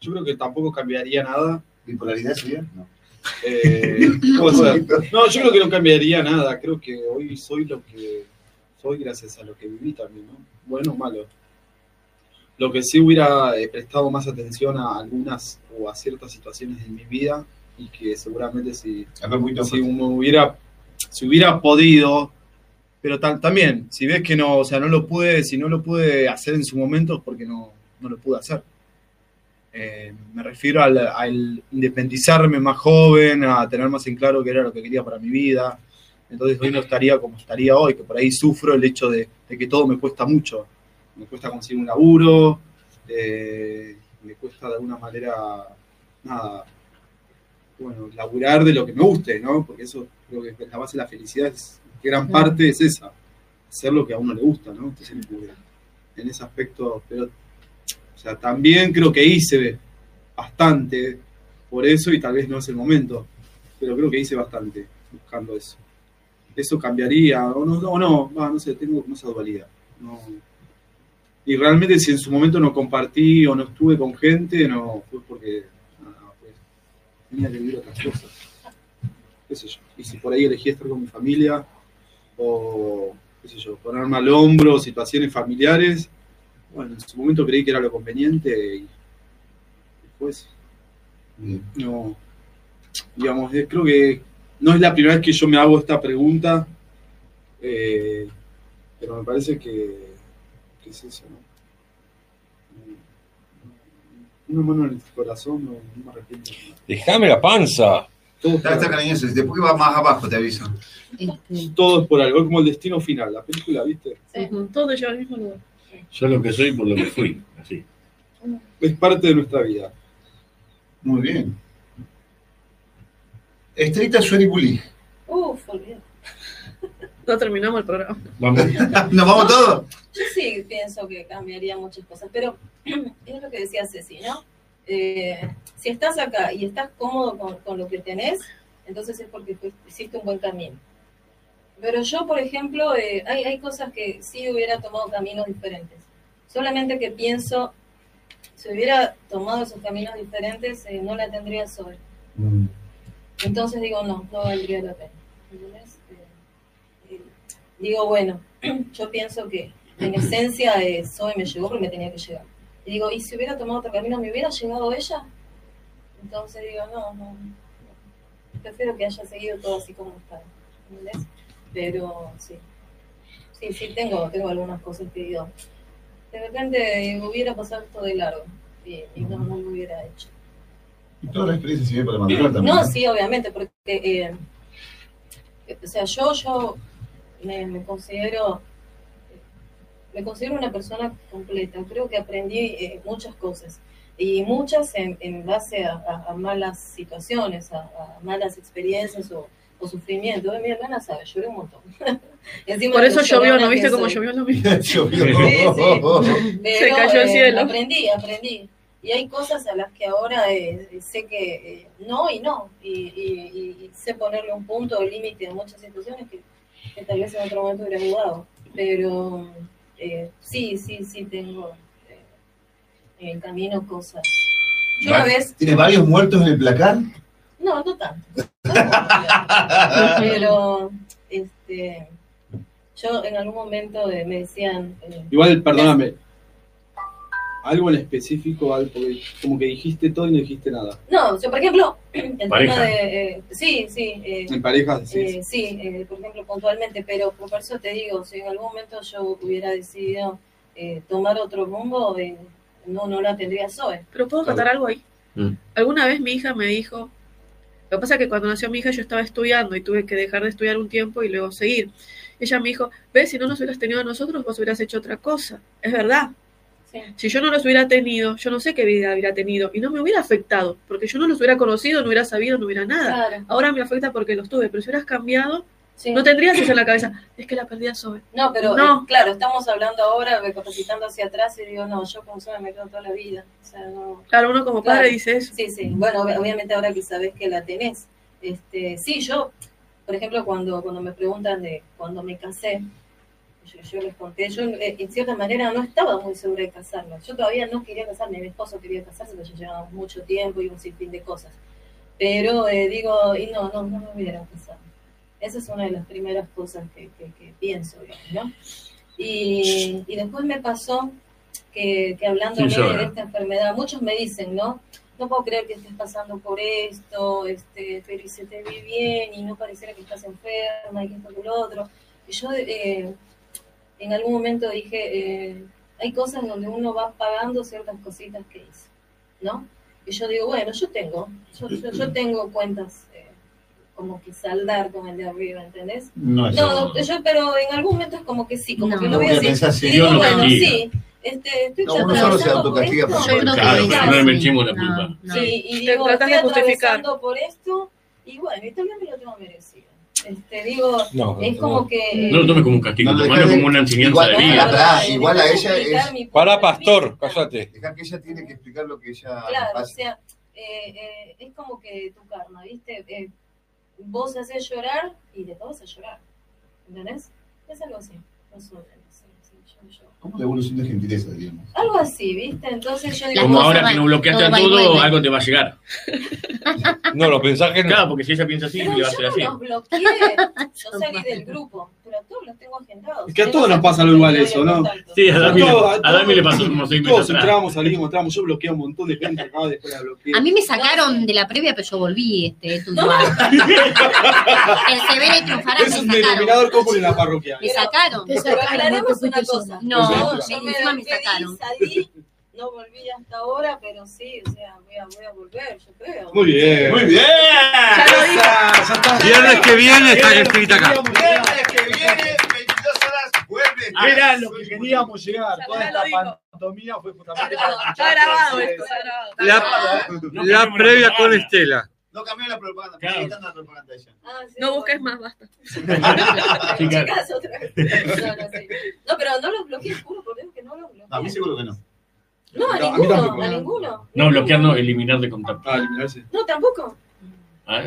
K: Yo creo que tampoco cambiaría nada.
E: ¿Bipolaridad sería? No.
K: Eh, ¿cómo ser? No, yo creo que no cambiaría nada. Creo que hoy soy lo que soy gracias a lo que viví también, ¿no? Bueno o malo. Lo que sí hubiera eh, prestado más atención a algunas o a ciertas situaciones de mi vida y que seguramente si,
E: Habla un poquito
K: si
E: fuerte.
K: me hubiera, si hubiera podido, pero tam- también, si ves que no, o sea, no lo pude, si no lo pude hacer en su momento es porque no, no lo pude hacer. Eh, me refiero al, al independizarme más joven, a tener más en claro qué era lo que quería para mi vida. Entonces hoy no estaría como estaría hoy, que por ahí sufro el hecho de, de que todo me cuesta mucho. Me cuesta conseguir un laburo, eh, me cuesta de alguna manera, nada, bueno, laburar de lo que me guste, ¿no? Porque eso creo que es la base de la felicidad, es, gran parte es esa, hacer lo que a uno le gusta, ¿no? Entonces, como que en ese aspecto, pero, o sea, también creo que hice bastante por eso y tal vez no es el momento, pero creo que hice bastante buscando eso. Eso cambiaría, o no, o no, va, no sé, tengo como esa dualidad. No. Y realmente si en su momento no compartí o no estuve con gente, no, fue porque nada, pues, tenía que vivir otras cosas. Qué sé yo. Y si por ahí elegí estar con mi familia, o qué sé yo, ponerme al hombro, situaciones familiares, bueno, en su momento creí que era lo conveniente y después no, digamos, eh, creo que no es la primera vez que yo me hago esta pregunta, eh, pero me parece que, que es eso, ¿no? Una mano en el corazón, no, no me arrepiento.
G: Déjame la panza.
K: Todo
E: Está, está cariñoso. Después va más abajo, te aviso.
K: Todo es por algo, es como el destino final, la película, ¿viste?
M: Todo lleva al mismo lugar.
L: Yo lo que soy por lo que fui. Así.
K: Es parte de nuestra vida.
E: Muy bien. Estrita Sueri Bulí.
I: Uf, olvidé.
M: No terminamos el programa.
L: Vamos.
E: ¿Nos vamos todos?
I: Yo sí pienso que cambiaría muchas cosas, pero es lo que decía Ceci, ¿no? Eh, si estás acá y estás cómodo con, con lo que tenés, entonces es porque tú hiciste un buen camino. Pero yo, por ejemplo, eh, hay, hay cosas que sí hubiera tomado caminos diferentes. Solamente que pienso, si hubiera tomado esos caminos diferentes, eh, no la tendría sobre. Entonces digo, no, no valdría la pena. ¿Entendés? Eh, eh, digo, bueno, yo pienso que en esencia eh, Zoe me llegó porque me tenía que llegar. Y digo, ¿y si hubiera tomado otro camino, me hubiera llegado ella? Entonces digo, no, no, no. prefiero que haya seguido todo así como está. ¿entendés? Pero sí, sí, sí, tengo, tengo algunas cosas que digo. De repente eh, hubiera pasado esto de largo y, y no, no lo hubiera hecho.
E: Y toda la experiencia sirve para madurar también.
I: No, sí, obviamente, porque, eh, o sea, yo, yo me, me considero, me considero una persona completa. Creo que aprendí eh, muchas cosas y muchas en, en base a, a- a malas situaciones, a, a malas experiencias o, o sufrimiento. Mi hermana sabe, lloré un montón. Encima
M: Por
I: de
M: eso
I: lo
M: llovió,
I: llorona
M: ¿no viste
I: que
M: cómo
I: soy.
M: llovió? No vi.
I: sí.
M: Se
I: Pero,
M: cayó el
I: eh,
M: cielo.
I: Aprendí, aprendí. Y hay cosas a las que ahora eh, sé que eh, no y no. Y, y- y- y sé ponerle un punto o límite a muchas situaciones que que tal vez en otro momento hubiera jugado. Pero eh, sí, sí, sí tengo eh, en el camino cosas. Yo una vez.
E: ¿Tiene varios muertos en el placar?
I: No, no tanto. No tanto, pero, este, yo en algún momento eh, me decían. eh,
K: Igual, perdóname. Algo en específico, algo, porque como que dijiste todo y no dijiste nada.
I: No, yo, por ejemplo, el
K: Pareja.
I: tema de. eh, sí, sí. eh,
K: En pareja, sí,
I: eh, sí, eh, por ejemplo, puntualmente, pero por eso te digo, si en algún momento yo hubiera decidido eh, tomar otro rumbo, eh, no, no la tendría Zoe.
M: Pero puedo contar algo ahí. Alguna vez mi hija me dijo, lo que pasa es que cuando nació mi hija yo estaba estudiando y tuve que dejar de estudiar un tiempo y luego seguir. Ella me dijo, ves, si no nos hubieras tenido a nosotros, vos hubieras hecho otra cosa. Es verdad. Si yo no los hubiera tenido, yo no sé qué vida hubiera tenido y no me hubiera afectado, porque yo no los hubiera conocido, no hubiera sabido, no hubiera nada.
I: Claro.
M: Ahora me afecta porque los tuve, pero si hubieras cambiado, no tendrías eso en la cabeza. Es que la perdí a Zoe.
I: No, pero
M: No.
I: eh, claro, estamos hablando ahora, recapacitando hacia atrás y digo, no, yo como Zoe me quedo toda la vida. O sea, no.
M: Claro, uno como padre
I: Claro.
M: dice eso.
I: Sí, sí. Bueno, ob- obviamente ahora que sabes que la tenés. Este, sí, yo, por ejemplo, cuando, cuando me preguntan de cuando me casé, yo, yo les conté, yo eh, en cierta manera no estaba muy segura de casarme. Yo todavía no quería casarme, mi esposo quería casarse, pero yo llevaba mucho tiempo y un sinfín de cosas. Pero eh, digo, y no, no, no me hubiera casado. Esa es una de las primeras cosas que, que- que pienso, digamos, ¿no? Y, y después me pasó que, que hablándome
M: Sí, llora.
I: de esta enfermedad, muchos me dicen, ¿no? No puedo creer que estés pasando por esto, este, pero se te ve bien y no pareciera que estás enferma y que esto que lo otro. Y yo eh, en algún momento dije, eh, hay cosas donde uno va pagando ciertas cositas que hizo, ¿no? Y yo digo, bueno, yo tengo, yo, yo- yo tengo cuentas eh, como que saldar con el de arriba, ¿entendés?
E: No, eso
I: no,
E: no.
I: yo, pero en algún momento es como que sí, como que
E: No,
I: lo voy a
E: porque
I: decir.
E: pensás, sí,
I: Y digo,
E: yo lo
I: bueno,
E: castigo.
I: sí, este, estoy
E: No, uno solo se autocastiga por
I: esto.
E: Yo creo que
L: Claro,
E: sí.
L: pero no le mentimos la culpa.
I: Sí, y
M: Te
I: digo,
M: tratás
I: estoy
M: de justificar.
I: atravesando por esto, y bueno, y también me lo tengo merecido. Este, digo,
L: No,
I: es
L: no.
I: como que... eh,
L: No lo tomes como un castigo,
E: No,
L: tomalo
E: dejá de-
L: como una enseñanza
E: igual-
L: de
E: pará,
L: vida.
E: pará, igual a ella es.
G: Pará, pastor, cállate.
E: Deja que ella tiene que explicar lo que ella
I: Claro, o
E: hace.
I: sea, eh, eh, es como que tu karma, ¿viste? Eh, vos haces llorar y de todo haces llorar. ¿Entendés? Es algo así. más o menos, sí, sí, yo- yo-
E: ¿Cómo la evolución de gentileza, digamos?
I: Algo así, ¿viste? Entonces yo digo.
L: Como ahora que nos bloqueaste a todo, algo te va a llegar.
G: No, los mensajes no.
L: Claro, porque si ella piensa así,
I: Pero
L: le va a
I: yo
L: ser
I: no
L: así.
I: los bloqueé. Yo salí del grupo, pero a todos los tengo agendados.
K: Es que a todos nos pasa algo igual eso, ¿no?
L: Sí, a Dami le-
K: Todos-
L: a
K: todos-
L: Dami le pasó como seis meses
K: Todos
L: atrás.
K: entramos, salimos, entramos. Yo bloqueé a un montón de gente acá, después la bloqueé.
H: A mí me sacaron de la previa, pero yo volví, este, tu El severo y triunfará me
K: Es un
H: sacaron.
K: denominador común en la parroquia.
H: Me sacaron.
J: Te sacaron, no te
I: Aclaremos
J: fuiste
I: una
J: sola.
I: cosa.
H: No,
I: yo,
H: sí,
I: yo me
H: encima me
I: despedí,
H: sacaron.
I: salí, no volví hasta ahora, pero sí, o sea, voy a, voy a volver, yo creo.
K: Muy bien.
L: Muy bien.
G: Viernes que viene está escrita acá.
E: Viernes que viene, 22 horas, vuelve.
K: Era lo que queríamos llegar. Toda esta pantomima fue justamente.
M: Está grabado esto, está grabado.
G: La, la previa con Estela.
E: ¿eh? No cambió la propaganda, porque hay tanta propaganda ella.
I: Ah,
M: No busques más, basta.
I: Chicas, otra vez. No, no, sí. No, pero no los bloqueé, juro por Dios que no los bloqueé.
E: A mí seguro que no.
I: No, a
L: No, a mí
I: ninguno,
L: tampoco.
I: a ninguno.
L: No, bloquear no, eliminar de contacto.
K: Ah, eliminarse.
I: No, tampoco.
L: Ah,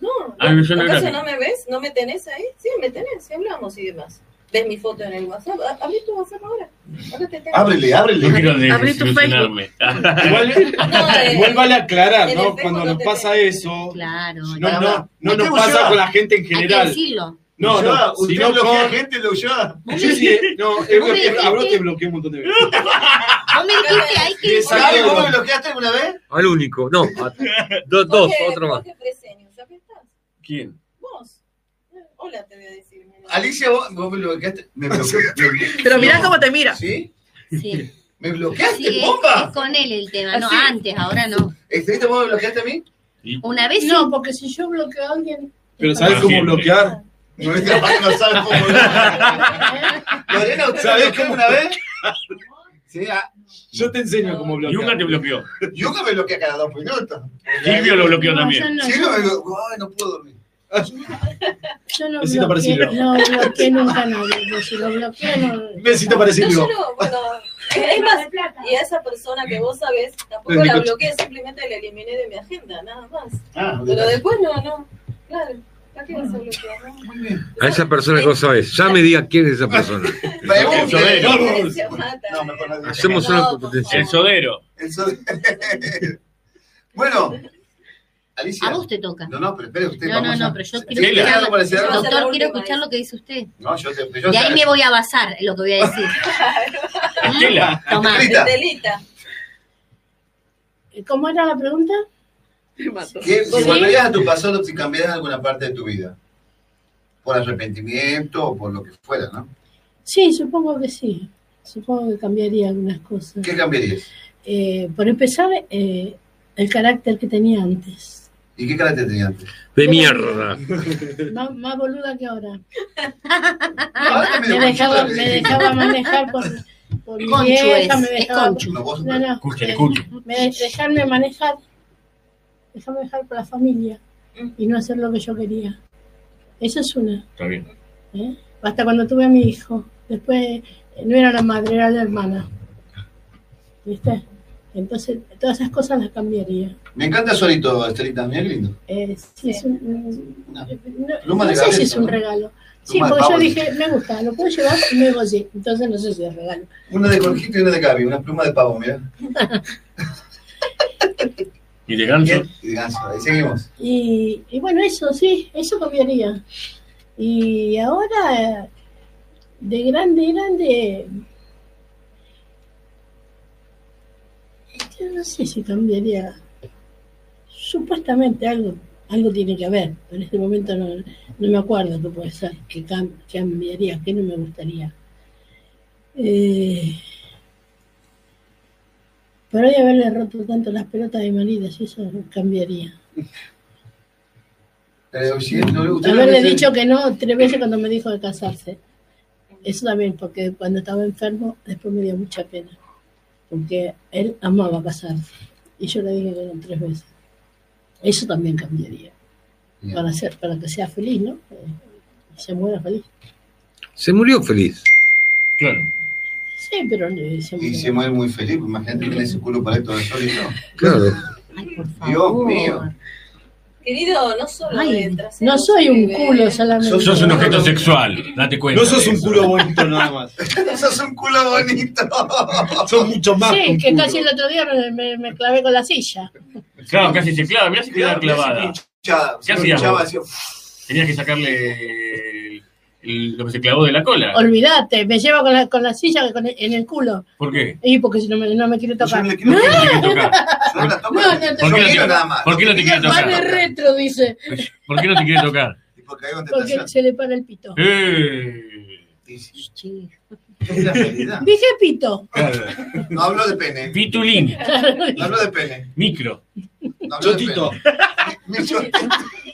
I: No.
L: Ah,
I: no.
L: yo no era
I: ¿Acaso
L: así.
I: no me ves? ¿No me tenés ahí? Sí, me tenés, sí hablamos y demás. ¿Ves mi foto en el WhatsApp? A- Abrí tu WhatsApp ahora. Acá te tengo.
L: No quiero
I: Abrí tu eh,
L: desilusionarme.
K: Igual, igual vale aclarar, ¿no? Cuando nos pasa eso,
H: Claro.
K: no, no, no
E: Me
K: nos
E: tengo
K: pasa
E: yo.
K: con la gente en
H: Hay que
K: general.
H: decirlo.
K: No,
E: Ulloa,
K: no,
E: usted
K: sino
E: bloquea
K: con-
E: gente, lo Ulloa.
K: Yo sí, eh, no,
E: Vos
K: he
E: me
K: bloqueado-
E: dijiste-
K: a vos te bloqueé un montón de veces.
H: Vos me dijiste, hay que
K: Le saqué
E: ¿Vos me
K: bronca.
E: bloqueaste alguna vez?
G: Al único, no. a- do- dos, otro más.
L: ¿Quién?
I: Vos. Hola, te voy a decir. mira.
E: Alicia, vos, vos me bloqueaste. Me bloqueaste.
M: Pero mirá cómo te mira.
E: ¿Sí?
H: Sí.
E: ¿Me bloqueaste,
H: Sí, es-
E: bomba?
H: es con él el tema. No,
J: Así.
H: antes, ahora no.
E: ¿Estelita, vos me bloqueaste a mí?
H: Una vez
J: No, porque si yo bloqueo a alguien.
K: Pero ¿sabes cómo bloquear?
E: No es capaz que no sabes cómo bloquear. Lorena, ¿usted me
K: ¿Sabés
E: bloqueó
K: cómo?
E: alguna vez? Sí, ah,
K: Yo te enseño cómo bloquear.
L: Yuka te bloqueó.
E: Yuka me bloquea cada dos minutos.
L: Silvio lo bloqueó también.
E: Silvio me bloqueó. Ay, no puedo dormir.
J: Yo no
K: Besito para
J: bloqueé,
K: Silvio.
J: no bloqueé nunca a nadie. porque Si lo bloqueé, no.
K: Besito para
I: No,
K: Silvio.
I: yo no, bueno, es más, y a esa persona que vos sabés, tampoco
K: Desde
I: la
K: coche.
I: bloqueé, simplemente la eliminé de mi agenda, nada más.
E: Ah,
I: Pero
E: de-
I: después no, no, claro.
G: A esa persona que vos sabés. Ya me diga quién es esa persona.
L: El sodero.
E: No, mejor no digo.
G: Hacemos una competencia.
L: El sodero.
E: El sol- bueno, Alicia.
H: A vos te toca.
E: No, no, pero espere usted.
H: No,
E: vamos
H: no,
E: a-
H: no, pero yo quiero
E: Sheila, ¿algo para decir
H: escuchar,
E: algo?
H: doctor, quiero escuchar lo que dice usted.
E: No, yo te. Yo
H: De ahí me voy a basar lo que voy a decir.
E: Estela.
H: Tomá.
E: Estelita.
J: ¿Cómo era la pregunta?
E: ¿Qué- si
J: Sí.
E: volverías a tu pasado, si cambiarías alguna parte de tu vida, por arrepentimiento o por lo que fuera, ¿no?
J: Sí, supongo que sí. Supongo que cambiaría algunas cosas.
E: ¿Qué cambiarías?
J: Eh, por empezar, eh, el carácter que tenía antes.
E: ¿Y qué carácter tenías antes?
G: De mierda.
J: Más, más boluda que ahora.
E: Ahora
J: me, dejaba, me dejaba manejar por, por mi
H: Conchu
J: vieja,
H: es,
J: me
H: es
J: dejaba...
H: conchu.
E: No, vos-
J: No, no,
L: Escuchen, escuchen.
J: me, dejarme manejar, dejarme manejar por la familia y no hacer lo que yo quería. Esa es una.
L: Está bien.
J: ¿eh? Hasta cuando tuve a mi hijo. Después eh, no era la madre, era la hermana. ¿Viste? Entonces, todas esas cosas las cambiaría.
E: Me encanta solito, Estelita, mira qué lindo.
J: Eh, sí, es un- eh, no,
E: Pluma
J: no
E: de
J: sé si es
E: galleta,
J: un
E: ¿no?
J: regalo. Sí,
E: Pluma de
J: porque yo
E: pavo.
J: dije, me gusta, lo puedo llevar y me goce. Entonces no sé si es regalo.
E: Una de Jorgito y una de Gaby, una pluma de pavo, mira.
L: ¿Y de ganso?
E: Y de ganso, ahí seguimos.
J: Y, y bueno, eso sí, eso cambiaría. Y ahora, de grande, grande, yo no sé si cambiaría. Supuestamente algo, algo tiene que haber, pero en este momento no, no me acuerdo qué puede ser, qué cam- cambiaría, qué no me gustaría. Eh, por ahí haberle roto tanto las pelotas de marido, si eso cambiaría.
E: Pero si Eh, no le gusta.
J: Haberle dicho que no tres veces cuando me dijo de casarse. Eso también, porque cuando estaba enfermo, después me dio mucha pena. Porque él amaba casarse. Y yo le dije que no tres veces. Eso también cambiaría. Para, ser, para que sea feliz, ¿no? Eh, Se muera feliz.
G: Se murió feliz.
L: Claro.
J: Sí, pero eh, se
E: Y
J: muera.
E: se mueve muy feliz, porque imagínate que le ese culo para esto de solito.
G: Claro.
E: Dios mío.
I: Querido, no solo
J: Ay,
I: de trasero
J: no soy un
I: vive.
J: culo solamente.
L: Sos, sos un objeto sexual, date cuenta.
K: No sos
L: de
K: un
L: eso.
K: culo bonito nada más.
E: sos un culo bonito.
K: Sos mucho más. que
J: Sí,
K: un
J: que
K: culo.
J: casi el otro día me, me- me clavé con la silla.
L: Claro, casi se clava, mirá si quedaba clavada. ¿Qué
E: se
L: hacías?
E: hinchaba,
L: vos?
E: hacía-
L: Tenías que sacarle el- el- lo que se clavó de la cola.
J: Olvídate, me lleva con la, con la silla con el- en el culo.
L: ¿Por qué?
J: Y porque si no me, no me quiere tocar.
L: ¿Por qué no te quiere tocar?
J: No, no, no,
L: ¿Por qué no
J: no,
L: te-
J: no, no.
L: ¿Por qué no te quiere
J: Vale
L: tocar?
J: retro, dice.
L: ¿Por qué no te quiere tocar?
J: Porque se le para el pito.
L: Eh,
E: Es la realidad.
J: Dije pito.
E: No hablo de pene.
L: Pitulín,
E: No hablo de pene.
L: micro.
E: No hablo de
K: Chotito.
E: pene. Mi chotito.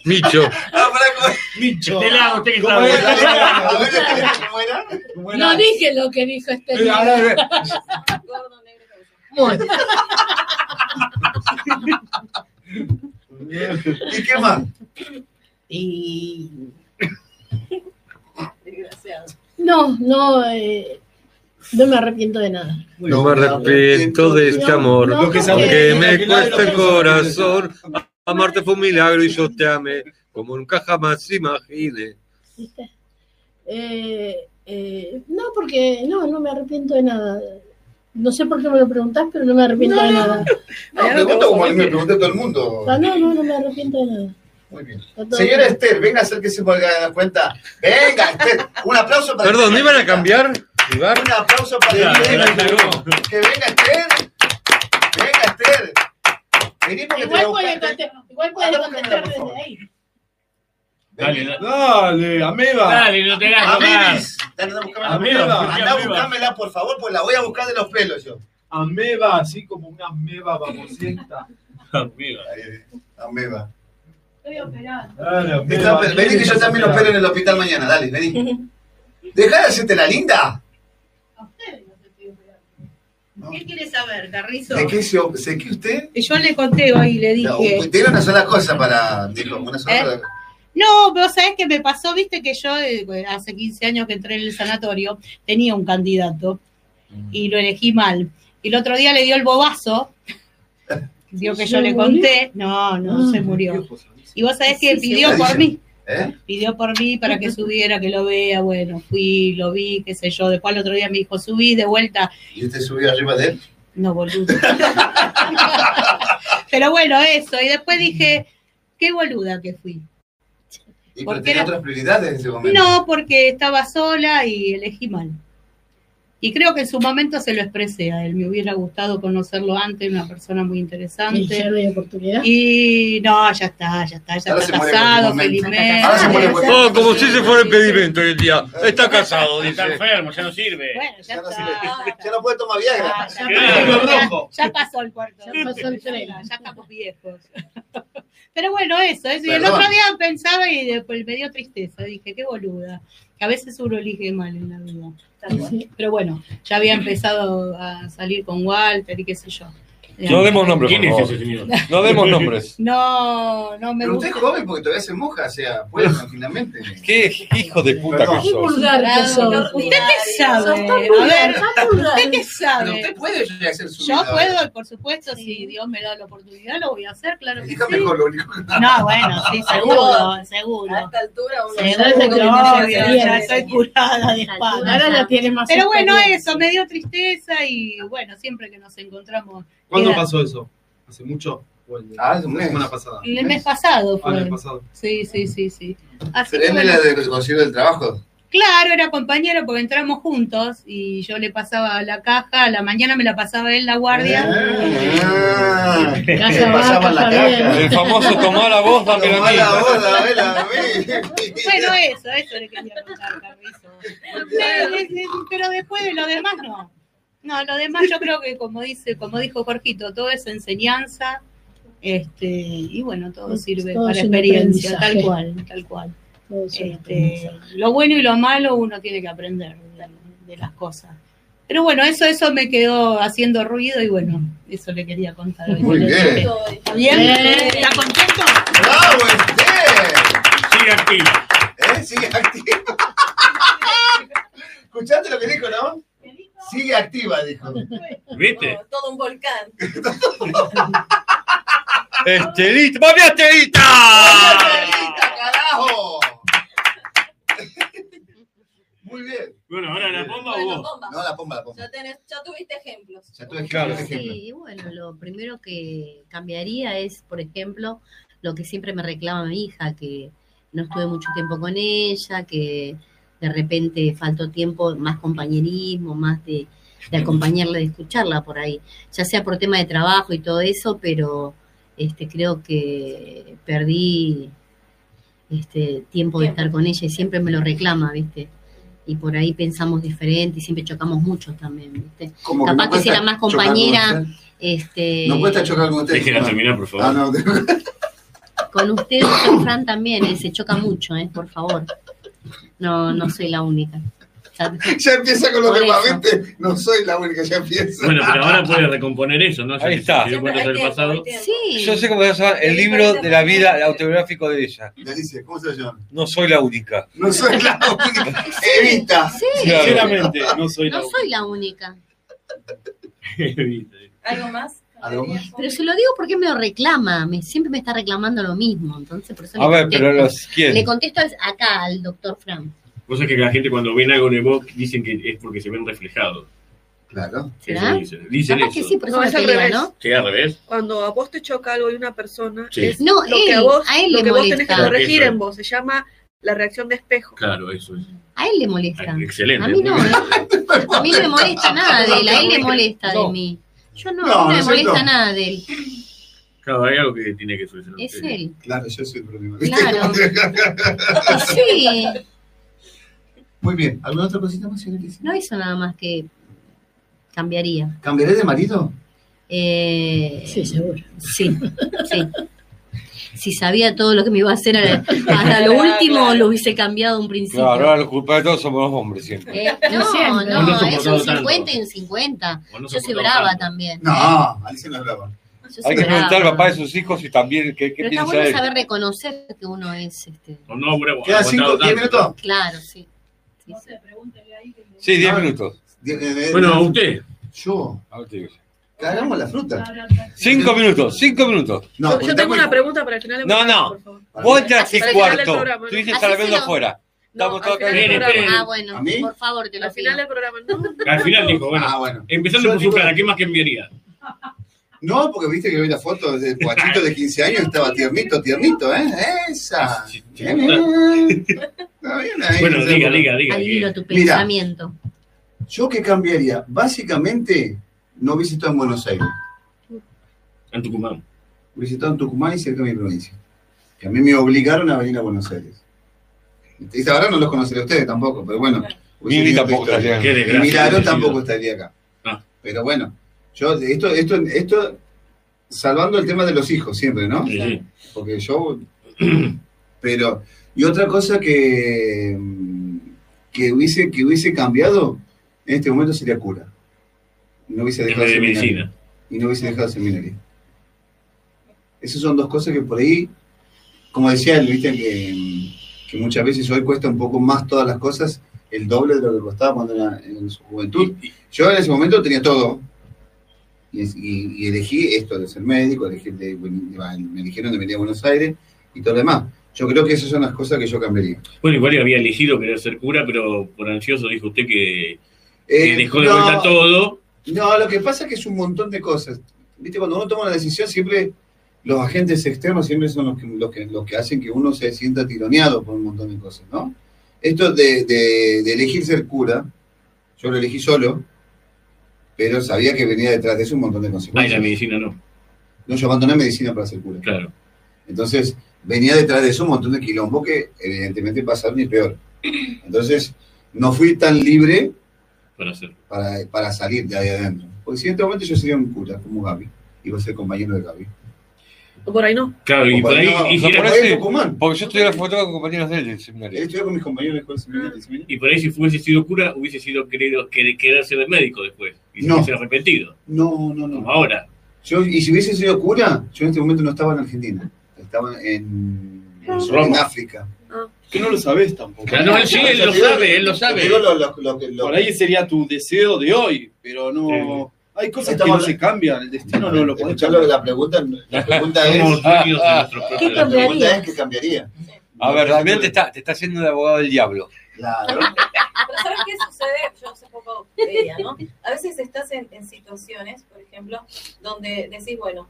G: Micho.
E: Ah, pará, ¿cómo-
K: Micho.
L: De lado, usted que
K: ¿Cómo
L: sabe.
K: era?
E: A ver, ¿cómo era?
K: ¿Cómo era?
J: No dije lo que dijo este.
K: Eh, a ver, a ver.
J: Bueno,
E: ¿Y qué más?
J: Y
I: Desgraciado.
J: no, no, eh, no me arrepiento de nada.
G: No me arrepiento de este amor.
J: No, no,
G: Que
J: porque-
G: me cuesta el corazón. Amarte fue un milagro y yo te amé. Como nunca jamás imaginé.
J: ¿viste? Eh, eh, no, porque no, no me arrepiento de nada. No sé por qué me lo preguntás, pero no me arrepiento de nada.
E: No, pregunto como me pregunté todo el mundo.
J: Ah, No, no, no me arrepiento de nada.
E: Muy bien.
J: Está todo
E: Señora
J: bien.
E: Esther, venga a hacer que se valga la cuenta. Venga, Esther. Un aplauso para
G: Perdón, ¿no iban a cambiar? ¿Ibar?
E: Un aplauso para
L: Ya,
E: Esther.
L: ya llegó.
E: Que venga Esther. Venga Esther. Vení porque te voy a
J: Igual puede
E: buscar.
J: contestar, igual puede contestar desde ahí.
L: Dale, dale,
K: Dale, ameba.
L: dale, no te hagas tocar.
E: Amebis. Dale, andá a buscarme la
K: Ameba,
E: ameba.
K: porque
E: Andá a
K: ameba.
E: buscármela, por favor, pues la voy a buscar de los pelos yo.
K: Ameba, así como una ameba babosienta.
L: Ah, Amigo.
E: Ameba.
I: Estoy operado.
K: Dale, ameba.
E: Está- vení que yo también lo
K: Ameba.
E: opero en el hospital mañana. Dale, vení. Dejá de hacerte la linda.
I: A ustedes no se estoy operando.
E: No.
I: ¿Qué quiere saber, Carrizo?
E: ¿De qué se, op- se qué usted?
Q: Yo le conté hoy, le
E: No,
Q: dije.
E: tiene una sola cosa para. Dijo, una sola
Q: ¿Eh?
E: cosa.
Q: No, pero sabes que me pasó, viste que yo eh, hace 15 años que entré en el sanatorio, tenía un candidato y lo elegí mal. Y el otro día le dio el bobazo, dio que
J: ¿Se
Q: yo le
J: murió? Ah.
Q: conté, no, no, se murió. Y vos sabés que
J: Sí, sí,
Q: pidió
E: sí.
Q: por mí,
E: ¿Eh?
Q: pidió por mí para que subiera, que lo vea, bueno, fui, lo vi, qué sé yo, después al otro día me dijo, subí de vuelta,
E: ¿Y usted subió arriba de él?
Q: no boludo. Pero bueno, eso, y después dije, qué boluda que fui.
E: Y
Q: ¿Por
E: pero
Q: qué
E: tenía
Q: no?
E: otras prioridades en ese momento.
Q: No, porque estaba sola y elegí mal. Y creo que en su momento se lo expresé a él. Me hubiera gustado conocerlo antes, una persona muy interesante.
J: Y ya no hay oportunidad.
Q: Y no, ya está, ya está, ya
J: Ahora se
Q: está
J: muere
Q: casado,
J: cualquier momento.
Q: felizmente.
J: Ahora se muere cualquier
G: Oh, como si se fuera el pedimento hoy en día. Está casado, dice.
L: Está enfermo, ya no sirve.
Q: ya,
E: no sirve. Ya no puede tomar
Q: Ah,
E: Viagra.
Q: Ya, ya pasó el cuarto.
J: Ya pasó el tren.
Q: Ya, ya estamos viejos. Pero bueno, eso, eso. Y el
J: Perdón.
Q: otro día pensaba y después me dio tristeza. Dije, qué boluda. Que a veces uno elige mal en la vida. Pero bueno, ya había empezado a salir con Walter y qué sé yo.
G: No demos nombres.
L: ¿Quién
G: por
L: es
G: favor.
L: ese señor?
G: No demos nombres.
Q: No, no me
E: Pero usted
Q: gusta.
E: es joven porque todavía se moja, o sea, puede tranquilamente.
G: Qué hijo de puta
E: Perdón.
G: que sos.
Q: Claro, ¿Usted qué sabe?
E: Sos tan
Q: A
E: vulgar,
Q: ver,
E: tan vulgar.
Q: ¿usted qué sabe?
E: Pero usted puede llegar a ser su
Q: Yo
E: vida.
Q: puedo, por supuesto, si Dios me da la oportunidad, lo voy a hacer, claro que sí.
E: Hija mejor, lo único que
Q: No, bueno, sí, seguro, seguro. A esta
I: altura
Q: uno
J: ya sabe que tiene que
Q: ya
J: hacer.
Q: estoy curada de espalda.
J: Ahora la tiene más
Q: Pero bueno,
J: experiencia.
Q: eso, me dio tristeza y bueno, siempre que nos encontramos.
K: ¿Cuándo
Q: Era-
K: pasó eso? ¿Hace mucho? ¿O el-
E: Ah, hace un
K: la
E: mes.
K: semana pasada.
Q: El mes pasado
K: Ah, el
Q: fue.
K: mes pasado.
Q: Sí, sí, sí, sí. Así
E: Pero
Q: que
E: él
Q: bueno.
E: era del Consejo del Trabajo.
Q: Claro, era compañero porque entramos juntos y yo le pasaba la caja, a la mañana me la pasaba él la guardia.
D: Eh,
G: Ah.
E: Caja Pasaba la caja.
G: El famoso tomá la voz, dame la
E: Tomá la
G: mía.
E: voz, dame la
D: eh.
Q: Bueno, eso, eso le quería contar, Carrizo. Pero, es- es- pero después de lo demás, no. No, lo demás yo creo que como dice, como dijo Jorgito, todo es enseñanza, este,
I: Eh,
Q: y bueno, todo sirve
J: Todo es
Q: para
J: un
Q: experiencia, tal
J: aprendizaje.
Q: cual, tal cual.
J: Todo es un
Q: Este,
J: aprendizaje.
Q: lo bueno y lo malo uno tiene que aprender de, de las cosas. Pero bueno, eso, eso me quedó haciendo ruido y bueno, eso le quería contar hoy.
E: Muy bien.
Q: ¿Está bien? ¿Está contento?
E: ¡Bravo, Esther!
L: Sigue activo.
E: ¿Eh? Sigue activo. ¿Escuchaste lo que dijo, no? Sigue activa, dijo.
G: ¿Viste?
I: Todo un volcán.
L: Este,
G: Estelita. ¡Mami,
E: Ah.
G: Estelita!
E: ¡Carajo! Muy bien.
L: Bueno, ahora la bomba
I: Bueno,
L: o vos.
I: bomba.
E: No, la pomba, la pomba.
I: Ya, tenés, ya tuviste ejemplos.
E: Ya tuve
G: Claro.
E: ejemplo, ejemplo.
H: Sí, y bueno, lo primero que cambiaría es, por ejemplo, lo que siempre me reclama mi hija, que no estuve mucho tiempo con ella, que de repente faltó tiempo, más compañerismo, más de, de acompañarla, de escucharla por ahí, ya sea por tema de trabajo y todo eso, pero este creo que perdí este tiempo de estar con ella y siempre me lo reclama, ¿viste? Y por ahí pensamos diferente y siempre chocamos mucho también, ¿viste?
E: Como que
H: Capaz
E: no
H: que si era
E: cuesta
H: más
E: chocar con
H: compañera,
E: usted.
H: este
E: No cuesta chocar con usted.
L: Déjela
E: no.
L: terminar, por favor.
E: Ah, no,
H: con usted, con Fran también, eh, se choca mucho, ¿eh? Por favor. No, no soy la única. Ya-
E: ya empieza con lo
H: Por
E: que va,
H: eso.
E: ¿viste? No soy la única, ya empieza.
L: Bueno, pero ahora puede recomponer eso, ¿no? Ya
G: Ahí
L: que
G: está.
L: Se dio cuenta del pasado.
H: Sí.
G: Yo sé cómo se llama el libro de la vida el autobiográfico de ella.
E: Alicia, ¿cómo se llama?
G: No soy la única.
E: No soy la única. Evita.
H: Sí.
G: Claro.
K: Sinceramente, no soy la
H: No soy la única.
L: Evita.
I: ¿Algo más? Valeria?
H: Pero se lo digo porque me lo reclama. Me, siempre me está reclamando lo mismo. Entonces, por eso
G: A
H: le
G: ver,
H: contesto.
G: pero los- ¿quién?
H: Le contesto al- acá al doctor Fran.
L: Vos sabés que la gente cuando ven algo en el box dicen que es porque se ven reflejados.
E: Claro.
H: ¿Será?
L: Eso dicen. Dicen
H: Capaz
L: eso.
H: que sí, por eso
M: No,
H: me
M: es al
H: pelea,
M: revés.
H: ¿no?
L: Sí, al revés.
M: Cuando a vos te choca algo de una persona,
L: Sí.
M: es
H: No,
M: lo
H: él,
M: que a vos,
H: a él
M: lo
H: le
M: que vos tenés
H: molesta.
M: que corregir
L: Eso.
M: en vos. Se llama la reacción de espejo.
L: Claro, eso es.
H: A él le molesta.
L: Excelente.
H: A mí no, ¿eh? A mí no me molesta nada de él. A él le molesta de
L: No.
H: mí. Yo no,
E: No,
H: a mí no
E: ¿no
H: me
E: es
H: molesta
E: cierto?
H: nada de él.
L: Claro, hay algo que tiene que solucionar.
H: Es
L: Sí.
H: él.
E: Claro, yo soy el problema.
H: Claro. Sí.
E: Muy bien. ¿Alguna otra cosita más, señora Alicia?
H: No hizo nada más que cambiaría.
E: ¿Cambiaré de marido?
H: Eh,
J: Sí, seguro.
H: Sí, sí. Si sabía todo lo que me iba a hacer a- hasta lo último, lo hubiese cambiado a un principio.
G: Claro, ahora los culpables de todos somos los hombres siempre.
H: Eh, no,
J: siempre.
H: no,
J: Vos no
H: es
G: soportado
H: un
G: tanto.
H: 50 y un 50.
L: Vos no
H: Yo soy
L: soportado
H: brava
L: tanto.
H: también.
E: No, Alicia no es brava.
H: Yo soy
G: Hay que
H: brava.
G: preguntar al papá de sus hijos y también qué, qué
H: Pero está
G: piensa
H: bueno
G: él.
H: saber reconocer que uno es. Este,
L: O no, bueno,
E: ¿Queda
L: aguantado
E: 5 10
L: tanto.
E: minutos?
H: claro, sí. sí, sí.
G: Sí, 10 minutos.
E: Die- eh,
L: Bueno, a usted.
E: Yo.
G: A usted.
E: Cagamos la fruta.
G: Cinco minutos, cinco minutos.
M: Yo- yo tengo una pregunta para el final del
G: No,
M: programa,
G: no.
M: por favor.
G: Vos entraste
M: Para el final del
G: cuarto.
M: programa,
G: Tú
M: no.
G: dices vez
M: Hacéselo.
G: afuera. Estamos todos acá.
M: al final del programa.
H: Ah, bueno,
G: ¿A mí?
H: por favor, te lo
M: Al final del programa, no.
L: Al final dijo, Ah, bueno, empezando por su cara, ¿qué más que enviaría?
E: No, porque viste que vi la foto del guachito de 15 años, estaba tiernito, tiernito, ¿eh? Esa.
L: Bueno, diga, diga, diga.
H: Al hilo tu
E: Mira.
H: pensamiento.
E: ¿Yo qué cambiaría? Básicamente, no hubiese estado en Buenos Aires.
L: En Tucumán.
E: Hubiese estado en Tucumán y cerca de mi provincia. Que a mí me obligaron a venir a Buenos Aires. Y ahora no los conoceré a ustedes tampoco, pero bueno.
D: Pues
E: hubiese
G: Mili
E: tenido
G: tampoco
E: otra historia.
G: estaría. Qué
E: Y
G: desgracia,
E: Milagro
G: bendecido.
E: tampoco estaría acá. Pero bueno, yo, esto, esto, esto, salvando el tema de los hijos siempre, ¿no? Porque yo. Pero. Y otra cosa que. mm, que hubiese, que hubiese cambiado en este momento sería cura. No hubiese dejado
L: de
E: seminario.
L: medicina.
E: Y no hubiese dejado seminario. Esas son dos cosas que por ahí, como decía él, viste que, mm, que muchas veces hoy cuesta un poco más todas las cosas, el doble de lo que costaba cuando era en su juventud. Yo en ese momento tenía todo. Y, es- y- y elegí esto de ser médico, elegí el de- me eligieron de venir a Buenos Aires y todo lo demás. Yo creo que esas son las cosas que yo cambiaría.
L: Bueno, igual había elegido querer ser cura, pero por ansioso dijo usted que, que
E: Eh,
L: dejó de
E: no.
L: vuelta todo.
E: No, lo que pasa es que es un montón de cosas. Viste, cuando uno toma una decisión, siempre los agentes externos siempre son los que, los que, los que hacen que uno se sienta tironeado por un montón de cosas, ¿no? Esto de, de- de elegir ser cura, yo lo elegí solo, pero sabía que venía detrás de eso un montón de consecuencias.
L: Ay, la Ah, medicina no.
E: No, yo abandoné medicina para ser cura.
L: Claro.
E: Entonces, venía detrás de eso un montón de quilombo que evidentemente pasaron y peor. Entonces, no fui tan libre
L: para, hacer.
E: para, salir de ahí adentro. Porque si en este momento yo sería un cura, como Gaby, iba a ser compañero de Gaby.
M: O por ahí no.
L: Claro,
E: y por ahí- y si era-
G: Porque
E: en Tucumán. Eh,
G: yo estudié la foto con compañeros de él del seminario.
E: Él estudió con mis compañeros del seminario.
L: Y por ahí, si hubiese sido cura, hubiese sido querido, querer, querer ser médico después. Y se
E: No.
L: hubiese arrepentido.
E: No, no, no.
L: Como ahora.
E: Yo, y si hubiese sido cura, yo en este momento no estaba en Argentina. Estaba en,
H: Ah.
E: en África.
K: Que no lo sabes tampoco.
E: Claro, él sí, él lo sabe, él lo sabe. Digo lo- lo- lo- lo-
K: Por ahí sería tu deseo de hoy, pero no. Hay cosas que no se cambian, el destino no lo podés
E: cambiar. La pregunta, la pregunta es.
K: ¿Qué
E: La pregunta es: Ah, ¿qué cambiaría?
G: A ver, realmente te está, te está haciendo de abogado del diablo.
E: Claro.
I: Pero ¿sabes qué sucede? Yo hace poco veía, ¿no? A veces estás en, en situaciones, por ejemplo, donde decís, bueno,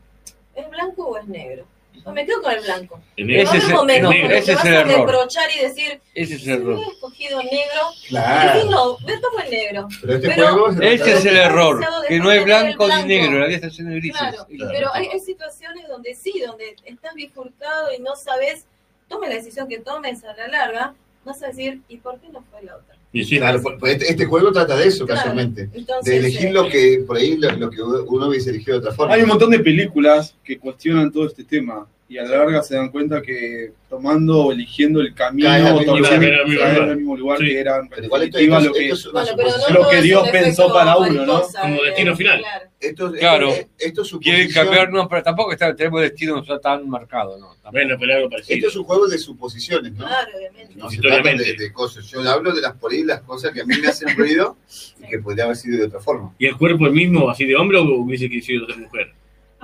I: ¿es blanco o es negro? Pues me quedo con el blanco.
G: El
I: En
G: negro.
I: otro
G: Ese es el-
I: momento,
G: el negro,
I: porque
G: ese es
I: vas
G: el
I: a
G: error.
I: reprochar y decir,
G: Ese es el error.
I: he escogido negro.
G: Claro.
I: Decís, no, esto fue negro.
G: Pero
I: este
E: juego
I: es-
G: Ese es el error,
I: demasiado
G: que no hay
I: defender
G: blanco
I: el
G: ni negro,
I: blanco.
G: la vida está llena de grises.
I: Claro, pero hay, hay situaciones donde sí, donde estás bifurcado y no sabes, tome la decisión que tomes a la larga, vas a decir, ¿y por qué no fue la otra?
E: Claro, por- por este, este juego trata de eso,
I: Claro.
E: casualmente.
I: Entonces,
E: De elegir lo que por ahí lo, lo que uno hubiese elegido de otra forma.
K: Hay un montón de películas que cuestionan todo este tema y a la larga se dan cuenta que tomando o eligiendo el camino
E: Caen al mismo
K: o
E: lugar.
K: caen
E: Sí.
K: al mismo lugar que eran
E: igual esto-
K: en definitiva,
E: esto-
K: lo que,
E: esto es una Bueno, pero no
K: lo
E: todo
K: que
E: es
K: Dios
E: un
K: pensó
E: efecto
K: para uno, ¿no?
E: mariposa, Como destino eh, final. claro. Esto- esto-
G: claro.
E: eh, esto
G: Quieren cambiar, no, pero tampoco está, tenemos destino ya tan marcado, ¿no?
L: Bueno, pero algo
E: Esto es un juego de suposiciones, ¿no?
I: Claro, obviamente.
E: No se trata de, de cosas. Yo hablo de las por ahí, las cosas que a mí me hacen ruido y que podría haber sido de otra forma.
L: ¿Y el cuerpo el mismo, así de hombre, o hubiese querido ser mujer?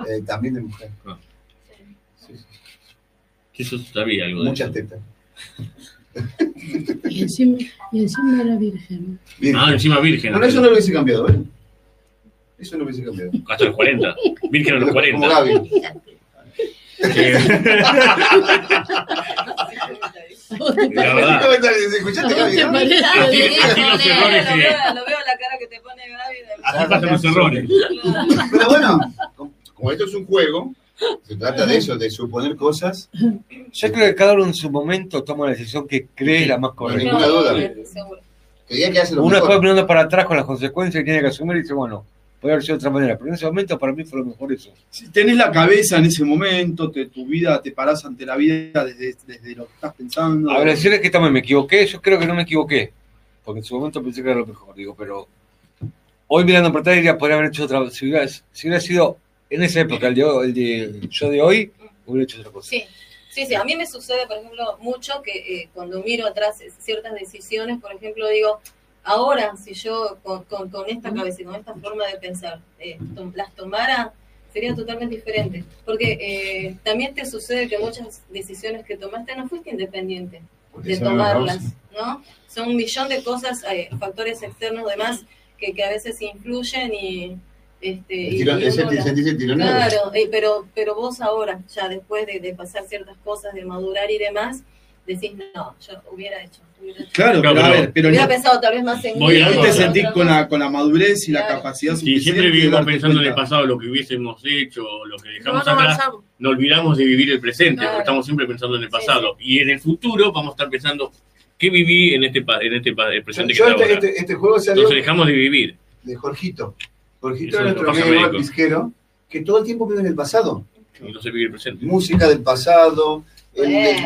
E: Eh, también de mujer.
L: Ah, Eso sabía algo de
E: Muchas
L: eso.
E: tetas.
J: Y encima, y encima era virgen.
L: Ah, encima virgen.
E: Bueno, eso no lo hubiese cambiado, ¿eh? Eso no hubiese cambiado.
L: Hasta los 40. Virgen a los 40.
E: Como Gaby.
L: La verdad.
E: ¿Escuchaste,
I: No,
E: Gaby?
I: te
E: no?
I: parece.
E: Así- así
I: Lo
E: los errores que-
I: veo, lo veo la cara que te pone Gaby.
E: Así pasan los errores. Pero bueno, como- como esto es un juego, se trata de eso, de suponer cosas.
G: Yo creo que cada uno en su momento toma la decisión que cree la más correcta.
E: ninguna duda. Creía que hace lo
G: Uno
E: mejor.
G: después mirando para atrás con las consecuencias que tiene que asumir y dice, bueno, puede haber sido de otra manera. Pero en ese momento para mí fue lo mejor eso.
K: Si tenés la cabeza en ese momento, te- tu vida, te parás ante la vida desde, desde lo que estás pensando.
G: Agradecerles que también me equivoqué, yo creo que no me equivoqué. Porque en su momento pensé que era lo mejor, digo, pero hoy mirando para atrás diría, podría haber hecho otra. Si hubiera, si hubiera sido en esa época el de, hoy- el de- yo de hoy, hubiera hecho otra cosa.
I: Sí, sí, sí. A mí me sucede, por ejemplo, mucho que eh, cuando miro atrás ciertas decisiones, por ejemplo, digo, Ahora, si yo con, con- con esta cabeza y con esta forma de pensar eh, tom- las tomara, sería totalmente diferente. Porque eh, también te sucede que muchas decisiones que tomaste no fuiste independiente
R: Porque
I: de
R: son una
I: tomarlas,
R: causa.
I: ¿no? Son un millón de cosas, eh, factores externos demás que, que a veces influyen y... Este, y-
R: Tirón-
I: y uno
R: ese ti-
I: la-
R: sentís el tironeo.
I: Claro, eh, pero, pero vos ahora, ya después de, de pasar ciertas cosas, de madurar y demás, decís, no, yo hubiera hecho. Hubiera hecho.
K: Claro, pero, a ver, pero
I: hubiera
K: no-
I: pensado tal vez más en
K: Voy
I: mí.
K: a-
I: en
K: no
I: otra
K: te sentís con
I: cosa.
K: la, con la madurez y la capacidad
L: Y
K: suficiente.
L: siempre
K: de
L: vivimos
K: darte
L: pensando en el
K: cuenta.
L: pasado, lo que hubiésemos hecho, lo que dejamos
K: No, no
L: atrás.
K: avanzamos.
L: No olvidamos de vivir el presente,
K: Claro.
L: porque estamos siempre pensando en el pasado. Y en el futuro vamos a estar pensando, ¿qué viví en este, pa- en este pa- el presente
E: Yo
L: que está
E: este,
L: ahora?
E: este- este juego salió
L: Entonces dejamos de vivir.
E: de Jorgito. Jorgito
L: Eso
E: era
L: es
E: nuestro
L: lo que pasa
E: amigo
L: médico.
E: pisquero que todo el tiempo vive en el pasado.
L: Y no se vive el presente.
E: Música del pasado. el-
L: Bueno, eso es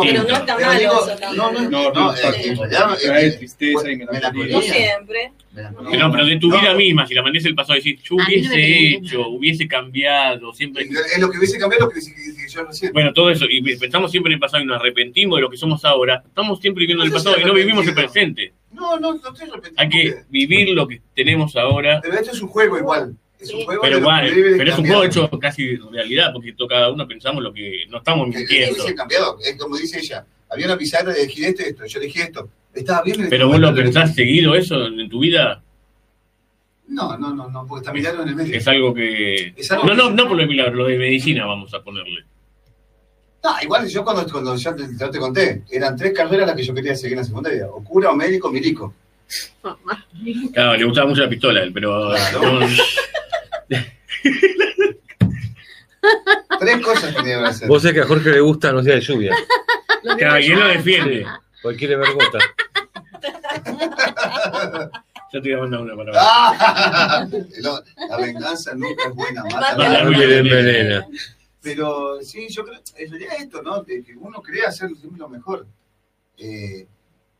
L: distinto. Pero no
I: está
E: pero
I: mal
E: digo,
I: eso también.
E: No, no, es-
L: No,
E: no,
L: no,
E: eh,
L: está-
E: en realidad,
L: trae
E: eh,
L: tristeza y
I: No
L: melancolía.
I: siempre.
L: Que No, pero de tu vida misma, si la mandés el pasado, decís, yo
I: A mí no me
L: hubiese
I: preguntes
L: hecho, hubiese cambiado, siempre.
E: Es lo que hubiese cambiado, lo que hubiese- que dije yo recién.
L: Bueno, todo eso, y pensamos siempre en el pasado y nos arrepentimos de lo que somos ahora. Estamos siempre viviendo el
E: No sé si
L: pasado y no vivimos el
E: arrepentido.
L: presente.
E: No, no, no estoy repetido.
L: Hay que vivir lo que tenemos ahora.
E: Pero esto es un juego igual. Es un juego de
L: Pero
E: lo
L: igual,
E: que debe de
L: pero es un
E: cambiar.
L: juego hecho casi de realidad, porque to- cada uno pensamos lo que no estamos
E: Que- que
L: mintiendo.
E: hubiese cambiado. Es como dice ella. Había una pizarra de elegí esto y esto. Yo elegí esto. Estaba bien. en el
L: Pero vos lo
E: momento,
L: pensás seguido eso en tu vida,
E: No, no, no, no, porque está mirando en el medio.
L: es algo que.
E: Es algo
L: No,
E: que-
L: no, no por lo de milagro, lo de medicina vamos a ponerle.
E: No, igual yo cuando, cuando ya te, ya te conté, eran tres carreras las que yo quería seguir en la secundaria. O cura, o médico, milico.
L: Claro, le gustaba mucho la pistola, a él, pero. no-
E: Tres cosas tenía que hacer.
G: Vos sabés que a Jorge le gustan los días de lluvia.
L: Claro, y él lo defiende.
G: Cualquier vergota.
L: Yo te voy a mandar una para
E: Ah, no, la venganza nunca es buena, mata
G: Mata al árbol y le envenena.
E: Pero sí, yo creo, en realidad esto, ¿no? De que uno crea hacer siempre lo mejor. Eh,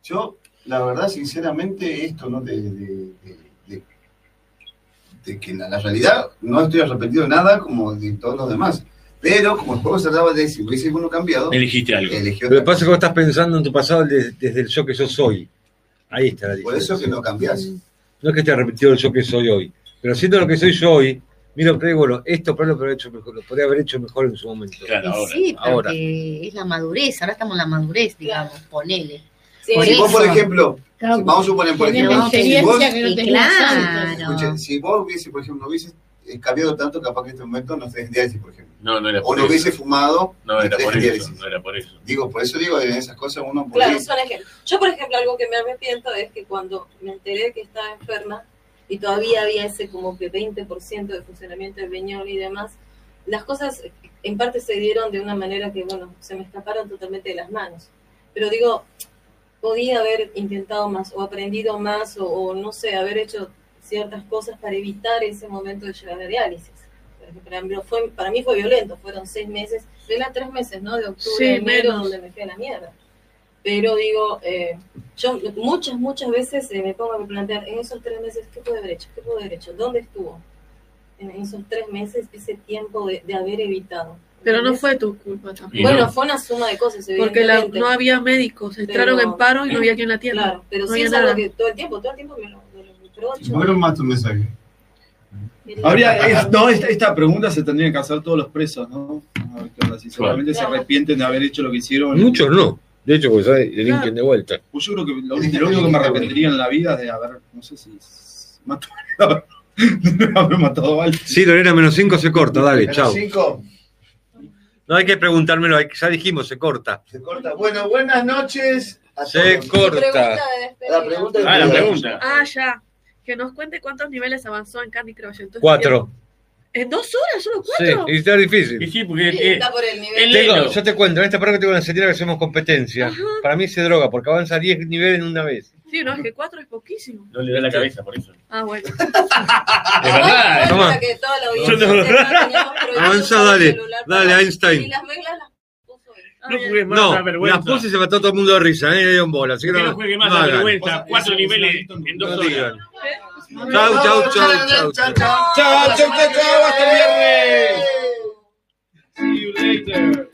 E: yo, la verdad, sinceramente, esto, ¿no? De, de- de- de- de que la, la realidad no estoy arrepentido de nada como de todos los demás. Pero como el juego se trataba de si hubiese uno cambiado,
L: Elegiste algo.
G: Lo que pasa es que vos estás pensando en tu pasado de- desde el yo que yo soy. Ahí está la diferencia.
E: por eso es que no cambiás.
H: Mm.
G: No es que esté arrepentido del yo que soy hoy. Pero siendo lo que soy yo hoy, miro, pero bueno, esto pero lo, podría haber hecho mejor, lo podría haber hecho mejor en su momento.
L: Claro,
H: Y sí, pero
G: ahora.
H: que Eh, es la madurez, ahora estamos en la madurez, digamos, ponele.
E: Si vos, por ejemplo,
H: Claro,
E: si- vamos a suponer, por
H: tenés
E: ejemplo,
H: la
E: si vos,
H: experiencia que no tenías Claro. antes.
E: Escuchen, si vos hubiese, por ejemplo, no hubiese eh, cambiado tanto, capaz que en este momento no serías diálisis, por ejemplo.
L: No, no era
E: O
L: por
E: no
L: eso.
E: hubiese fumado.
L: No
E: y
L: era por
E: tenés
L: eso.
E: diálisis.
L: No era por eso.
E: Digo, por eso digo, en esas cosas uno
I: Claro,
E: puede...
I: es un ejemplo. Yo, por ejemplo, algo que me arrepiento es que cuando me enteré que estaba enferma y todavía había ese como que 20% de funcionamiento del riñón y demás, las cosas en parte se dieron de una manera que, bueno, se me escaparon totalmente de las manos. Pero digo, podía haber intentado más o aprendido más o, o no sé, haber hecho ciertas cosas para evitar ese momento de llegar a diálisis. Porque Para mí fue, para mí fue violento, fueron seis meses, era tres meses, ¿no? De octubre
M: Sí,
I: a enero,
M: menos.
I: donde me fui a la mierda. Pero digo, eh, yo muchas, muchas veces eh, me pongo a plantear en esos tres meses, ¿qué pude haber hecho? ¿Qué pude haber hecho? ¿Dónde estuvo? En esos tres meses, ese tiempo de, de haber evitado.
M: Pero no fue tu culpa tampoco.
I: Bueno, fue una suma de cosas,
M: Porque la-
I: evidentemente.
M: no había médicos, entraron
I: Pero-
M: en paro y no había quien la atienda.
I: Claro, pero
M: no
I: sí
M: había
I: es algo
M: nada.
I: que todo el tiempo, todo el tiempo me lo, me lo reprocho.
E: No más tu mensaje.
K: Habría, es- no, esta, esta pregunta se tendría que hacer todos los presos, ¿no? A ver, claro, si seguramente se arrepienten de haber hecho lo que hicieron.
G: Muchos no. De hecho, porque ¿sabes? le
K: Claro.
G: linken de vuelta.
K: Pues yo creo que lo, único- lo único que me arrepentiría en la vida es de haber, no sé si s- matado, de haber matado a alguien.
G: Sí, Lorena, menos 5 se corta, dale, chao.
E: Cinco,
G: No hay que preguntármelo, hay que- ya dijimos, se corta.
E: se corta. Bueno, buenas noches. a
G: Se
E: todos.
G: corta.
I: eh,
E: La pregunta de
G: Ah, la
E: despedida.
G: pregunta.
M: Ah, ya. Que nos cuente cuántos niveles avanzó en Candy Crush. en todo este
G: Cuatro.
M: tiempo. ¿En dos horas? ¿Solo
G: Sí,
M: cuatro?
G: y está difícil.
L: sí, porque
M: por el
G: Tengo, yo te cuento, en esta parada que tengo una serie que hacemos competencia. Para mí se droga porque avanza 10 niveles en una vez. Este,
M: Sí, no, es que cuatro es poquísimo.
L: No le da la cabeza por eso.
M: Ah, bueno.
G: Es verdad,
M: Bueno,
G: toma.
I: que toda la audiencia
G: Yo te-
I: sepa que no prohibimos
G: Avanza,
I: el
G: dale,
I: celular para-
G: dale,
I: Y
G: Einstein.
I: las reglas las puso él.
G: No, las puse y se mató todo el mundo de risa, ¿eh? Le dio un bola. Así que
L: Que
G: no,
L: no juegue más
G: no
L: la
G: hagan.
L: vergüenza. Cuatro niveles en dos
G: No
L: horas.
G: digan. Chau, chau, chau, chau, chau.
K: Chao, chao, chao, chao, hasta el viernes.
O: Thank you.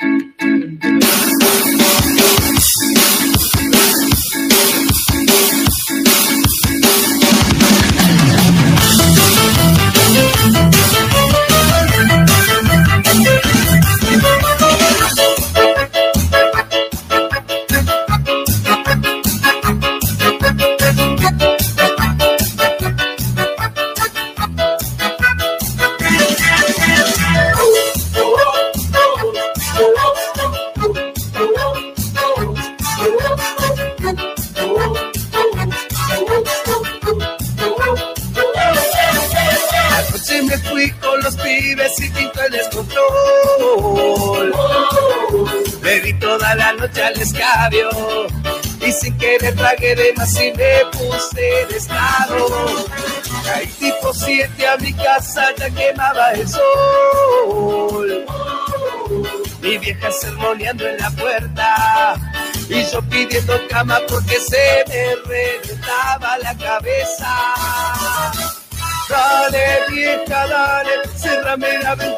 D: bebí toda la noche al escabio y sin querer tragué de más y me puse de estado. Caí tipo 7 a mi casa, ya quemaba el sol. Mi vieja sermoneando en la puerta y yo pidiendo cama porque se me reventaba la cabeza. Dale vieja, dale, cerrame la ventana.